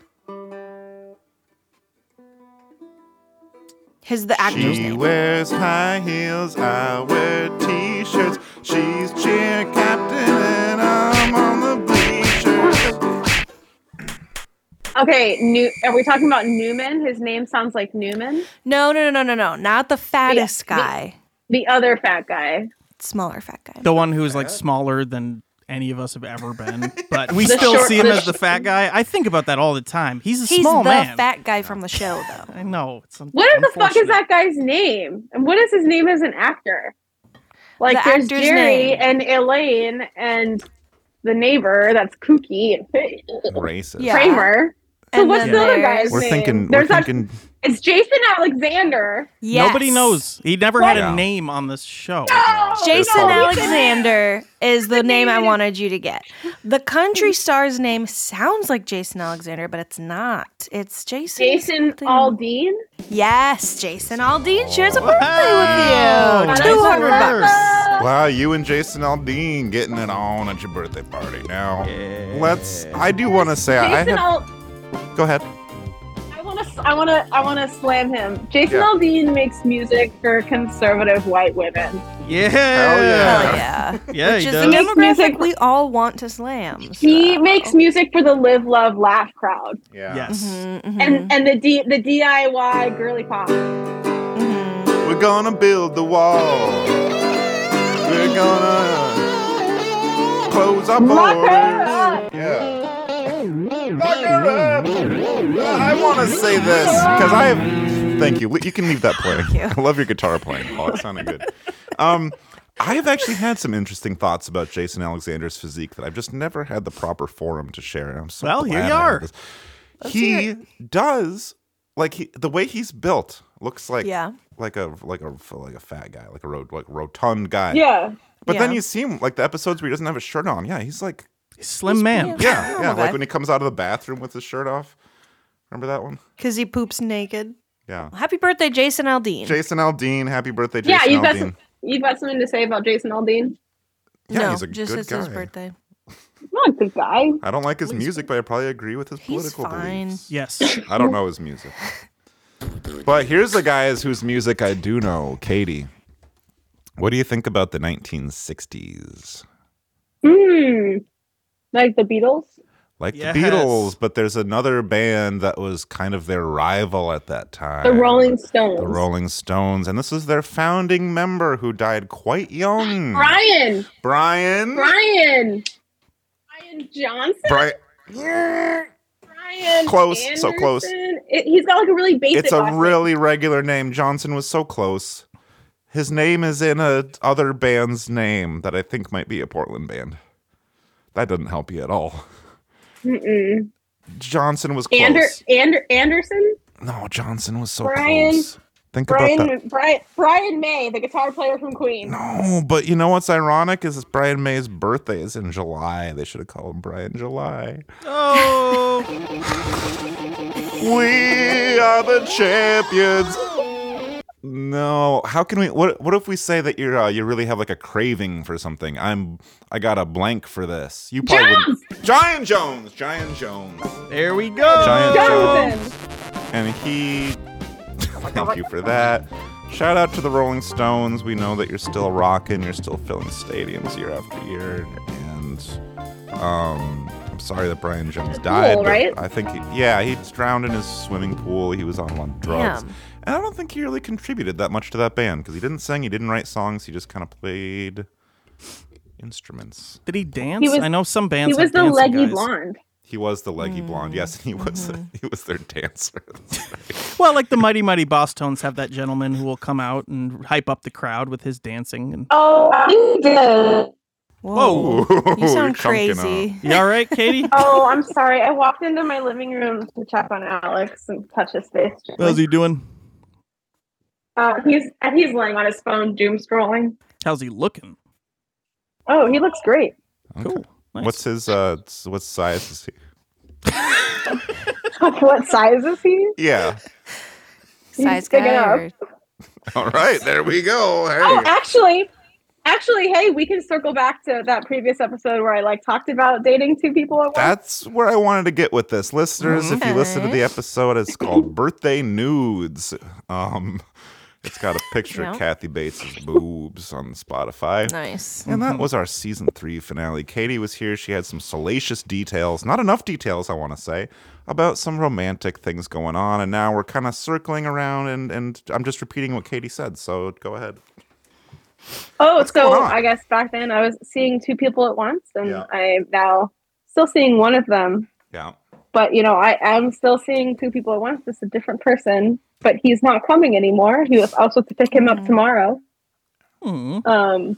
Speaker 4: His the actor's
Speaker 6: She
Speaker 4: name.
Speaker 6: wears high heels, I wear t shirts. She's cheer captain, and I'm on the bleachers.
Speaker 10: Okay, new, are we talking about Newman? His name sounds like Newman.
Speaker 4: No, no, no, no, no, no. Not the fattest guy.
Speaker 10: The other fat guy.
Speaker 4: Smaller fat guy.
Speaker 7: The one who's like smaller than any of us have ever been, but we
Speaker 4: The
Speaker 7: still
Speaker 4: short-
Speaker 7: see him
Speaker 4: the
Speaker 7: as the fat guy. I think about that all the time. He's a
Speaker 4: He's
Speaker 7: small
Speaker 4: the
Speaker 7: man.
Speaker 4: fat guy from the show
Speaker 10: *laughs*
Speaker 4: though.
Speaker 7: I know. It's un-
Speaker 10: What the fuck is
Speaker 7: unfortunate.
Speaker 10: that guy's name? And what is his name as an actor? Like
Speaker 4: The
Speaker 10: there's
Speaker 4: actor's
Speaker 10: Jerry
Speaker 4: name.
Speaker 10: and Elaine and the neighbor that's kooky and
Speaker 6: Racist.
Speaker 4: Yeah.
Speaker 10: Kramer. So
Speaker 4: And
Speaker 10: what's
Speaker 4: then
Speaker 10: the other
Speaker 4: there's-
Speaker 10: guy's
Speaker 6: We're
Speaker 10: name?
Speaker 6: thinking, we're
Speaker 10: there's that-
Speaker 6: thinking
Speaker 10: it's Jason Alexander.
Speaker 7: Nobody knows. He never had a
Speaker 6: What?
Speaker 7: name on this
Speaker 10: *laughs*
Speaker 7: show.
Speaker 6: Oh,
Speaker 4: Jason
Speaker 7: No, we
Speaker 4: Alexander is the name
Speaker 6: *laughs*
Speaker 4: I wanted you to get. The country star's name sounds like Jason Alexander, but it's not. It's Jason.
Speaker 10: Jason
Speaker 4: something.
Speaker 10: Aldean.
Speaker 4: Yes, Jason Aldean shares a birthday
Speaker 6: Wow.
Speaker 4: with
Speaker 6: Nice
Speaker 4: you. Two hundred
Speaker 6: work.
Speaker 4: bucks.
Speaker 6: Wow, you and Jason Aldean getting it on at your birthday party. Now, let's. I do want to say, I
Speaker 10: Jason
Speaker 6: have,
Speaker 10: Al-
Speaker 6: go ahead.
Speaker 10: I want to. I want to. I want to slam him. Jason
Speaker 6: Yeah.
Speaker 10: Aldean makes music for conservative white women.
Speaker 7: Yeah.
Speaker 6: Hell yeah.
Speaker 4: Hell yeah.
Speaker 7: Yeah,
Speaker 4: Which is
Speaker 7: he
Speaker 4: the
Speaker 7: does.
Speaker 10: He makes music-
Speaker 4: demographic we all want to slam.
Speaker 10: He
Speaker 4: Oh.
Speaker 10: makes music for the live, love, laugh crowd,
Speaker 6: Yeah.
Speaker 7: Yes.
Speaker 10: Mm-hmm.
Speaker 4: Mm-hmm,
Speaker 10: and and the D, the DIY girly pop.
Speaker 4: mm-hmm.
Speaker 6: We're gonna build the wall. We're gonna close our
Speaker 10: Lock
Speaker 6: borders.
Speaker 10: her up.
Speaker 6: Yeah. Lock her up. Uh, I want to say this because I have. Thank you. You can leave that playing. *laughs* I love your guitar playing, Paul. It sounded good. Um, I have actually had some interesting thoughts about Jason Alexander's physique that I've just never had the proper forum to share. And I'm so
Speaker 7: Well,
Speaker 6: glad
Speaker 7: here you
Speaker 6: I have
Speaker 7: are.
Speaker 6: this. He does like he, the way he's built looks like
Speaker 4: Yeah.
Speaker 6: like a like a like a fat guy, like a road like rotund guy.
Speaker 10: Yeah.
Speaker 6: But then
Speaker 4: Yeah.
Speaker 6: you see him like the episodes where he doesn't have a shirt on. Yeah, he's
Speaker 4: *laughs*
Speaker 6: like
Speaker 7: Slim man.
Speaker 6: yeah, yeah.
Speaker 4: normal guy.
Speaker 6: Like when he comes out of the bathroom with his shirt off. Remember that one?
Speaker 4: Because he poops naked.
Speaker 6: Yeah.
Speaker 4: Happy birthday, Jason Aldean.
Speaker 6: Jason Aldean, happy birthday,
Speaker 10: Yeah,
Speaker 6: Jason
Speaker 10: you've got
Speaker 6: Aldean.
Speaker 10: some, you've got something to say about Jason Aldean.
Speaker 6: Yeah,
Speaker 4: no,
Speaker 6: he's a
Speaker 4: just
Speaker 6: good
Speaker 4: it's his
Speaker 6: guy.
Speaker 4: birthday.
Speaker 10: Not a good guy.
Speaker 6: I don't like his music, but I probably agree with his
Speaker 4: He's
Speaker 6: political
Speaker 4: fine.
Speaker 6: beliefs.
Speaker 10: *coughs*
Speaker 7: Yes.
Speaker 6: I don't know
Speaker 4: *laughs*
Speaker 6: his music. But here's the guys whose music I do know, Katie. What do you think about the 1960s?
Speaker 10: Hmm. Like the Beatles.
Speaker 6: like
Speaker 7: Yes.
Speaker 6: the Beatles, but there's another band that was kind of their rival at that time.
Speaker 10: The Rolling Stones.
Speaker 6: The Rolling Stones, and this is their founding member who died quite young.
Speaker 10: Brian.
Speaker 6: Brian.
Speaker 10: Brian. Brian Johnson.
Speaker 6: Bri-
Speaker 10: Brian.
Speaker 6: Close, so close.
Speaker 10: Anderson? It- he's got like a really basic.
Speaker 6: It's a
Speaker 10: last name.
Speaker 6: really regular name. Johnson was so close. His name is in a other band's name that I think might be a Portland band. That doesn't help you at all.
Speaker 10: Mm-mm.
Speaker 6: Johnson was close.
Speaker 10: Ander, Ander, Anderson.
Speaker 6: no, Johnson was so
Speaker 10: Brian-
Speaker 6: close. Think about that.
Speaker 10: Brian, Brian, Brian May, the guitar player from Queen.
Speaker 6: No, but you know what's ironic is it's Brian May's birthday is in July. They should have called him Brian July.
Speaker 7: Oh.
Speaker 6: We are the champions. No, how can we? What What if we say that you're uh, you really have like a craving for something? I'm I got a blank for this. You probably wouldn't. Giant Jones, Giant Jones,
Speaker 7: There we go.
Speaker 6: Giant Jones,
Speaker 10: Johnson.
Speaker 6: and he. Thank you for that. Shout out to the Rolling Stones. We know that you're still rocking. You're still filling stadiums year after year, and um, I'm sorry that Brian Jones died. but
Speaker 10: right?
Speaker 6: I think, he, yeah, he drowned in his swimming pool. He was on a lot of drugs,
Speaker 4: Damn.
Speaker 6: and I don't think he really contributed that much to that band because he didn't sing, he didn't write songs, he just kind of played instruments.
Speaker 7: Did he dance?
Speaker 10: He was-
Speaker 7: I know some bands.
Speaker 10: He was
Speaker 7: have
Speaker 10: the
Speaker 7: dancing
Speaker 10: leggy
Speaker 7: guys.
Speaker 10: blonde.
Speaker 6: He was the leggy
Speaker 4: Mm,
Speaker 6: blonde, yes, and he was
Speaker 4: mm-hmm.
Speaker 6: *laughs* he was their dancer.
Speaker 7: Well, like the Mighty Mighty Boss Tones have that gentleman who will come out and hype up the crowd with his dancing. And
Speaker 10: Oh, he did.
Speaker 7: whoa,
Speaker 6: *laughs*
Speaker 4: You sound
Speaker 6: chunking up.
Speaker 4: crazy.
Speaker 7: you all right, Katie?
Speaker 10: *laughs* Oh, I'm sorry. I walked into my living room to check on Alex and touch his face. gently.
Speaker 7: How's he doing?
Speaker 10: Uh, he's and he's laying on his phone, doom scrolling.
Speaker 7: How's he looking?
Speaker 10: Oh, he looks great. *laughs*
Speaker 7: Cool. Nice.
Speaker 6: What's his uh? s- What size is he?
Speaker 10: what size is he?
Speaker 6: *laughs* Yeah.
Speaker 4: Size
Speaker 10: He's big
Speaker 4: guy.
Speaker 10: enough.
Speaker 4: or-
Speaker 6: All right, there we go. Hey.
Speaker 10: Oh, actually, Actually, hey, we can circle back to that previous episode where I like talked about dating two people at once.
Speaker 6: That's where I wanted to get with this, listeners. If you listen to the episode, it's called "Birthday Nudes." Um, it's got a picture
Speaker 4: No.
Speaker 6: of Kathy Bates' boobs on Spotify.
Speaker 4: Nice.
Speaker 6: And that
Speaker 4: Mhm.
Speaker 6: was our season three finale. Katie was here. She had some salacious details, not enough details, I want to say, about some romantic things going on. And now we're kind of circling around, and and I'm just repeating what Katie said. So go ahead.
Speaker 10: Oh, so
Speaker 6: going on?
Speaker 10: I guess back then I was seeing two people at once, and
Speaker 6: Yeah.
Speaker 10: I'm now still seeing one of them.
Speaker 6: Yeah.
Speaker 10: But you know, I am still seeing two people at once. It's a different person, but he's not coming anymore. He was also to pick him
Speaker 6: Mm.
Speaker 10: up tomorrow.
Speaker 7: Hmm.
Speaker 10: Um,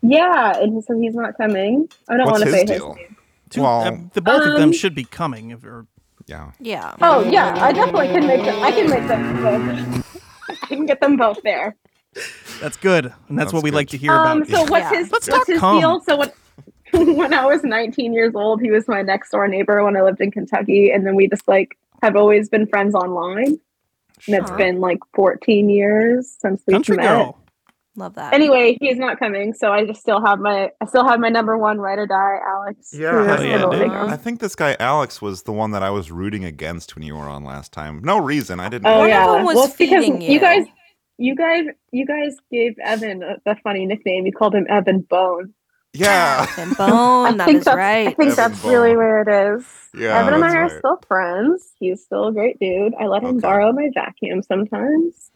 Speaker 10: yeah, and so he's not coming. I don't
Speaker 7: What's
Speaker 10: want
Speaker 7: his
Speaker 10: to say
Speaker 7: deal?
Speaker 10: his name.
Speaker 7: Two, uh, the both of them
Speaker 10: Um,
Speaker 7: should be coming. If, or,
Speaker 6: yeah.
Speaker 4: Yeah.
Speaker 10: Oh yeah, I definitely can make them. I can make them both. *laughs* I can get them both there.
Speaker 7: That's good, and that's, what we like to hear
Speaker 10: Um,
Speaker 7: about.
Speaker 10: so what's his
Speaker 7: Let's
Speaker 10: what's
Speaker 7: not
Speaker 10: his
Speaker 7: come.
Speaker 10: deal? So when when *laughs* I was 19 years old, he was my next door neighbor when I lived in Kentucky, and then we just like have always been friends online, and it's
Speaker 4: Sure.
Speaker 10: been like 14 years since we
Speaker 4: Country
Speaker 10: met.
Speaker 4: girl. Love that. *laughs*
Speaker 10: Anyway, he's not coming, so I just still have my I still have my number one ride or die, Alex. Who has little
Speaker 6: dude.
Speaker 10: Dick.
Speaker 6: I think this guy Alex was the one that I was rooting against when you were on last time. No reason. I didn't.
Speaker 10: Oh
Speaker 6: know.
Speaker 10: yeah, well, it's because
Speaker 4: feeding you.
Speaker 10: you guys, you guys, you guys gave Evan a- the funny nickname. You called him Evan Bone.
Speaker 6: Yeah. *laughs*
Speaker 10: *laughs*
Speaker 4: And bone, Oh, that
Speaker 10: think
Speaker 4: is
Speaker 10: that's-
Speaker 4: right.
Speaker 10: I think
Speaker 6: Evan
Speaker 10: that's
Speaker 6: Bone.
Speaker 10: really where it is.
Speaker 6: Yeah,
Speaker 10: Evan and I
Speaker 6: that's
Speaker 10: are
Speaker 6: right.
Speaker 10: still friends. He's still a great dude. I let him borrow my vacuum sometimes.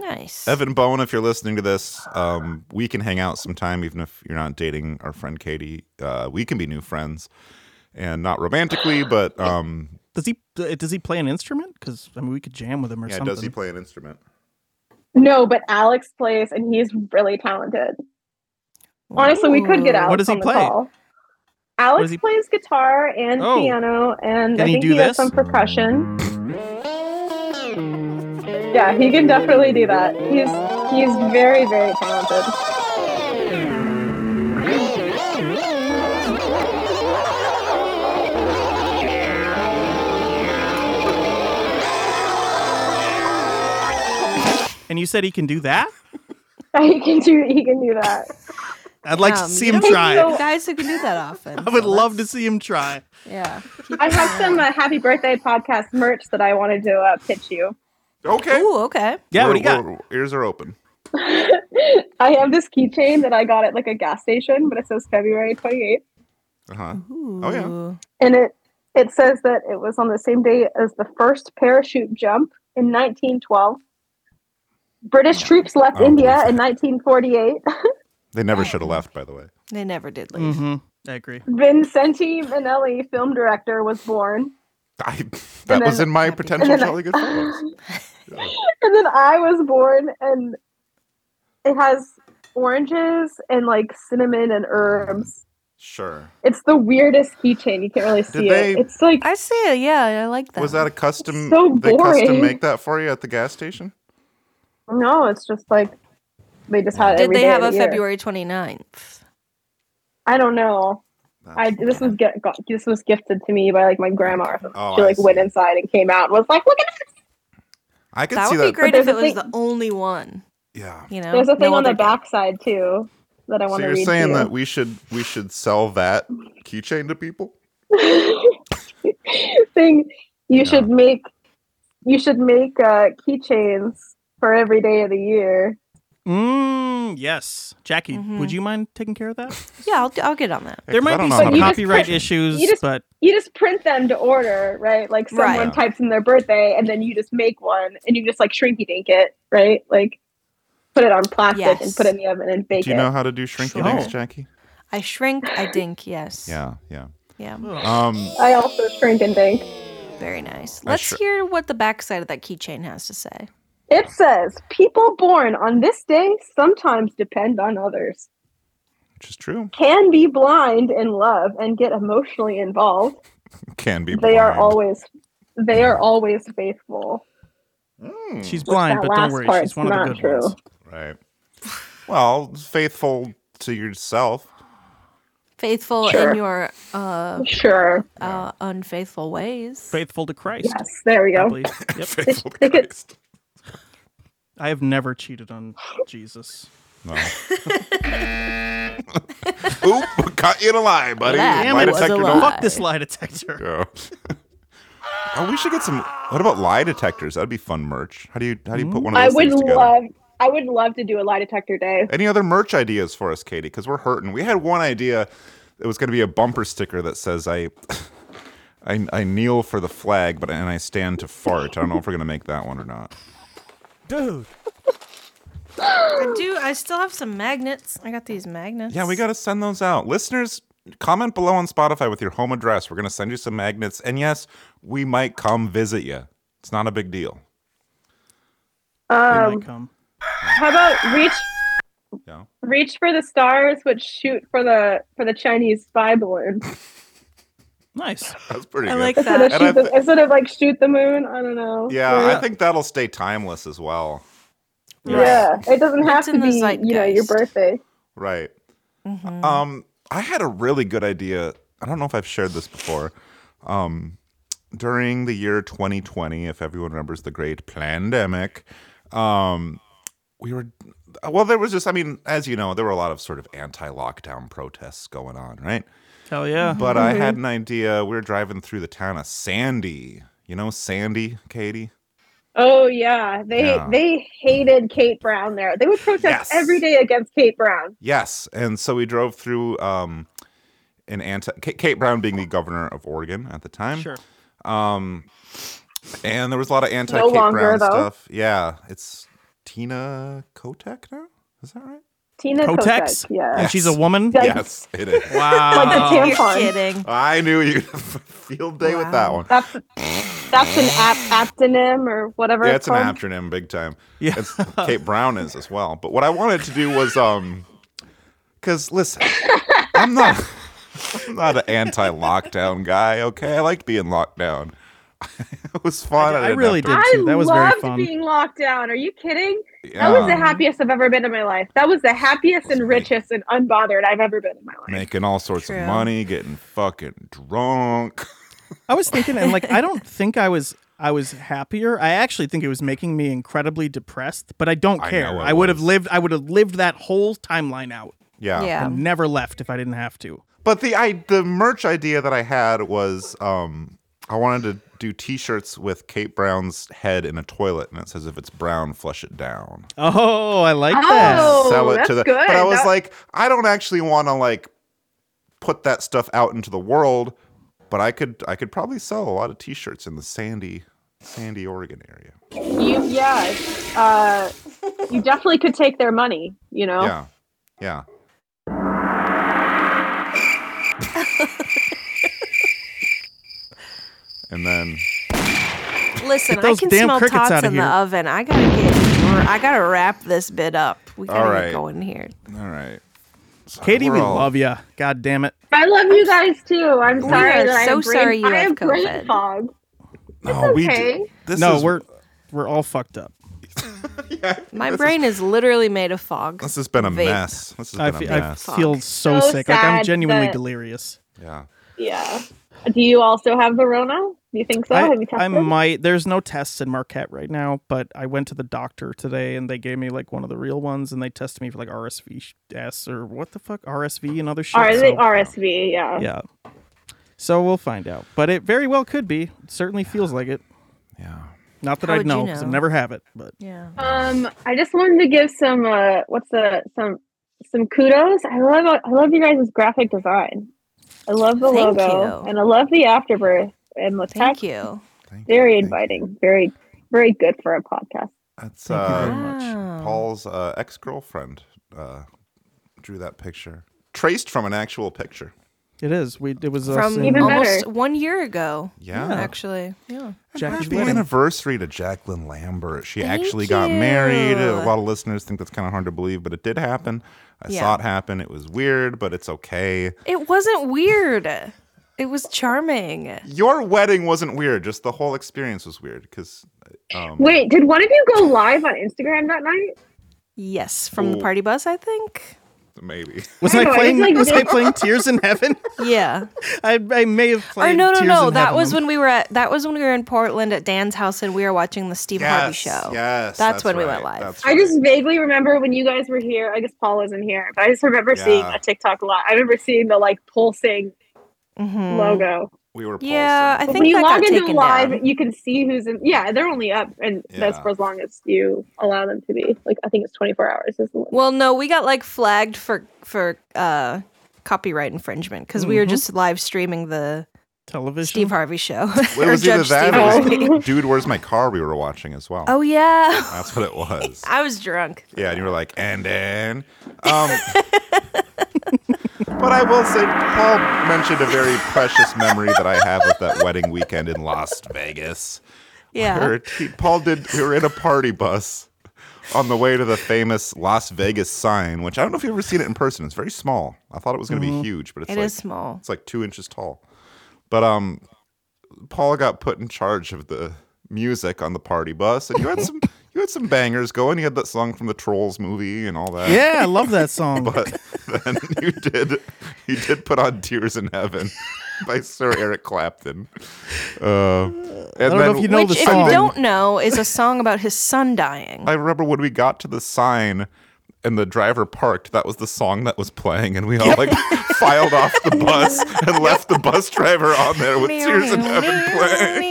Speaker 4: Nice.
Speaker 6: Evan Bowen, if you're listening to this, um, we can hang out sometime, even if you're not dating our friend Katie. Uh, we can be new friends, and not romantically, but um,
Speaker 7: does he d- does he play an instrument? Because I mean, we could jam with him or
Speaker 6: yeah.
Speaker 7: something.
Speaker 6: Does he play an instrument?
Speaker 10: No, but Alex plays, and he's really talented. Honestly, we could get
Speaker 7: Ooh.
Speaker 10: Alex
Speaker 7: What does he
Speaker 10: on the
Speaker 7: play?
Speaker 10: call.
Speaker 7: What
Speaker 10: Alex
Speaker 7: does he-
Speaker 10: plays guitar and
Speaker 7: Oh.
Speaker 10: piano, and
Speaker 7: Can
Speaker 10: I
Speaker 7: he
Speaker 10: think
Speaker 7: do
Speaker 10: he
Speaker 7: this?
Speaker 10: has some percussion. Yeah, he can definitely do that. He's he's very very talented. *laughs*
Speaker 7: And you said he can do that.
Speaker 10: He can do he can do that.
Speaker 7: I'd like
Speaker 4: Um,
Speaker 7: to see him
Speaker 4: you
Speaker 7: try.
Speaker 4: know, Guys who can do that
Speaker 6: *laughs*
Speaker 4: often.
Speaker 7: *laughs* I would love to see him try.
Speaker 4: Yeah.
Speaker 10: I have some uh, happy birthday podcast merch that I wanted to uh, pitch you.
Speaker 6: Okay.
Speaker 4: Ooh, okay.
Speaker 7: Yeah, what do you
Speaker 6: We're-
Speaker 7: got?
Speaker 6: we're- Ears are open.
Speaker 10: I have this keychain that I got at like a gas station, but it says February 28th,
Speaker 6: Uh huh. Oh yeah.
Speaker 10: and it it says that it was on the same day as the first parachute jump in 1912. British troops left
Speaker 6: Oh,
Speaker 10: India in 1948.
Speaker 6: They never should have left, by the way. *laughs*
Speaker 4: They never did leave.
Speaker 7: Mm-hmm. I agree.
Speaker 10: Vincenti Minnelli, film director, was born.
Speaker 6: I,
Speaker 10: And
Speaker 6: that was
Speaker 10: then-
Speaker 6: in my potential
Speaker 10: and then-
Speaker 6: jolly good fellows.
Speaker 10: and then I was born, and it has oranges and like cinnamon and herbs.
Speaker 6: Sure.
Speaker 10: It's the weirdest keychain. You can't really see
Speaker 6: they-
Speaker 10: it. It's like
Speaker 4: I see it. Yeah, I like that.
Speaker 6: Was that a custom?
Speaker 10: so
Speaker 6: they custom
Speaker 10: boring.
Speaker 6: make that for you at the gas station?
Speaker 10: no, it's just like they just had. it
Speaker 4: Did
Speaker 10: every
Speaker 4: they
Speaker 10: day
Speaker 4: have
Speaker 10: of
Speaker 4: a
Speaker 10: the year.
Speaker 4: February 29th?
Speaker 10: I don't know. I
Speaker 6: Oh,
Speaker 10: this was get, got, this was gifted to me by like my grandma. Or something.
Speaker 6: Oh,
Speaker 10: she
Speaker 6: I
Speaker 10: like went inside and came out and was like, "Look at this!"
Speaker 6: I could
Speaker 4: That
Speaker 6: see
Speaker 4: would be
Speaker 6: that.
Speaker 4: great
Speaker 10: But
Speaker 4: if it
Speaker 10: there's a
Speaker 4: was the
Speaker 10: thing-
Speaker 4: only one.
Speaker 6: Yeah.
Speaker 4: You know,
Speaker 10: There's a
Speaker 4: no
Speaker 10: thing on the
Speaker 4: other-
Speaker 10: backside too that I
Speaker 6: So
Speaker 10: want to
Speaker 6: you're
Speaker 10: read. to
Speaker 6: saying
Speaker 10: you.
Speaker 6: that we should we should sell that keychain to people?
Speaker 10: *laughs* thing. You should make you should make uh, keychains for every day of the year.
Speaker 7: Mm, yes, Jackie,
Speaker 10: Mm-hmm.
Speaker 7: would you mind taking care of that?
Speaker 4: Yeah, I'll, I'll get on that.
Speaker 7: there might be
Speaker 6: know how
Speaker 7: some
Speaker 6: to-
Speaker 7: copyright issues,
Speaker 10: you just-
Speaker 7: but
Speaker 10: You just print them to order, right? Like someone
Speaker 4: Right.
Speaker 10: types in their birthday, and then you just make one, and you just like shrinky dink it, right? Like put it on plastic and
Speaker 4: Yes.
Speaker 10: put it in the oven and bake
Speaker 6: Do you
Speaker 10: it.
Speaker 6: know how to do shrinky
Speaker 7: Sure.
Speaker 6: dinks, Jackie?
Speaker 4: I shrink, I
Speaker 10: *laughs*
Speaker 4: dink, yes.
Speaker 6: Yeah, yeah.
Speaker 4: Yeah.
Speaker 6: Um,
Speaker 10: I also shrink and dink.
Speaker 4: Very nice.
Speaker 6: I
Speaker 4: Let's
Speaker 6: shr-
Speaker 4: hear what the backside of that keychain has to say.
Speaker 10: It says people born on this day sometimes depend on others.
Speaker 6: which is true.
Speaker 10: Can be blind in love and get emotionally involved.
Speaker 6: Can be.
Speaker 10: they are
Speaker 6: blind.
Speaker 10: always they are always faithful.
Speaker 6: Hmm.
Speaker 7: she's
Speaker 10: Which
Speaker 7: blind.
Speaker 10: that
Speaker 7: But don't
Speaker 10: last
Speaker 7: worry,
Speaker 10: part's
Speaker 7: she's one of
Speaker 10: not
Speaker 7: the good
Speaker 10: true.
Speaker 7: ones.
Speaker 6: right. Well, faithful to yourself.
Speaker 10: *laughs*
Speaker 4: Faithful
Speaker 10: Sure.
Speaker 4: in your uh,
Speaker 10: Sure.
Speaker 4: uh, unfaithful ways.
Speaker 7: Faithful to Christ.
Speaker 10: Yes. There we
Speaker 7: I
Speaker 10: go.
Speaker 7: believe. Yep.
Speaker 10: They- they could- *laughs*
Speaker 7: I have never cheated on Jesus.
Speaker 6: *laughs* No. *laughs* Oop, caught you in a lie, buddy.
Speaker 7: Damn,
Speaker 6: lie
Speaker 7: it was a
Speaker 6: detector *laughs*
Speaker 7: lie.
Speaker 6: don't-
Speaker 7: Fuck this lie detector.
Speaker 6: Yeah. oh, we should get some. What about lie detectors? That'd be fun merch. How do you how do you
Speaker 7: Hmm?
Speaker 6: put one of
Speaker 10: I
Speaker 6: those
Speaker 10: would
Speaker 6: things together?
Speaker 10: love. I would love to do a lie detector day.
Speaker 6: Any other merch ideas for us, Katie? Because we're hurting. We had one idea. It was going to be a bumper sticker that says I. *laughs* I, I kneel for the flag, but and I stand to fart. I don't know if we're gonna make that one or not.
Speaker 7: Dude.
Speaker 4: I do. I still have some magnets. I got these magnets.
Speaker 6: Yeah, we got to send those out. Listeners, comment below on Spotify with your home address. We're going to send you some magnets. And yes, we might come visit you. It's not a big deal.
Speaker 7: Oh
Speaker 10: Um, How about reach?
Speaker 6: Yeah.
Speaker 10: Reach for the stars, but shoot for the for the Chinese spy balloon. *laughs*
Speaker 7: Nice.
Speaker 6: That's pretty
Speaker 10: I
Speaker 6: good.
Speaker 10: like that. Instead
Speaker 6: And
Speaker 10: of,
Speaker 6: I
Speaker 10: shoot the,
Speaker 6: thi-
Speaker 10: instead of like shoot the moon, I don't know.
Speaker 6: yeah,
Speaker 10: Or-
Speaker 6: I think that'll stay timeless as well.
Speaker 10: Yeah, it doesn't have to be you know your birthday.
Speaker 6: Right. Um, I had a really good idea. I don't know if I've shared this before. Um, during the year 2020, if everyone remembers the great pandemic, um, we were well. There was just, I mean, as you know, there were a lot of sort of anti-lockdown protests going on, right?
Speaker 7: Hell yeah.
Speaker 6: But I had an idea. We were driving through the town of Sandy. You know Sandy, Katie.
Speaker 10: Oh yeah, they
Speaker 6: Yeah.
Speaker 10: they hated Kate Brown there. They would
Speaker 6: Yes.
Speaker 10: protest every day against Kate Brown.
Speaker 6: Yes, and so we drove through um, an anti Ka- Kate Brown being the governor of Oregon at the time.
Speaker 7: Sure.
Speaker 6: Um, and there was a lot of anti Kate
Speaker 10: longer,
Speaker 6: Brown
Speaker 10: though.
Speaker 6: stuff. Yeah, it's Tina Kotek now. Is that right?
Speaker 10: Tina
Speaker 7: Kotex?
Speaker 10: Kotex. Yeah.
Speaker 7: And she's a woman?
Speaker 10: *laughs* Like-
Speaker 6: yes, it is.
Speaker 7: Wow. *laughs*
Speaker 6: "Oh,
Speaker 10: Like the tampon.
Speaker 6: I knew you'd have a field day with that one.
Speaker 10: That's that's an ap- aptonym or whatever.
Speaker 6: Yeah,
Speaker 10: it's,
Speaker 6: it's an
Speaker 10: called.
Speaker 6: acronym, big time. Yeah, it's, Kate Brown is as well. But what I wanted to do was, um, because listen, I'm not, I'm not an anti-lockdown guy. Okay, I liked being locked down. *laughs* it was fun.
Speaker 7: I
Speaker 6: didn't
Speaker 7: really
Speaker 6: have to-
Speaker 10: I loved being locked down. Are you kidding? That was the
Speaker 6: Yeah.
Speaker 10: happiest I've ever been in my life. That was the happiest and richest and unbothered I've ever been in my life.
Speaker 6: making all sorts
Speaker 10: True.
Speaker 6: of money, getting fucking drunk.
Speaker 7: I was thinking, and like, I don't think I was. I was happier. I actually think it was making me incredibly depressed, but I don't
Speaker 6: I
Speaker 7: care.
Speaker 6: know it
Speaker 7: I, would have lived. I would have lived that whole timeline out.
Speaker 6: Yeah. Yeah.
Speaker 7: And never left if I didn't have to.
Speaker 6: But the I the merch idea that I had was um I wanted to do T-shirts with Kate Brown's head in a toilet, and it says if it's brown, flush it down.
Speaker 7: Oh, I like
Speaker 6: and
Speaker 7: that.
Speaker 6: sell it to the. But I was like, I don't actually want to like put that stuff out into the world, but I could I could probably sell a lot of T-shirts in the Sandy Sandy Oregon area.
Speaker 10: You, yeah, uh, you definitely could take their money. You know.
Speaker 6: Yeah, yeah. and then
Speaker 4: Listen,
Speaker 7: Get
Speaker 4: I
Speaker 7: those
Speaker 4: can
Speaker 7: damn
Speaker 4: smell
Speaker 7: crickets
Speaker 4: tots
Speaker 7: outta
Speaker 4: in the
Speaker 7: here.
Speaker 4: oven. I gotta get. I gotta wrap this bit up. We gotta
Speaker 6: All
Speaker 4: get
Speaker 6: right.
Speaker 4: going here.
Speaker 6: all right. So
Speaker 7: Katie,
Speaker 6: we're
Speaker 7: we
Speaker 6: all-
Speaker 7: love you. God damn it.
Speaker 10: I love you guys too. I'm
Speaker 4: We
Speaker 10: sorry.
Speaker 4: are
Speaker 10: that I
Speaker 4: so
Speaker 10: have brain,
Speaker 4: sorry you
Speaker 10: I
Speaker 4: have
Speaker 10: have brain
Speaker 4: COVID.
Speaker 10: fog.
Speaker 6: No, we.
Speaker 10: okay.
Speaker 6: d- This
Speaker 7: no,
Speaker 6: is,
Speaker 7: we're we're all fucked up.
Speaker 4: My brain is literally made of fog.
Speaker 6: This has been a
Speaker 4: Vape.
Speaker 6: mess. This has
Speaker 7: I
Speaker 6: been
Speaker 7: fe-
Speaker 6: a
Speaker 7: I
Speaker 6: mess.
Speaker 7: feel so,
Speaker 10: So
Speaker 7: sick. Like I'm
Speaker 10: sad
Speaker 7: genuinely
Speaker 10: that-
Speaker 7: delirious.
Speaker 6: Yeah.
Speaker 10: Yeah. Do you also have the Rona? Do you think so?
Speaker 7: I,
Speaker 10: have you tested?
Speaker 7: I might. There's no tests in Marquette right now, but I went to the doctor today and they gave me like one of the real ones and they tested me for like RSV S or what the fuck RSV and other shit.
Speaker 10: Are they
Speaker 7: so-
Speaker 10: RSV? Yeah.
Speaker 7: Yeah. So we'll find out, but it very well could be. It certainly feels like it.
Speaker 6: Yeah.
Speaker 7: Not that
Speaker 4: How
Speaker 7: I'd
Speaker 4: would
Speaker 7: know
Speaker 4: you
Speaker 7: because
Speaker 4: know?
Speaker 7: I've never have it, but
Speaker 4: Yeah.
Speaker 10: Um, I just wanted to give some uh, what's the some some kudos. I love I love you guys' graphic design. I love the
Speaker 4: Thank
Speaker 10: logo
Speaker 4: you.
Speaker 10: and I love the afterbirth and the
Speaker 4: Thank
Speaker 10: text.
Speaker 4: you.
Speaker 10: Very inviting. Very very good for a podcast.
Speaker 6: That's
Speaker 4: Thank you very
Speaker 6: uh,
Speaker 4: much.
Speaker 6: Paul's uh, ex girlfriend uh, drew that picture, traced from an actual picture.
Speaker 7: it is. We it was uh, us
Speaker 4: From
Speaker 7: in-
Speaker 4: almost one year ago.
Speaker 6: Yeah.
Speaker 4: Actually. Yeah.
Speaker 7: Jack
Speaker 6: Happy
Speaker 7: Lemmon.
Speaker 6: anniversary to Jacqueline Lambert. She
Speaker 4: Thank
Speaker 6: actually got married.
Speaker 4: you.
Speaker 6: A lot of listeners think that's kind of hard to believe, but it did happen. I
Speaker 4: Yeah.
Speaker 6: saw it happen. It was weird, but it's okay.
Speaker 4: It wasn't weird. It was charming.
Speaker 6: Your wedding wasn't weird. Just the whole experience was weird because. Um,
Speaker 10: Wait, did one of you go live on Instagram that night?
Speaker 4: Yes, from the
Speaker 6: Ooh.
Speaker 4: party bus, I think.
Speaker 6: Maybe.
Speaker 7: Was
Speaker 4: I
Speaker 7: I,
Speaker 4: know, I just
Speaker 7: playing?
Speaker 4: like
Speaker 7: was I
Speaker 4: did-
Speaker 7: playing Tears in Heaven?
Speaker 4: Yeah.
Speaker 7: I, I may have played.
Speaker 4: Or Oh, no, no,
Speaker 7: Tears
Speaker 4: no.
Speaker 7: in
Speaker 4: That
Speaker 7: Heaven.
Speaker 4: was when we were at. That was when we were in Portland at Dan's house, and we were watching the Steve Harvey
Speaker 6: Yes,
Speaker 4: show.
Speaker 6: yes,
Speaker 4: that's, when we went live.
Speaker 10: I just vaguely remember when you guys were here. I guess Paul wasn't here, but I just remember
Speaker 6: Yeah.
Speaker 10: seeing that TikTok a lot. I remember seeing the like pulsing
Speaker 4: Mm-hmm.
Speaker 10: logo.
Speaker 6: We were
Speaker 4: Yeah, I
Speaker 10: But
Speaker 4: think
Speaker 10: when you
Speaker 4: Hmm. that
Speaker 10: log
Speaker 4: got
Speaker 10: into
Speaker 4: taken
Speaker 10: live,
Speaker 4: down.
Speaker 10: you can see who's in. Yeah, they're only up, and that's
Speaker 4: Yeah.
Speaker 10: for as long as you allow them to be. Like I think it's twenty four hours. Is the limit.
Speaker 4: Well, no, we got like flagged for for uh copyright infringement because we were
Speaker 6: Mm-hmm.
Speaker 10: Mhm.
Speaker 4: just live streaming the
Speaker 7: television
Speaker 4: Steve Harvey show.
Speaker 6: Well,
Speaker 4: *laughs*
Speaker 6: it
Speaker 4: Or
Speaker 6: was either
Speaker 4: Judge
Speaker 6: that
Speaker 4: Steve
Speaker 6: or *laughs*
Speaker 4: Harvey. *laughs*
Speaker 6: it was Dude, Where's My Car? We were watching as well.
Speaker 4: Oh yeah,
Speaker 6: That's what
Speaker 4: *laughs*
Speaker 6: it was.
Speaker 4: I was drunk.
Speaker 6: Yeah, and you were like, and then. Um, *laughs* but I will say, Paul mentioned a very precious memory that I have of that wedding weekend in Las Vegas.
Speaker 4: Yeah.
Speaker 6: *laughs* Where he- Paul did, we were in a party bus on the way to the famous Las Vegas sign, which I don't know if you've ever seen it in person. It's very small. I thought it was going to
Speaker 4: Mhm.
Speaker 6: be huge, but it's
Speaker 4: It
Speaker 6: like,
Speaker 4: is small.
Speaker 6: It's like two inches tall. But um, Paul got put in charge of the music on the party bus, and you had
Speaker 7: *laughs*
Speaker 6: some you had some bangers going. You had that song from the Trolls movie and all that.
Speaker 7: Yeah, I love that song.
Speaker 6: *laughs* but then you did you did put on Tears in Heaven by Sir Eric Clapton. Uh, and
Speaker 7: I don't know
Speaker 6: then-
Speaker 7: if you know
Speaker 4: Which, if you don't know, is a song about his son dying.
Speaker 6: *laughs* I remember when we got to the sign and the driver parked, that was the song that was playing, and we all like *laughs* filed off
Speaker 10: *laughs*
Speaker 6: the bus and left the bus driver on there with tears in heaven playing.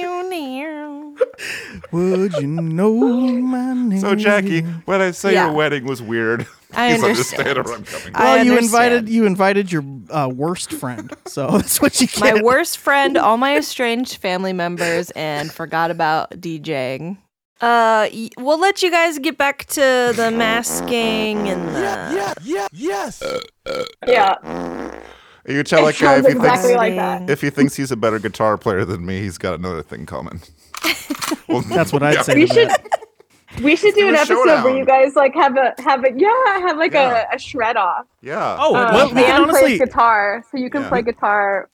Speaker 7: Would you know my name?
Speaker 6: So Jackie, when I say
Speaker 7: Yeah.
Speaker 6: your wedding was weird, *laughs*
Speaker 7: I
Speaker 6: please
Speaker 7: understand.
Speaker 6: understand where I'm coming from.
Speaker 7: Well, you
Speaker 4: understand.
Speaker 7: invited you invited your uh, worst friend, so *laughs* that's what you
Speaker 4: *laughs* my
Speaker 7: get.
Speaker 4: worst friend, all my estranged family members, and forgot about DJing. Uh, y- we'll let you guys get back to the masking and the yeah,
Speaker 11: yeah, yes.
Speaker 10: yeah.
Speaker 6: You can tell
Speaker 10: It
Speaker 4: uh,
Speaker 6: that guy if
Speaker 10: sounds
Speaker 6: he
Speaker 10: exactly
Speaker 6: thinks
Speaker 10: like
Speaker 6: *laughs*
Speaker 10: that.
Speaker 6: if he thinks he's a better guitar player than me, he's got another thing
Speaker 10: *laughs*
Speaker 6: coming.
Speaker 7: That's what I'd say
Speaker 10: We should. We should do an
Speaker 6: Let's do
Speaker 10: episode
Speaker 6: a
Speaker 10: where you guys like have a have a yeah have like
Speaker 6: Yeah.
Speaker 10: a, a shred off.
Speaker 6: Yeah.
Speaker 7: Oh,
Speaker 10: Um,
Speaker 7: well, we
Speaker 10: Dan
Speaker 7: can
Speaker 10: plays
Speaker 7: honestly
Speaker 10: guitar, so you can play guitar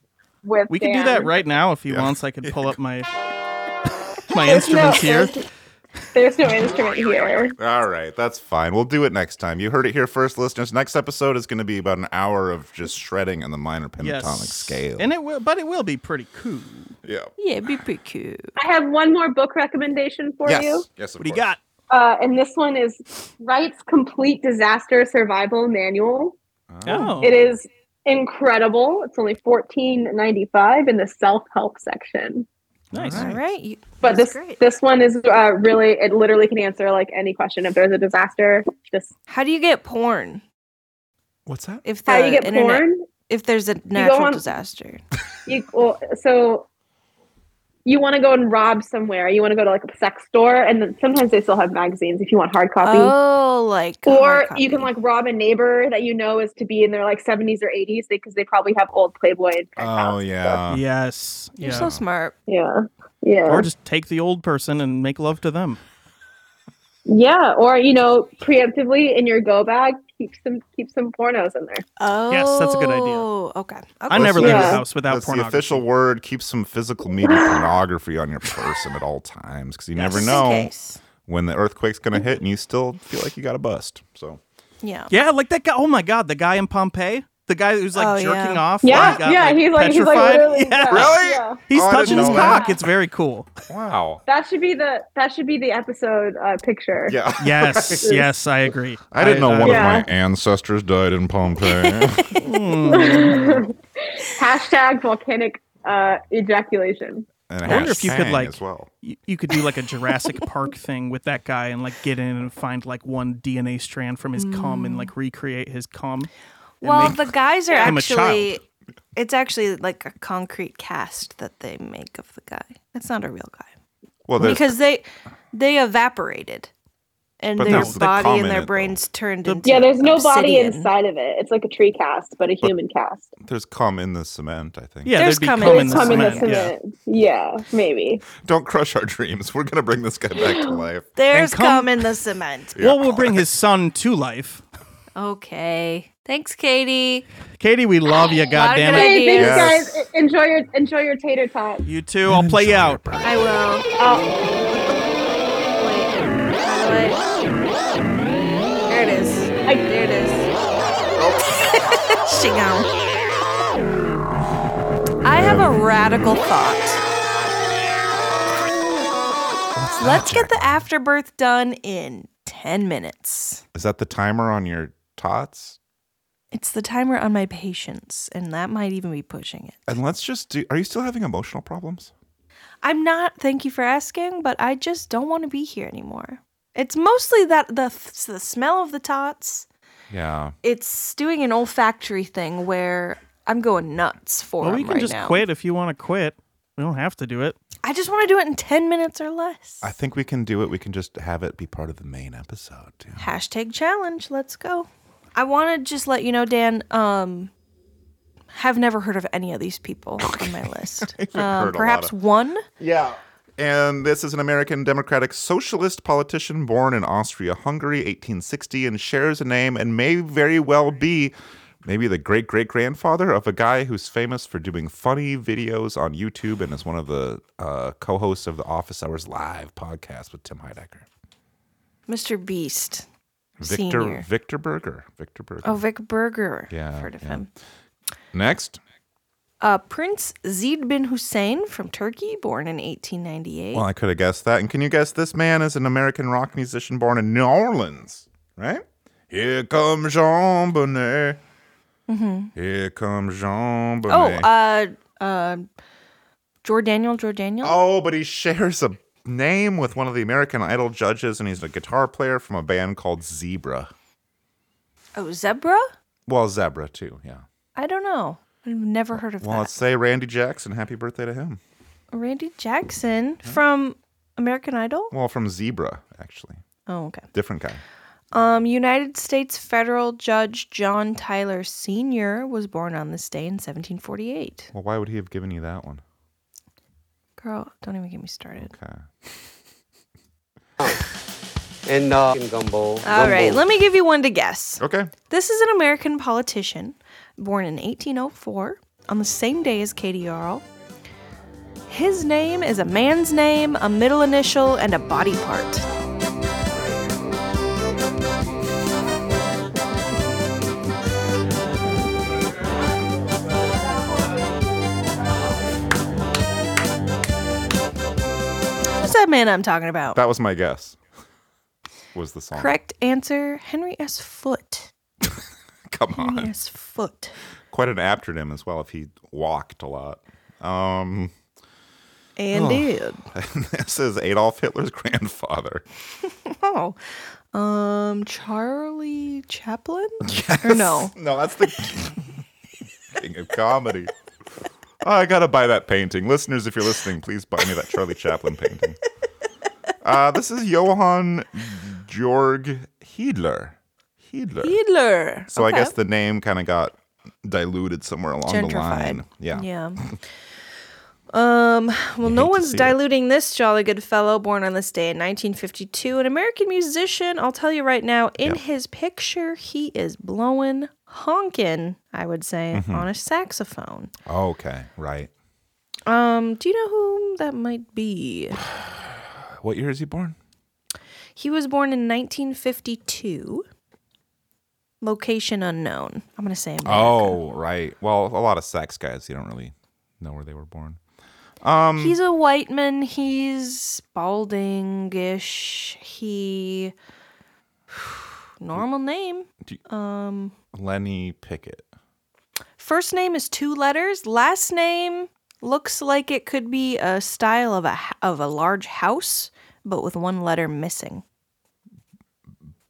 Speaker 10: with.
Speaker 7: we can do
Speaker 10: Dan.
Speaker 7: that right now if he wants. I can pull up
Speaker 10: *laughs*
Speaker 7: my my
Speaker 10: There's no-
Speaker 7: instruments here.
Speaker 10: There's, there's no instrument here.
Speaker 6: All right, that's fine. We'll do it next time. You heard it here first, listeners. Next episode is going to be about an hour of just shredding on the minor pentatonic
Speaker 7: Yes.
Speaker 6: scale.
Speaker 7: And it will, but it will be pretty cool.
Speaker 6: Yeah.
Speaker 4: Yeah, it'd be pretty cool.
Speaker 10: I have one more book recommendation for you.
Speaker 6: Yes.
Speaker 7: What do you got?
Speaker 10: Uh, and this one is Wright's Complete Disaster Survival Manual.
Speaker 7: Oh.
Speaker 10: It is incredible. It's only fourteen ninety five in the self help section.
Speaker 7: Nice.
Speaker 4: All right, you,
Speaker 10: But
Speaker 4: that's
Speaker 10: this
Speaker 4: great.
Speaker 10: this one is uh, really it literally can answer like any question if there's a disaster. Just
Speaker 4: How do you get porn?
Speaker 6: What's that?
Speaker 4: If the
Speaker 10: How do you get
Speaker 4: internet,
Speaker 10: porn?
Speaker 4: If there's a natural
Speaker 10: on-
Speaker 4: disaster,
Speaker 10: You well, so you want to go and rob somewhere. You want to go to like a sex store, and then sometimes they still have magazines if you want hard copy.
Speaker 4: oh, like
Speaker 10: or
Speaker 4: hard
Speaker 10: you can like rob a neighbor that you know is to be in their like 70s or 80s because they probably have old Playboy.
Speaker 6: Oh yeah.
Speaker 7: Yes.
Speaker 4: You're
Speaker 7: yeah.
Speaker 4: so smart.
Speaker 10: Yeah, yeah,
Speaker 7: Or just take the old person and make love to them.
Speaker 10: yeah. Or you know, preemptively in your go bag, keep some keep some pornos in there.
Speaker 4: Oh,
Speaker 7: Yes, that's a good idea.
Speaker 4: Okay. okay.
Speaker 7: I never leave
Speaker 10: Yeah.
Speaker 7: the house without
Speaker 6: That's the
Speaker 7: pornography.
Speaker 6: official word. Keep some physical
Speaker 4: *laughs*
Speaker 6: media pornography on your person at all times because you never
Speaker 4: Just in
Speaker 6: know
Speaker 4: case.
Speaker 6: when the earthquake's going to hit and you still feel like you got a bust. So
Speaker 4: Yeah.
Speaker 7: Yeah, like that guy. Oh my god, the guy in Pompeii, the guy who's like
Speaker 4: Oh,
Speaker 7: jerking
Speaker 4: yeah.
Speaker 7: off.
Speaker 10: Yeah,
Speaker 7: and got,
Speaker 10: yeah, he's like- he's, like,
Speaker 7: petrified.
Speaker 10: literally-
Speaker 7: *laughs* Yeah.
Speaker 10: yeah, Really? yeah.
Speaker 7: He's
Speaker 6: Oh, I
Speaker 7: touching
Speaker 6: didn't
Speaker 7: his
Speaker 6: know that.
Speaker 7: cock. It's very cool.
Speaker 6: wow.
Speaker 10: That should be the that should be the episode uh, picture.
Speaker 6: Yeah.
Speaker 4: *laughs*
Speaker 6: *laughs*
Speaker 7: Yes,
Speaker 6: Right.
Speaker 7: yes, I agree.
Speaker 6: I uh, didn't know
Speaker 7: I- uh,
Speaker 6: one
Speaker 10: Yeah.
Speaker 6: of my ancestors died in
Speaker 7: *laughs*
Speaker 6: Pompeii.
Speaker 10: *laughs* hmm.
Speaker 6: *laughs*
Speaker 10: Hashtag volcanic uh, ejaculation.
Speaker 6: and
Speaker 7: I wonder if you could
Speaker 6: hashtag
Speaker 7: like
Speaker 6: as well.
Speaker 7: You, you could do like a Jurassic Park thing with that guy and like get in and find like one DNA strand from his cum and
Speaker 4: Mm.
Speaker 7: like recreate his cum. and
Speaker 4: Well,
Speaker 7: make-
Speaker 4: the guys are
Speaker 7: him a child.
Speaker 4: actually. It's actually like a concrete cast that they make of the guy. It's not a real guy.
Speaker 6: Well, there's-
Speaker 4: because they they evaporated, and
Speaker 6: But
Speaker 4: their
Speaker 6: there's the cum
Speaker 4: body
Speaker 6: in
Speaker 4: and
Speaker 6: it,
Speaker 4: their
Speaker 6: though.
Speaker 4: brains turned into
Speaker 10: Yeah, there's no body
Speaker 4: obsidian.
Speaker 10: inside of it. It's like a tree cast, but a human cast.
Speaker 6: There's cum in the cement, I think.
Speaker 7: yeah,
Speaker 4: there's
Speaker 7: there'd be
Speaker 4: cum in
Speaker 7: cum
Speaker 4: it.
Speaker 7: in the
Speaker 10: Come in the
Speaker 7: cement. yeah.
Speaker 10: cement. Yeah, maybe.
Speaker 6: Don't crush our dreams. We're gonna bring this guy back
Speaker 4: *gasps*
Speaker 6: to life.
Speaker 4: There's
Speaker 7: And cum-
Speaker 4: cum in the cement.
Speaker 7: Well, we'll bring his son to life.
Speaker 4: Okay. Thanks, Katie.
Speaker 7: Katie, we love you. God damn
Speaker 4: good
Speaker 7: it.
Speaker 10: Hey, thanks,
Speaker 6: Yes.
Speaker 10: guys. E- Enjoy your enjoy your tater tot.
Speaker 7: You too. I'll play you out.
Speaker 4: I will.
Speaker 10: Oh,
Speaker 4: Wait. How do I? There it is.
Speaker 10: I,
Speaker 4: There it is.
Speaker 6: Oh,
Speaker 4: *laughs* Shingo. I have a radical thought. Let's get the afterbirth done in 10 minutes.
Speaker 6: Is that the timer on your tots?
Speaker 4: It's the timer on my patience, and that might even be pushing it.
Speaker 6: And let's just do. Are you still having emotional problems?
Speaker 4: I'm not, thank you for asking, but I just don't want to be here anymore. It's mostly that the, the smell of the tots.
Speaker 6: Yeah.
Speaker 4: It's doing an olfactory thing where I'm going nuts for
Speaker 7: Well,
Speaker 4: them
Speaker 7: we can
Speaker 4: right
Speaker 7: just
Speaker 4: now.
Speaker 7: quit if you want to quit. We don't have to
Speaker 6: *laughs*
Speaker 7: do it.
Speaker 4: I just want to do it in 10 minutes or less.
Speaker 6: I think we can do it. We can just have it be part of the main episode. dude.
Speaker 4: Hashtag challenge. Let's go. I want to just let you know, Dan, um, have never heard of any of these
Speaker 6: *laughs*
Speaker 4: people on my list.
Speaker 6: haven't
Speaker 4: Um,
Speaker 6: heard a lot
Speaker 4: perhaps
Speaker 6: of-
Speaker 4: one?
Speaker 6: Yeah. And this is an American democratic socialist politician born in Austria Hungary, 1860, and shares a name and may very well be maybe the great great grandfather of a guy who's famous for doing funny videos on YouTube and is one of the uh, co hosts of the Office Hours Live podcast with Tim Heidecker.
Speaker 4: Mr. Beast.
Speaker 6: Victor
Speaker 4: Senior.
Speaker 6: Victor Berger. Victor Berger.
Speaker 4: Oh, Vic Berger.
Speaker 6: Yeah,
Speaker 4: I've heard of
Speaker 6: yeah.
Speaker 4: him.
Speaker 6: Next.
Speaker 4: Uh, Prince Zed bin Hussein from Turkey, born in 1898.
Speaker 6: Well, I could have guessed that. And can you guess this man is an American rock musician born in New Orleans, right? Here comes Jean Bonnet.
Speaker 4: hmm
Speaker 6: Here comes Jean
Speaker 4: Oh,
Speaker 6: Bonnet.
Speaker 4: uh, uh, Jordaniel, Jordaniel.
Speaker 6: Oh, but he shares a name with one of the American Idol judges, and he's a guitar player from a band called Zebra.
Speaker 4: Oh, Zebra?
Speaker 6: Well, Zebra, too, yeah.
Speaker 4: I don't know. I've never heard of
Speaker 6: Well, let's say Randy Jackson. Happy birthday to him.
Speaker 4: that. Randy Jackson from American Idol?
Speaker 6: Well, from Zebra, actually.
Speaker 4: Oh, okay.
Speaker 6: Different guy.
Speaker 4: Um, United States federal judge John Tyler Sr. was born on this day in 1748.
Speaker 6: Well, why would he have given you that one?
Speaker 4: Girl, don't even get me started.
Speaker 6: Okay.
Speaker 13: And uh, in gumbo.
Speaker 6: Oh,
Speaker 4: All right, let me give you one to guess.
Speaker 6: Okay.
Speaker 4: This is an American politician born in 1804 on the same day as Katie Yarl. His name is a man's name, a middle initial, and a body part. Who's that man I'm talking about?
Speaker 6: That was my guess. Was the song.
Speaker 4: Correct answer Henry S. Foot.
Speaker 6: Come on.
Speaker 4: Henry S. Foot.
Speaker 6: quite an afternoon as well if he walked a lot. Um, *laughs*
Speaker 4: And
Speaker 6: oh.
Speaker 4: did.
Speaker 6: this is Adolf Hitler's grandfather.
Speaker 4: Oh. Um Charlie
Speaker 6: *laughs*
Speaker 4: Chaplin? *laughs* Or no.
Speaker 6: No, that's the king of comedy. Oh, I gotta buy that painting, listeners. If you're listening, please buy me that Charlie Chaplin painting. Uh, this is Johann Georg Hiedler. Hiedler.
Speaker 4: Hitler.
Speaker 6: So
Speaker 4: Okay.
Speaker 6: I guess the name kind of got diluted somewhere along the line. Yeah.
Speaker 4: Yeah. Um, well, no one's
Speaker 6: see it.
Speaker 4: diluting this jolly good fellow born on this day in 1952, an American musician. I'll tell you right now, in his picture, he is blowing, honking, I would say,
Speaker 6: Mhm.
Speaker 4: on a saxophone.
Speaker 6: Okay. Right.
Speaker 4: Um, do you know who that might be?
Speaker 6: What year is he born?
Speaker 4: He was born in 1952. Location unknown. I'm gonna say. America.
Speaker 6: Oh, right. Well, a lot of sex guys, you don't really know where they were born. Um,
Speaker 4: He's a white man. He's baldingish. He *sighs* normal name. Um,
Speaker 6: Lenny Pickett.
Speaker 4: first name is two letters. Last name looks like it could be a style of a h- of a large house, but with one letter missing.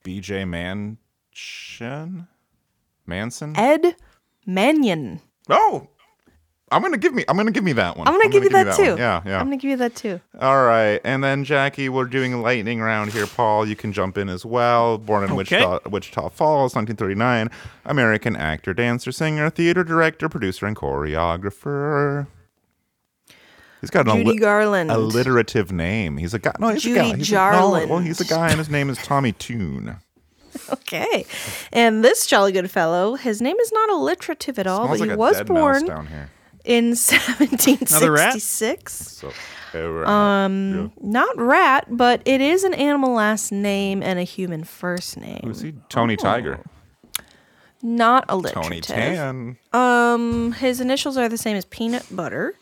Speaker 6: BJ Mansion? Manson?
Speaker 4: Ed Mannion.
Speaker 6: Oh, I'm gonna give me. I'm gonna give me that one.
Speaker 4: I'm gonna, give you that, too.
Speaker 6: one. Yeah, yeah.
Speaker 4: I'm gonna give you that too.
Speaker 6: All right, and then Jackie, we're doing lightning round here. Paul, you can jump in as well. Born in Wichita, Wichita Falls, 1939, American actor, dancer, singer, theater director, producer, and choreographer. He's got an
Speaker 4: Judy Garland.
Speaker 6: alliterative name. He's a guy. No, he's
Speaker 4: Judy
Speaker 6: a guy. He's a- no,
Speaker 4: Jarland.
Speaker 6: well, he's a guy, and his name is
Speaker 4: *laughs*
Speaker 6: Tommy Tune.
Speaker 4: Okay. And this jolly good fellow, his name is not alliterative at all,
Speaker 6: Smells
Speaker 4: Oh, but
Speaker 6: like
Speaker 4: he
Speaker 6: a
Speaker 4: was
Speaker 6: dead mouse
Speaker 4: born
Speaker 6: down here.
Speaker 4: in *laughs*
Speaker 6: Another rat?
Speaker 4: 1766.
Speaker 6: So, all right.
Speaker 4: Um,
Speaker 6: Yeah.
Speaker 4: not rat, but it is an animal last name and a human first name.
Speaker 6: Who's he? Tony Tiger.
Speaker 4: Not alliterative.
Speaker 6: Tony Tan,
Speaker 4: Um, his initials are the same as peanut butter.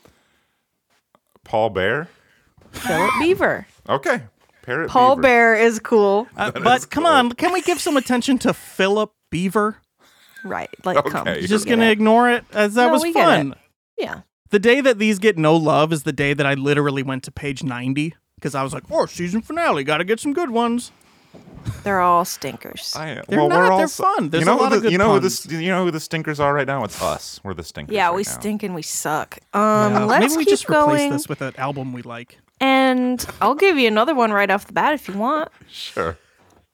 Speaker 6: Paul Bear.
Speaker 4: Philip Beaver.
Speaker 6: Okay, Parrot
Speaker 4: Paul
Speaker 6: Beaver.
Speaker 4: Bear is cool.
Speaker 7: Uh, but come on, can we give some attention to Philip Beaver?
Speaker 4: Right, like come.
Speaker 7: You're just gonna ignore it as that
Speaker 4: No,
Speaker 7: was
Speaker 4: we get
Speaker 7: fun.
Speaker 4: it. Yeah.
Speaker 7: The day that these get no love is the day that I literally went to page ninety because I was like, "Oh, season finale, got to get some good ones."
Speaker 4: They're all stinkers.
Speaker 7: I,
Speaker 6: well, we're all
Speaker 7: They're
Speaker 6: s-
Speaker 7: fun. There's
Speaker 6: you know
Speaker 7: a lot
Speaker 6: who the,
Speaker 7: of good
Speaker 6: you know who
Speaker 7: puns.
Speaker 6: the you know who the stinkers are right now. It's us. We're the stinkers.
Speaker 4: Yeah,
Speaker 6: right
Speaker 4: we
Speaker 6: now.
Speaker 4: stink and we suck.
Speaker 7: Yeah.
Speaker 4: Um, let's
Speaker 7: Maybe we
Speaker 4: keep
Speaker 7: just replace
Speaker 4: going.
Speaker 7: this with an album we like.
Speaker 4: And I'll give you another one right off the bat if you want.
Speaker 6: Sure. *laughs*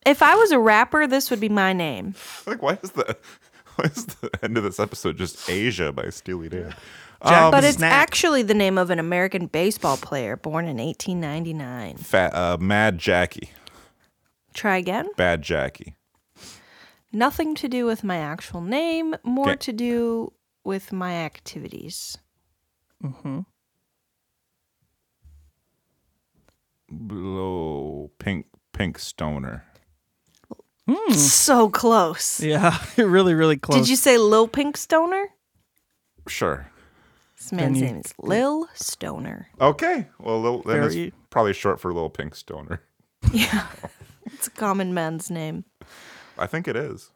Speaker 4: If I was a rapper, this would be my name.
Speaker 6: Like, why is the *laughs* why is the end of this episode just Asia by Steely Dan? Um,
Speaker 4: but it's actually the name of an American baseball player born in 1899.
Speaker 6: Fat, uh, Mad Jackie,
Speaker 4: Try again.
Speaker 6: Bad Jackie.
Speaker 4: Nothing to do with my actual name, more
Speaker 6: Okay.
Speaker 4: to do with my activities.
Speaker 7: Mm-hmm.
Speaker 6: Blow pink pink stoner. Hmm.
Speaker 4: So close.
Speaker 7: *laughs* Yeah, *laughs* really, really close.
Speaker 4: Did you say Lil Pink Stoner?
Speaker 6: Sure.
Speaker 4: This man's
Speaker 6: you-
Speaker 4: name is Lil Stoner.
Speaker 6: Okay. Well, Lil, then it's
Speaker 4: Very-
Speaker 6: probably short for little pink stoner.
Speaker 4: It's a common man's name.
Speaker 6: I think it is.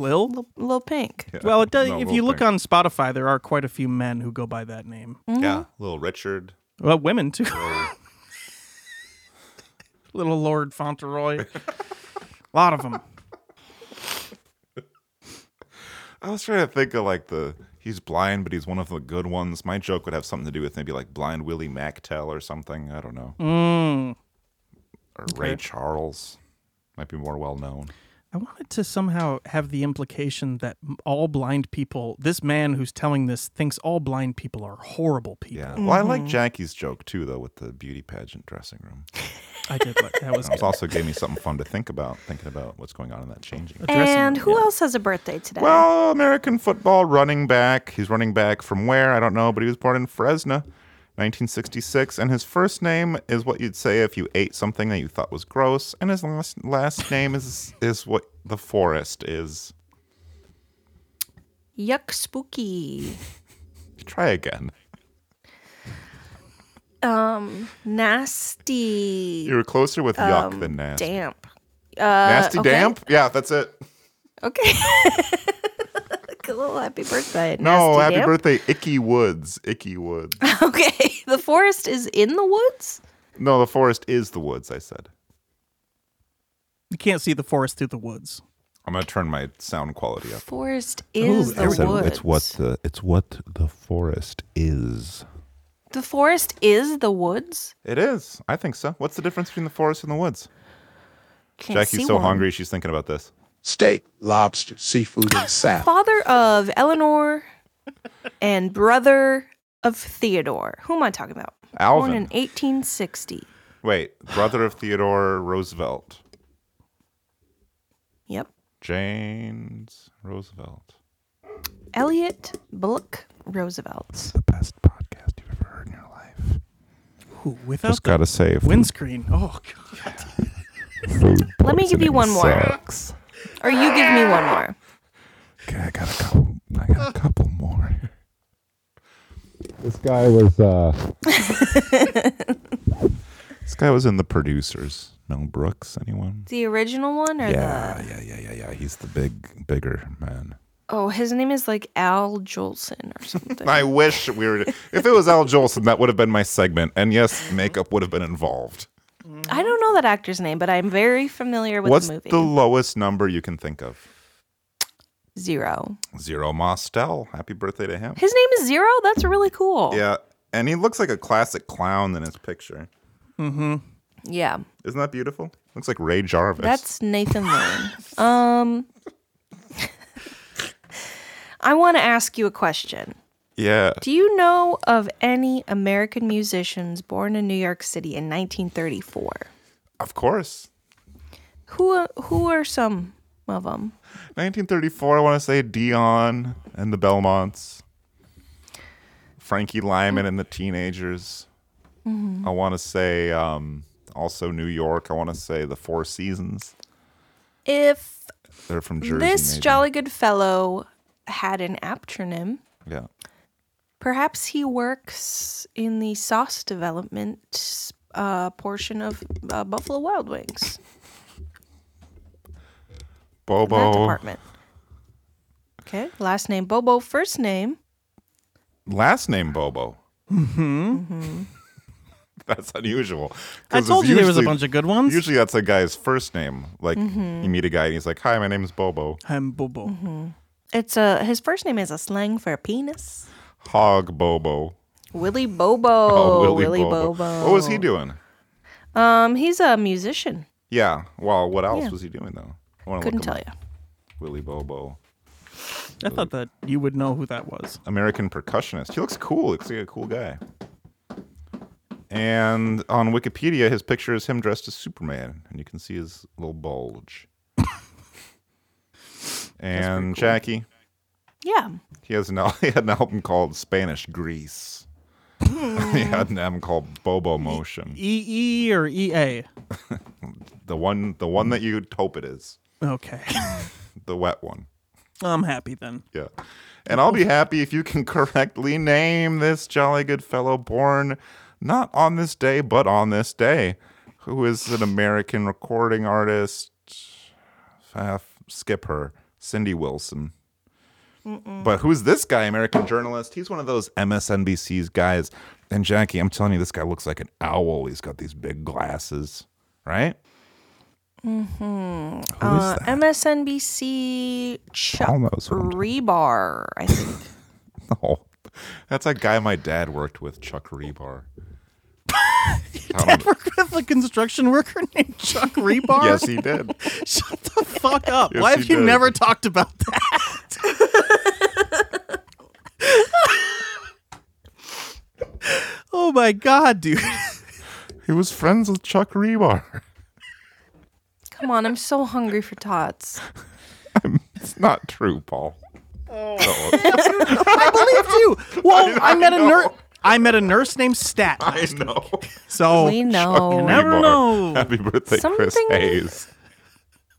Speaker 7: Lil?
Speaker 4: Lil, Pink.
Speaker 6: Yeah.
Speaker 7: Well, it does,
Speaker 6: No,
Speaker 7: if
Speaker 6: Lil
Speaker 7: you look
Speaker 6: Pink.
Speaker 7: on Spotify, there are quite a few men who go by that name.
Speaker 6: Yeah, little Richard.
Speaker 7: Well, women too. *laughs* Little Lord Fauntleroy. *laughs* a lot of them.
Speaker 6: I was trying to think of like the he's blind, but he's one of the good ones. My joke would have something to do with maybe like blind Willie MacTell or something. I don't know.
Speaker 7: Mm.
Speaker 6: Or Ray Charles might be more well known.
Speaker 7: I wanted to somehow have the implication that m- all blind people, this man who's telling this thinks all blind people are horrible people.
Speaker 6: Yeah. Well, I like
Speaker 7: Mhm.
Speaker 6: Jackie's joke too, though, with the beauty pageant dressing room.
Speaker 7: I did like
Speaker 6: *laughs*
Speaker 7: that was
Speaker 6: It
Speaker 7: good.
Speaker 6: also gave me something fun to think about, thinking about what's going on in that changing. room.
Speaker 4: And who else has a birthday today?
Speaker 6: Well, American football running back. He's running back from where? I don't know, but he was born in Fresno, 1966. And his first name is what you'd say if you ate something that you thought was gross. And his last, last name is, is what the forest is.
Speaker 4: Yuck spooky.
Speaker 6: Try again.
Speaker 4: Um, nasty.
Speaker 6: You were closer with yuck than nasty.
Speaker 4: Damp. Uh,
Speaker 6: nasty
Speaker 4: Um, okay.
Speaker 6: damp? Yeah, that's it.
Speaker 4: Okay. *laughs* Cool. Happy birthday.
Speaker 6: No,
Speaker 4: Nasty
Speaker 6: happy
Speaker 4: damp.
Speaker 6: birthday, Icky Woods. Icky Woods.
Speaker 4: *laughs* Okay. The forest is in the woods?
Speaker 6: no, the forest is the woods, I said.
Speaker 7: You can't see the forest through the woods.
Speaker 6: I'm going to turn my sound quality up.
Speaker 4: Forest is the woods.
Speaker 9: It's what the it's what the forest is.
Speaker 4: The forest is the woods?
Speaker 6: It is. I think so. What's the difference between the forest and the woods?
Speaker 4: Can't see
Speaker 6: Jackie's so
Speaker 4: one.
Speaker 6: hungry, she's thinking about this.
Speaker 12: Steak, lobster, seafood,
Speaker 10: *gasps*
Speaker 12: and salad.
Speaker 4: Father of Eleanor and brother of Theodore. Who am I talking about?
Speaker 6: Alvin.
Speaker 4: Born in 1860.
Speaker 6: Wait, brother of Theodore Roosevelt.
Speaker 4: Yep.
Speaker 6: James Roosevelt.
Speaker 4: Elliot Bullock Roosevelt.
Speaker 7: Ooh, without
Speaker 6: Just gotta
Speaker 7: the
Speaker 6: say, if we-
Speaker 7: windscreen.
Speaker 6: *laughs*
Speaker 7: Oh god.
Speaker 4: Let me give you one more.
Speaker 6: uh,
Speaker 9: Sucks.
Speaker 4: Or you give me one more.
Speaker 9: This guy was uh
Speaker 6: *laughs* This guy was in the producers. No Brooks, anyone?
Speaker 4: The original one or
Speaker 6: Yeah,
Speaker 4: the
Speaker 6: yeah, yeah, yeah, yeah. He's the big, bigger man.
Speaker 4: Oh, his name is like Al Jolson or something.
Speaker 6: I wish we were. If it was Al Jolson, that would have been my segment. And yes, makeup would have been involved.
Speaker 4: I don't know that actor's name, but I'm very familiar with
Speaker 6: What's
Speaker 4: the movie.
Speaker 6: the lowest number you can think of?
Speaker 4: Zero.
Speaker 6: Zero Mostel. Happy birthday to him.
Speaker 4: His name is Zero? That's really cool.
Speaker 6: Yeah, and he looks like a classic clown in his picture.
Speaker 7: Mm-hmm.
Speaker 4: Yeah.
Speaker 6: Isn't that beautiful? Looks like Ray Jarvis.
Speaker 4: That's Nathan
Speaker 6: *laughs*
Speaker 4: Lane. Um I want to ask you a question.
Speaker 6: yeah.
Speaker 4: Do you know of any American musicians born in New York City in 1934?
Speaker 6: Of course.
Speaker 4: Who who are some of them?
Speaker 6: 1934. I want to say Dion and the Belmonts, Frankie Lyman and the Teenagers.
Speaker 4: Mhm.
Speaker 6: I want to say um, also New York. I want to say the Four Seasons.
Speaker 4: If
Speaker 6: They're from Jersey.
Speaker 4: this
Speaker 6: maybe.
Speaker 4: jolly good fellow had an aptronym.
Speaker 6: Yeah.
Speaker 4: Perhaps he works in the sauce development uh, portion of uh, Buffalo Wild Wings.
Speaker 6: Bobo.
Speaker 4: department. Okay. Last name Bobo. First name.
Speaker 6: Last name Bobo.
Speaker 7: Mm-hmm.
Speaker 6: *laughs* That's unusual.
Speaker 7: I
Speaker 6: 'Cause it's
Speaker 7: told you there was a
Speaker 6: usually-
Speaker 7: bunch of Mm-hmm. good ones.
Speaker 6: Usually that's a guy's first name. Like
Speaker 4: Mhm.
Speaker 6: you meet a guy and he's like, "Hi, my name is Bobo."
Speaker 7: I'm Bobo.
Speaker 6: Mm-hmm.
Speaker 4: It's a his first name is a slang for penis.
Speaker 6: Hog Bobo.
Speaker 4: Willie Bobo.
Speaker 7: Oh,
Speaker 6: Willie
Speaker 4: Bobo.
Speaker 6: Oh, What was he doing?
Speaker 4: Um, he's a musician.
Speaker 6: Yeah. Well, what else
Speaker 4: Yeah.
Speaker 6: was he doing though? I wanna look
Speaker 4: Couldn't
Speaker 6: him
Speaker 4: tell
Speaker 6: up. Willie Bobo,
Speaker 7: I thought that you would know who that was.
Speaker 6: American percussionist. He looks cool. Looks like a cool guy. And on Wikipedia, his picture is him dressed as Superman, and you can see his little bulge. and Jackie,
Speaker 4: Yeah.
Speaker 6: he has an al- *laughs* he had an album called Spanish Grease. *laughs* he had an album called Bobo Motion.
Speaker 7: E E or E A.
Speaker 6: The one the one that you'd hope it is.
Speaker 7: Okay. *laughs*
Speaker 6: The wet one.
Speaker 7: I'm happy then.
Speaker 6: Yeah. And I'll be happy if you can *laughs* correctly name this jolly good fellow born not on this day, but on this day, who is an American recording artist. Uh, skip her, Cindy Wilson. But who's this guy, American journalist? He's one of those MSNBC's guys. And Jackie, I'm telling you, this guy looks like an owl. He's got these big glasses, right?
Speaker 4: Mm-hmm.
Speaker 6: Who is
Speaker 4: Uh,
Speaker 6: that? Oh
Speaker 4: MSNBC Chuck
Speaker 6: Almost *laughs* home.
Speaker 4: Rebar, I think.
Speaker 6: Oh, that's a guy my dad worked with, Chuck Rebar. Down on-
Speaker 7: Dad worked with a construction worker
Speaker 6: *laughs*
Speaker 7: named Chuck Rebar.
Speaker 6: Yes, he did.
Speaker 7: *laughs* Shut the fuck up.
Speaker 6: Yes,
Speaker 7: Why have
Speaker 6: he
Speaker 7: you
Speaker 6: did.
Speaker 7: never talked about that? *laughs* oh my god, dude. *laughs*
Speaker 6: He was friends with Chuck Rebar. *laughs*
Speaker 4: Come on, I'm so hungry for
Speaker 6: *laughs*
Speaker 4: tots.
Speaker 6: It's not true, Paul.
Speaker 7: I believed you. Well, I, met a nurse. I met a nurse named Stat.
Speaker 6: I know. Oh,
Speaker 7: So
Speaker 4: We know.
Speaker 7: You never
Speaker 6: Rebar. *laughs*
Speaker 7: know.
Speaker 6: Happy birthday, Chris
Speaker 4: Something-
Speaker 6: Hayes.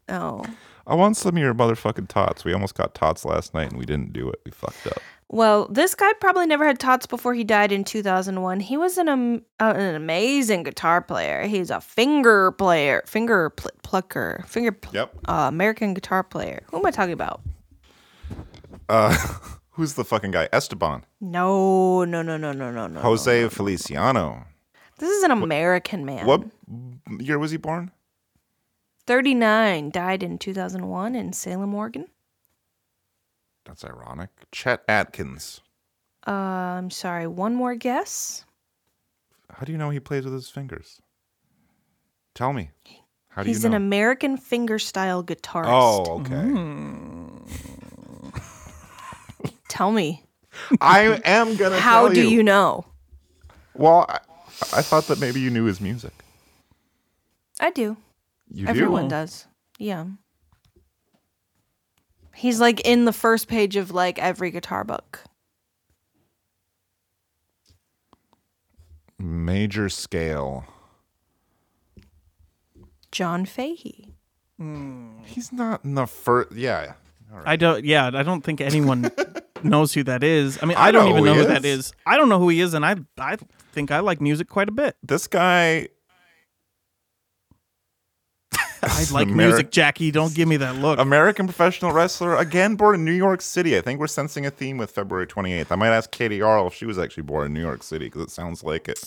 Speaker 4: Oh.
Speaker 6: I want some of your motherfucking tots. We almost got tots last night and we didn't do it. We fucked up.
Speaker 4: Well, this guy probably never had tots before he died in 2001. He was an um, uh, an amazing guitar player. He's a finger player, finger pl- plucker, finger pl-
Speaker 6: Yep.
Speaker 4: uh, American guitar player. Who am I talking about?
Speaker 6: Uh, *laughs* who's the fucking guy? Esteban.
Speaker 4: No, no, no, no, no, no, no.
Speaker 6: Jose Feliciano.
Speaker 4: This is an American man.
Speaker 6: What year was he born?
Speaker 4: 39, died in 2001 in Salem, Oregon.
Speaker 6: That's ironic. Chet Atkins.
Speaker 4: Uh, I'm sorry, one more guess.
Speaker 6: How do you know he plays with his fingers? Tell me. How do
Speaker 4: He's
Speaker 6: you
Speaker 4: an
Speaker 6: know?
Speaker 4: American fingerstyle guitarist.
Speaker 6: Oh, okay.
Speaker 4: Mm-hmm. Tell me,
Speaker 6: I am gonna.
Speaker 4: how
Speaker 6: tell
Speaker 4: do you know?
Speaker 6: Well, I, I thought that maybe you knew his music.
Speaker 4: I do.
Speaker 6: You do?
Speaker 4: Everyone does. Yeah. He's like in the first page of like every guitar book.
Speaker 6: Major scale.
Speaker 4: John Fahey.
Speaker 6: He's not in the first. Yeah.
Speaker 7: I don't. Yeah, I don't think
Speaker 6: *laughs*
Speaker 7: anyone knows who that is. I mean, I, don't
Speaker 6: know
Speaker 7: even
Speaker 6: who
Speaker 7: know
Speaker 6: he
Speaker 7: who that is. I don't know who he is, and I I think I like music quite a bit.
Speaker 6: This guy. *laughs*
Speaker 7: I like
Speaker 6: Ameri-
Speaker 7: music, Jackie. Don't give me that look.
Speaker 6: American professional wrestler, again born in New York City. I think we're sensing a theme with February 28th. I might ask Katie Arl if she was actually born in New York City because it sounds like it.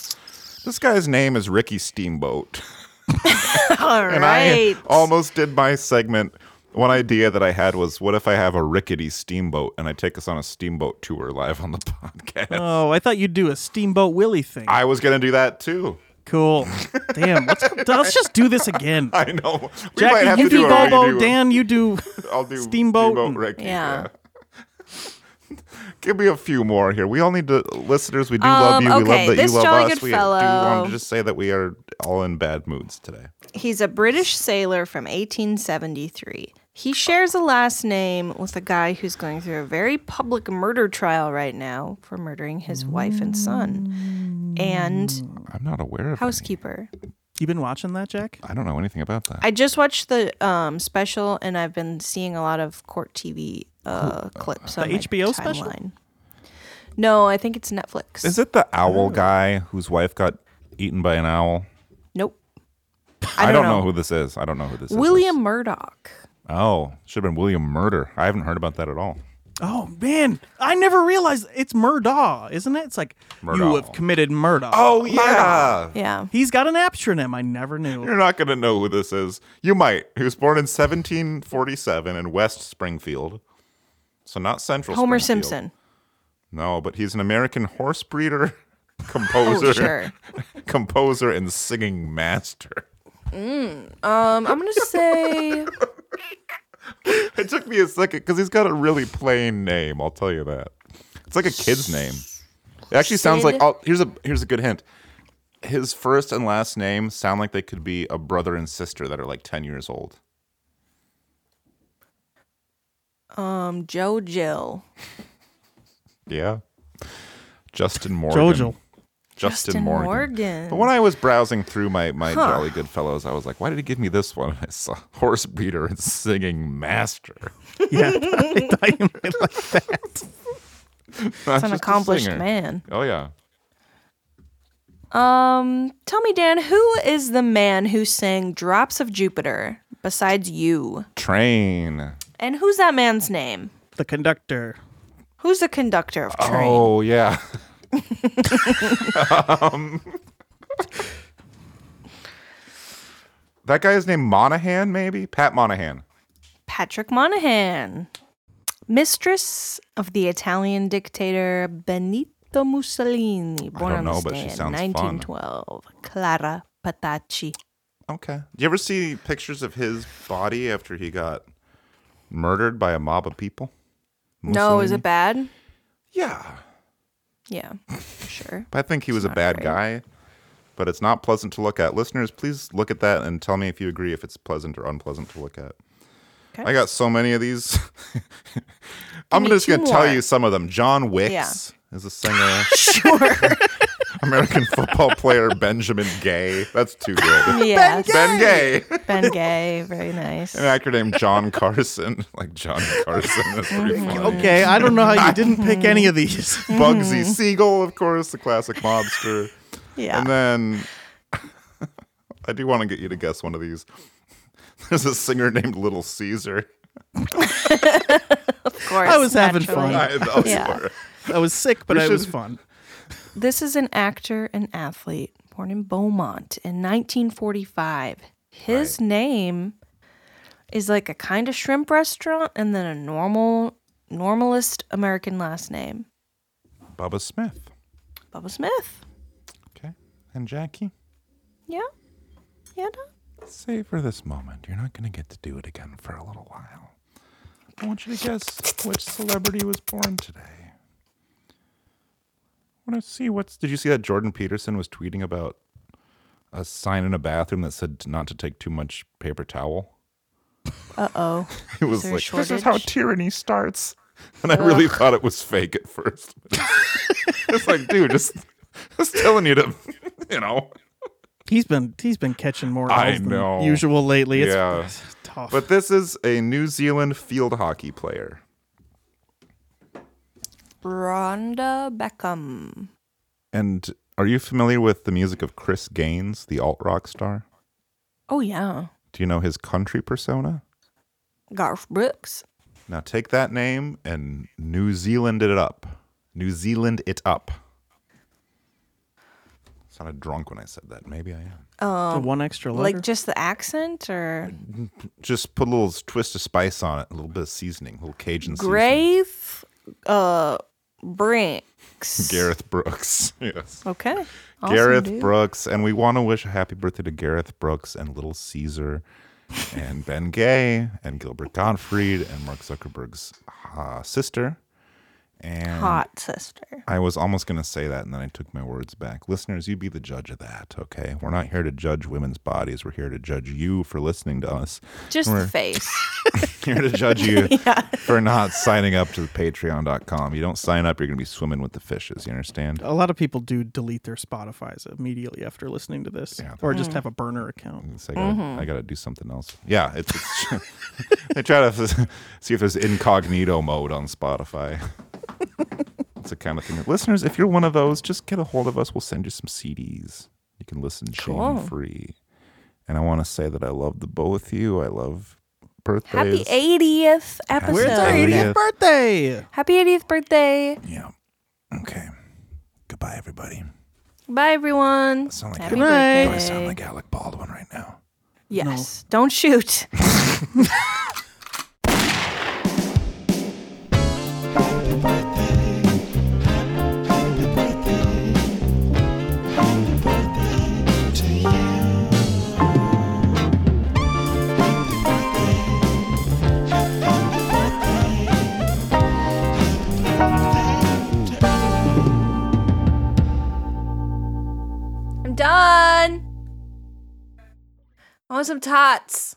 Speaker 6: This guy's name is Ricky Steamboat.
Speaker 4: *laughs*
Speaker 6: *laughs*
Speaker 4: All
Speaker 6: And
Speaker 4: right.
Speaker 6: I almost did my segment. One idea that I had was what if I have a rickety steamboat and I take us on a steamboat tour live on the *laughs* podcast?
Speaker 7: Oh, I thought you'd do a Steamboat Willie thing.
Speaker 6: I was going to do that too.
Speaker 7: Cool. Damn. Let's,
Speaker 6: *laughs*
Speaker 7: let's just do this again.
Speaker 6: I know. We might have
Speaker 7: Jackie, you
Speaker 6: to do
Speaker 7: do
Speaker 6: a redo
Speaker 7: Bobo.
Speaker 6: of-
Speaker 7: Dan, you do. *laughs*
Speaker 6: I'll do
Speaker 7: Steamboat.
Speaker 6: Steamboat
Speaker 4: *laughs*
Speaker 6: Ricky.
Speaker 4: Yeah.
Speaker 6: Give me a few more here. We all need to, listeners, we do love
Speaker 4: Um,
Speaker 6: you. we
Speaker 4: okay,
Speaker 6: love that
Speaker 4: this
Speaker 6: you love
Speaker 4: jolly
Speaker 6: us.
Speaker 4: good
Speaker 6: we do want
Speaker 4: fellow.
Speaker 6: to just say that we are all in bad moods today.
Speaker 4: He's a British sailor from 1873. He shares a last name with a guy who's going through a very public murder trial right now for murdering his wife and son and
Speaker 6: I'm not aware of
Speaker 4: housekeeper.
Speaker 7: You been watching that, Jack?
Speaker 6: I don't know anything about that.
Speaker 4: I just watched the um, special, and I've been seeing a lot of court TV uh, clips.
Speaker 7: The
Speaker 4: on my
Speaker 7: HBO special?
Speaker 4: timeline. No, I think it's Netflix.
Speaker 6: Is it the owl guy whose wife got eaten by an owl?
Speaker 4: Nope.
Speaker 6: I don't know. who this is. I don't know who this is.
Speaker 4: William Murdoch.
Speaker 6: Oh, should have been William Murder. I haven't heard about that at all.
Speaker 7: Oh man, I never realized it's Murdaugh, isn't it? It's like you
Speaker 6: Murdaugh.
Speaker 7: have committed murder.
Speaker 6: Oh, yeah.
Speaker 4: Yeah.
Speaker 7: He's got an acronym I never knew.
Speaker 6: You're not going to know who this is. You might. He was born in 1747 in West Springfield. So not Central
Speaker 4: Homer
Speaker 6: Springfield.
Speaker 4: Simpson.
Speaker 6: *laughs* No, but he's an American
Speaker 4: *laughs*
Speaker 6: horse breeder, *laughs* composer,
Speaker 4: Oh, sure.
Speaker 6: composer and singing master. *laughs*
Speaker 4: Mm, um, I'm gonna say
Speaker 6: It took me a second because he's got a really plain name. I'll tell you that. It's like a kid's name. It actually sounds like.
Speaker 4: Sid.
Speaker 6: Oh, here's a here's a good hint. His first and last name sound like they could be a brother and sister that are like ten years old.
Speaker 4: um, Joe Jill.
Speaker 6: Yeah. Justin Morgan.
Speaker 7: Jojo.
Speaker 6: Justin,
Speaker 4: Justin
Speaker 6: Morgan.
Speaker 4: Morgan.
Speaker 6: But when I was browsing through my, my
Speaker 4: Huh.
Speaker 6: Jolly Good Fellows, I was like, why did he give me this one? *laughs* I saw horse breeder and singing master. *laughs*
Speaker 7: yeah, *laughs* I thought you might like that.
Speaker 6: Not
Speaker 4: an
Speaker 6: just a
Speaker 4: accomplished
Speaker 6: singer.
Speaker 4: man.
Speaker 6: Oh, yeah.
Speaker 4: Um, tell me, Dan, who is the man who sang "Drops of Jupiter" besides you?
Speaker 6: Train.
Speaker 4: And who's that man's name?
Speaker 7: The conductor.
Speaker 4: Who's the conductor of train? *laughs*
Speaker 6: Oh, yeah. um, that guy is named Monahan, maybe? Pat Monahan.
Speaker 4: Patrick Monahan, mistress of the Italian dictator Benito Mussolini, born
Speaker 6: don't
Speaker 4: on
Speaker 6: know,
Speaker 4: this
Speaker 6: but
Speaker 4: day
Speaker 6: she
Speaker 4: in
Speaker 6: sounds fun.
Speaker 4: 1912. Clara Patacci.
Speaker 6: Okay. Do you ever see pictures of his body after he got murdered by a mob of people?
Speaker 4: No, is
Speaker 6: Mussolini?
Speaker 4: it bad?
Speaker 6: Yeah.
Speaker 4: Yeah,
Speaker 6: *laughs*
Speaker 4: sure.
Speaker 6: I think he was a bad guy, but it's not pleasant to look at. Listeners, please look at that and tell me if you agree if it's pleasant or unpleasant to look at.
Speaker 4: Okay.
Speaker 6: I got so many of these. *laughs* I'm
Speaker 4: me
Speaker 6: just
Speaker 4: two
Speaker 6: going to tell
Speaker 4: more.
Speaker 6: you some of them. John Wicks
Speaker 4: Yeah.
Speaker 6: is
Speaker 4: *laughs*
Speaker 6: a singer. American football player Benjamin Gay. That's too good.
Speaker 4: Yes.
Speaker 6: Ben Gay.
Speaker 4: Ben Gay, very nice.
Speaker 6: An actor named John Carson. *laughs* Like John Carson. That's pretty funny.
Speaker 7: Okay, I don't know how you didn't pick any of these. *laughs*
Speaker 6: Bugsy Siegel, of course, the classic mobster.
Speaker 4: Yeah.
Speaker 6: And then *laughs* I do want to get you to guess one of these. *laughs* There's a singer named Little Caesar. *laughs*
Speaker 4: Of course.
Speaker 7: I was having fun.
Speaker 6: I, those
Speaker 4: Yeah.
Speaker 6: were-
Speaker 7: I was sick, but
Speaker 6: We
Speaker 7: I was
Speaker 6: should-
Speaker 7: fun.
Speaker 4: This is an actor and athlete born in Beaumont in 1945. His name is like a kind of shrimp restaurant and then a normal normalist American last name.
Speaker 6: Bubba Smith
Speaker 4: Bubba Smith.
Speaker 6: and Jackie.
Speaker 4: Yeah. Yeah. no.
Speaker 6: Savor this moment. You're not going to get to do it again for a little while. I want you to guess which celebrity was born today. I want to see what's. Did you see that Jordan Peterson was tweeting about a sign in a bathroom that said not to take too much paper towel?
Speaker 4: Uh-oh.
Speaker 6: It
Speaker 4: Is
Speaker 6: was
Speaker 4: there a
Speaker 6: like, this is how
Speaker 4: shortage?
Speaker 6: tyranny starts. *laughs* And I really thought it was fake at first. it's *laughs* like, dude, just, just telling you to, *laughs* you know.
Speaker 7: He's been he's been catching more
Speaker 6: I
Speaker 7: L's than
Speaker 6: know.
Speaker 7: usual lately. It's
Speaker 6: yeah.
Speaker 7: tough.
Speaker 6: But this is a New Zealand field hockey player.
Speaker 4: Rhonda Beckham.
Speaker 6: And are you familiar with the music of Chris Gaines, the alt rock star?
Speaker 4: Oh yeah.
Speaker 6: Do you know his country persona?
Speaker 4: Garth Brooks.
Speaker 6: Now take that name and New Zealand it up. New Zealand it up. Sounded drunk when I said that. Maybe I am.
Speaker 4: Um,
Speaker 7: one extra letter.
Speaker 4: like just the accent or
Speaker 6: Just put a little twist of spice on it, a little bit of seasoning, a little Cajun
Speaker 4: Grave uh Brinks.
Speaker 6: seasoning. Gareth Brooks. *laughs* Yes.
Speaker 4: Okay. Awesome,
Speaker 6: Gareth
Speaker 4: dude.
Speaker 6: Brooks, and we want to wish a happy birthday to Gareth Brooks and Little Caesar,
Speaker 4: *laughs*
Speaker 6: and Ben Gay and Gilbert Gottfried and Mark Zuckerberg's uh, sister, and
Speaker 4: Hot sister. sure.
Speaker 6: I was almost going to say that, and then I took my words back. Listeners, you be the judge of that, okay? We're not here to judge women's bodies. We're here to judge you for listening to us.
Speaker 4: Just
Speaker 6: We're
Speaker 4: the face.
Speaker 6: here to judge you
Speaker 4: *laughs* Yeah.
Speaker 6: for not signing up to patreon.com. You don't sign up, you're going to be swimming with the fishes. You
Speaker 4: Oh.
Speaker 6: understand?
Speaker 7: A lot of people do delete their Spotify's immediately after listening to this, or just
Speaker 6: Mm.
Speaker 7: have a burner account.
Speaker 6: So I gotta,
Speaker 4: Mm-hmm.
Speaker 6: I gotta do something else. Yeah, it's, it's *laughs* they try to *laughs* see if there's incognito mode on Spotify.
Speaker 4: *laughs*
Speaker 6: It's the kind of thing. That, listeners, if you're one of those, just get a hold of us. We'll send you some CDs. You can listen
Speaker 4: Cool.
Speaker 6: shame free. And I want to say that I love the both of you. I love
Speaker 4: Happy
Speaker 6: birthdays.
Speaker 4: 80th episode.
Speaker 6: Where's our 80th
Speaker 7: birthday?
Speaker 4: Happy 80th birthday.
Speaker 6: Yeah. Okay. Goodbye, everybody.
Speaker 4: Bye, everyone.
Speaker 6: Sound like
Speaker 4: Happy
Speaker 6: Alec-
Speaker 4: birthday.
Speaker 6: Do I sound like Alec Baldwin right now?
Speaker 4: Yes. Don't shoot. I'm done. I want some tots.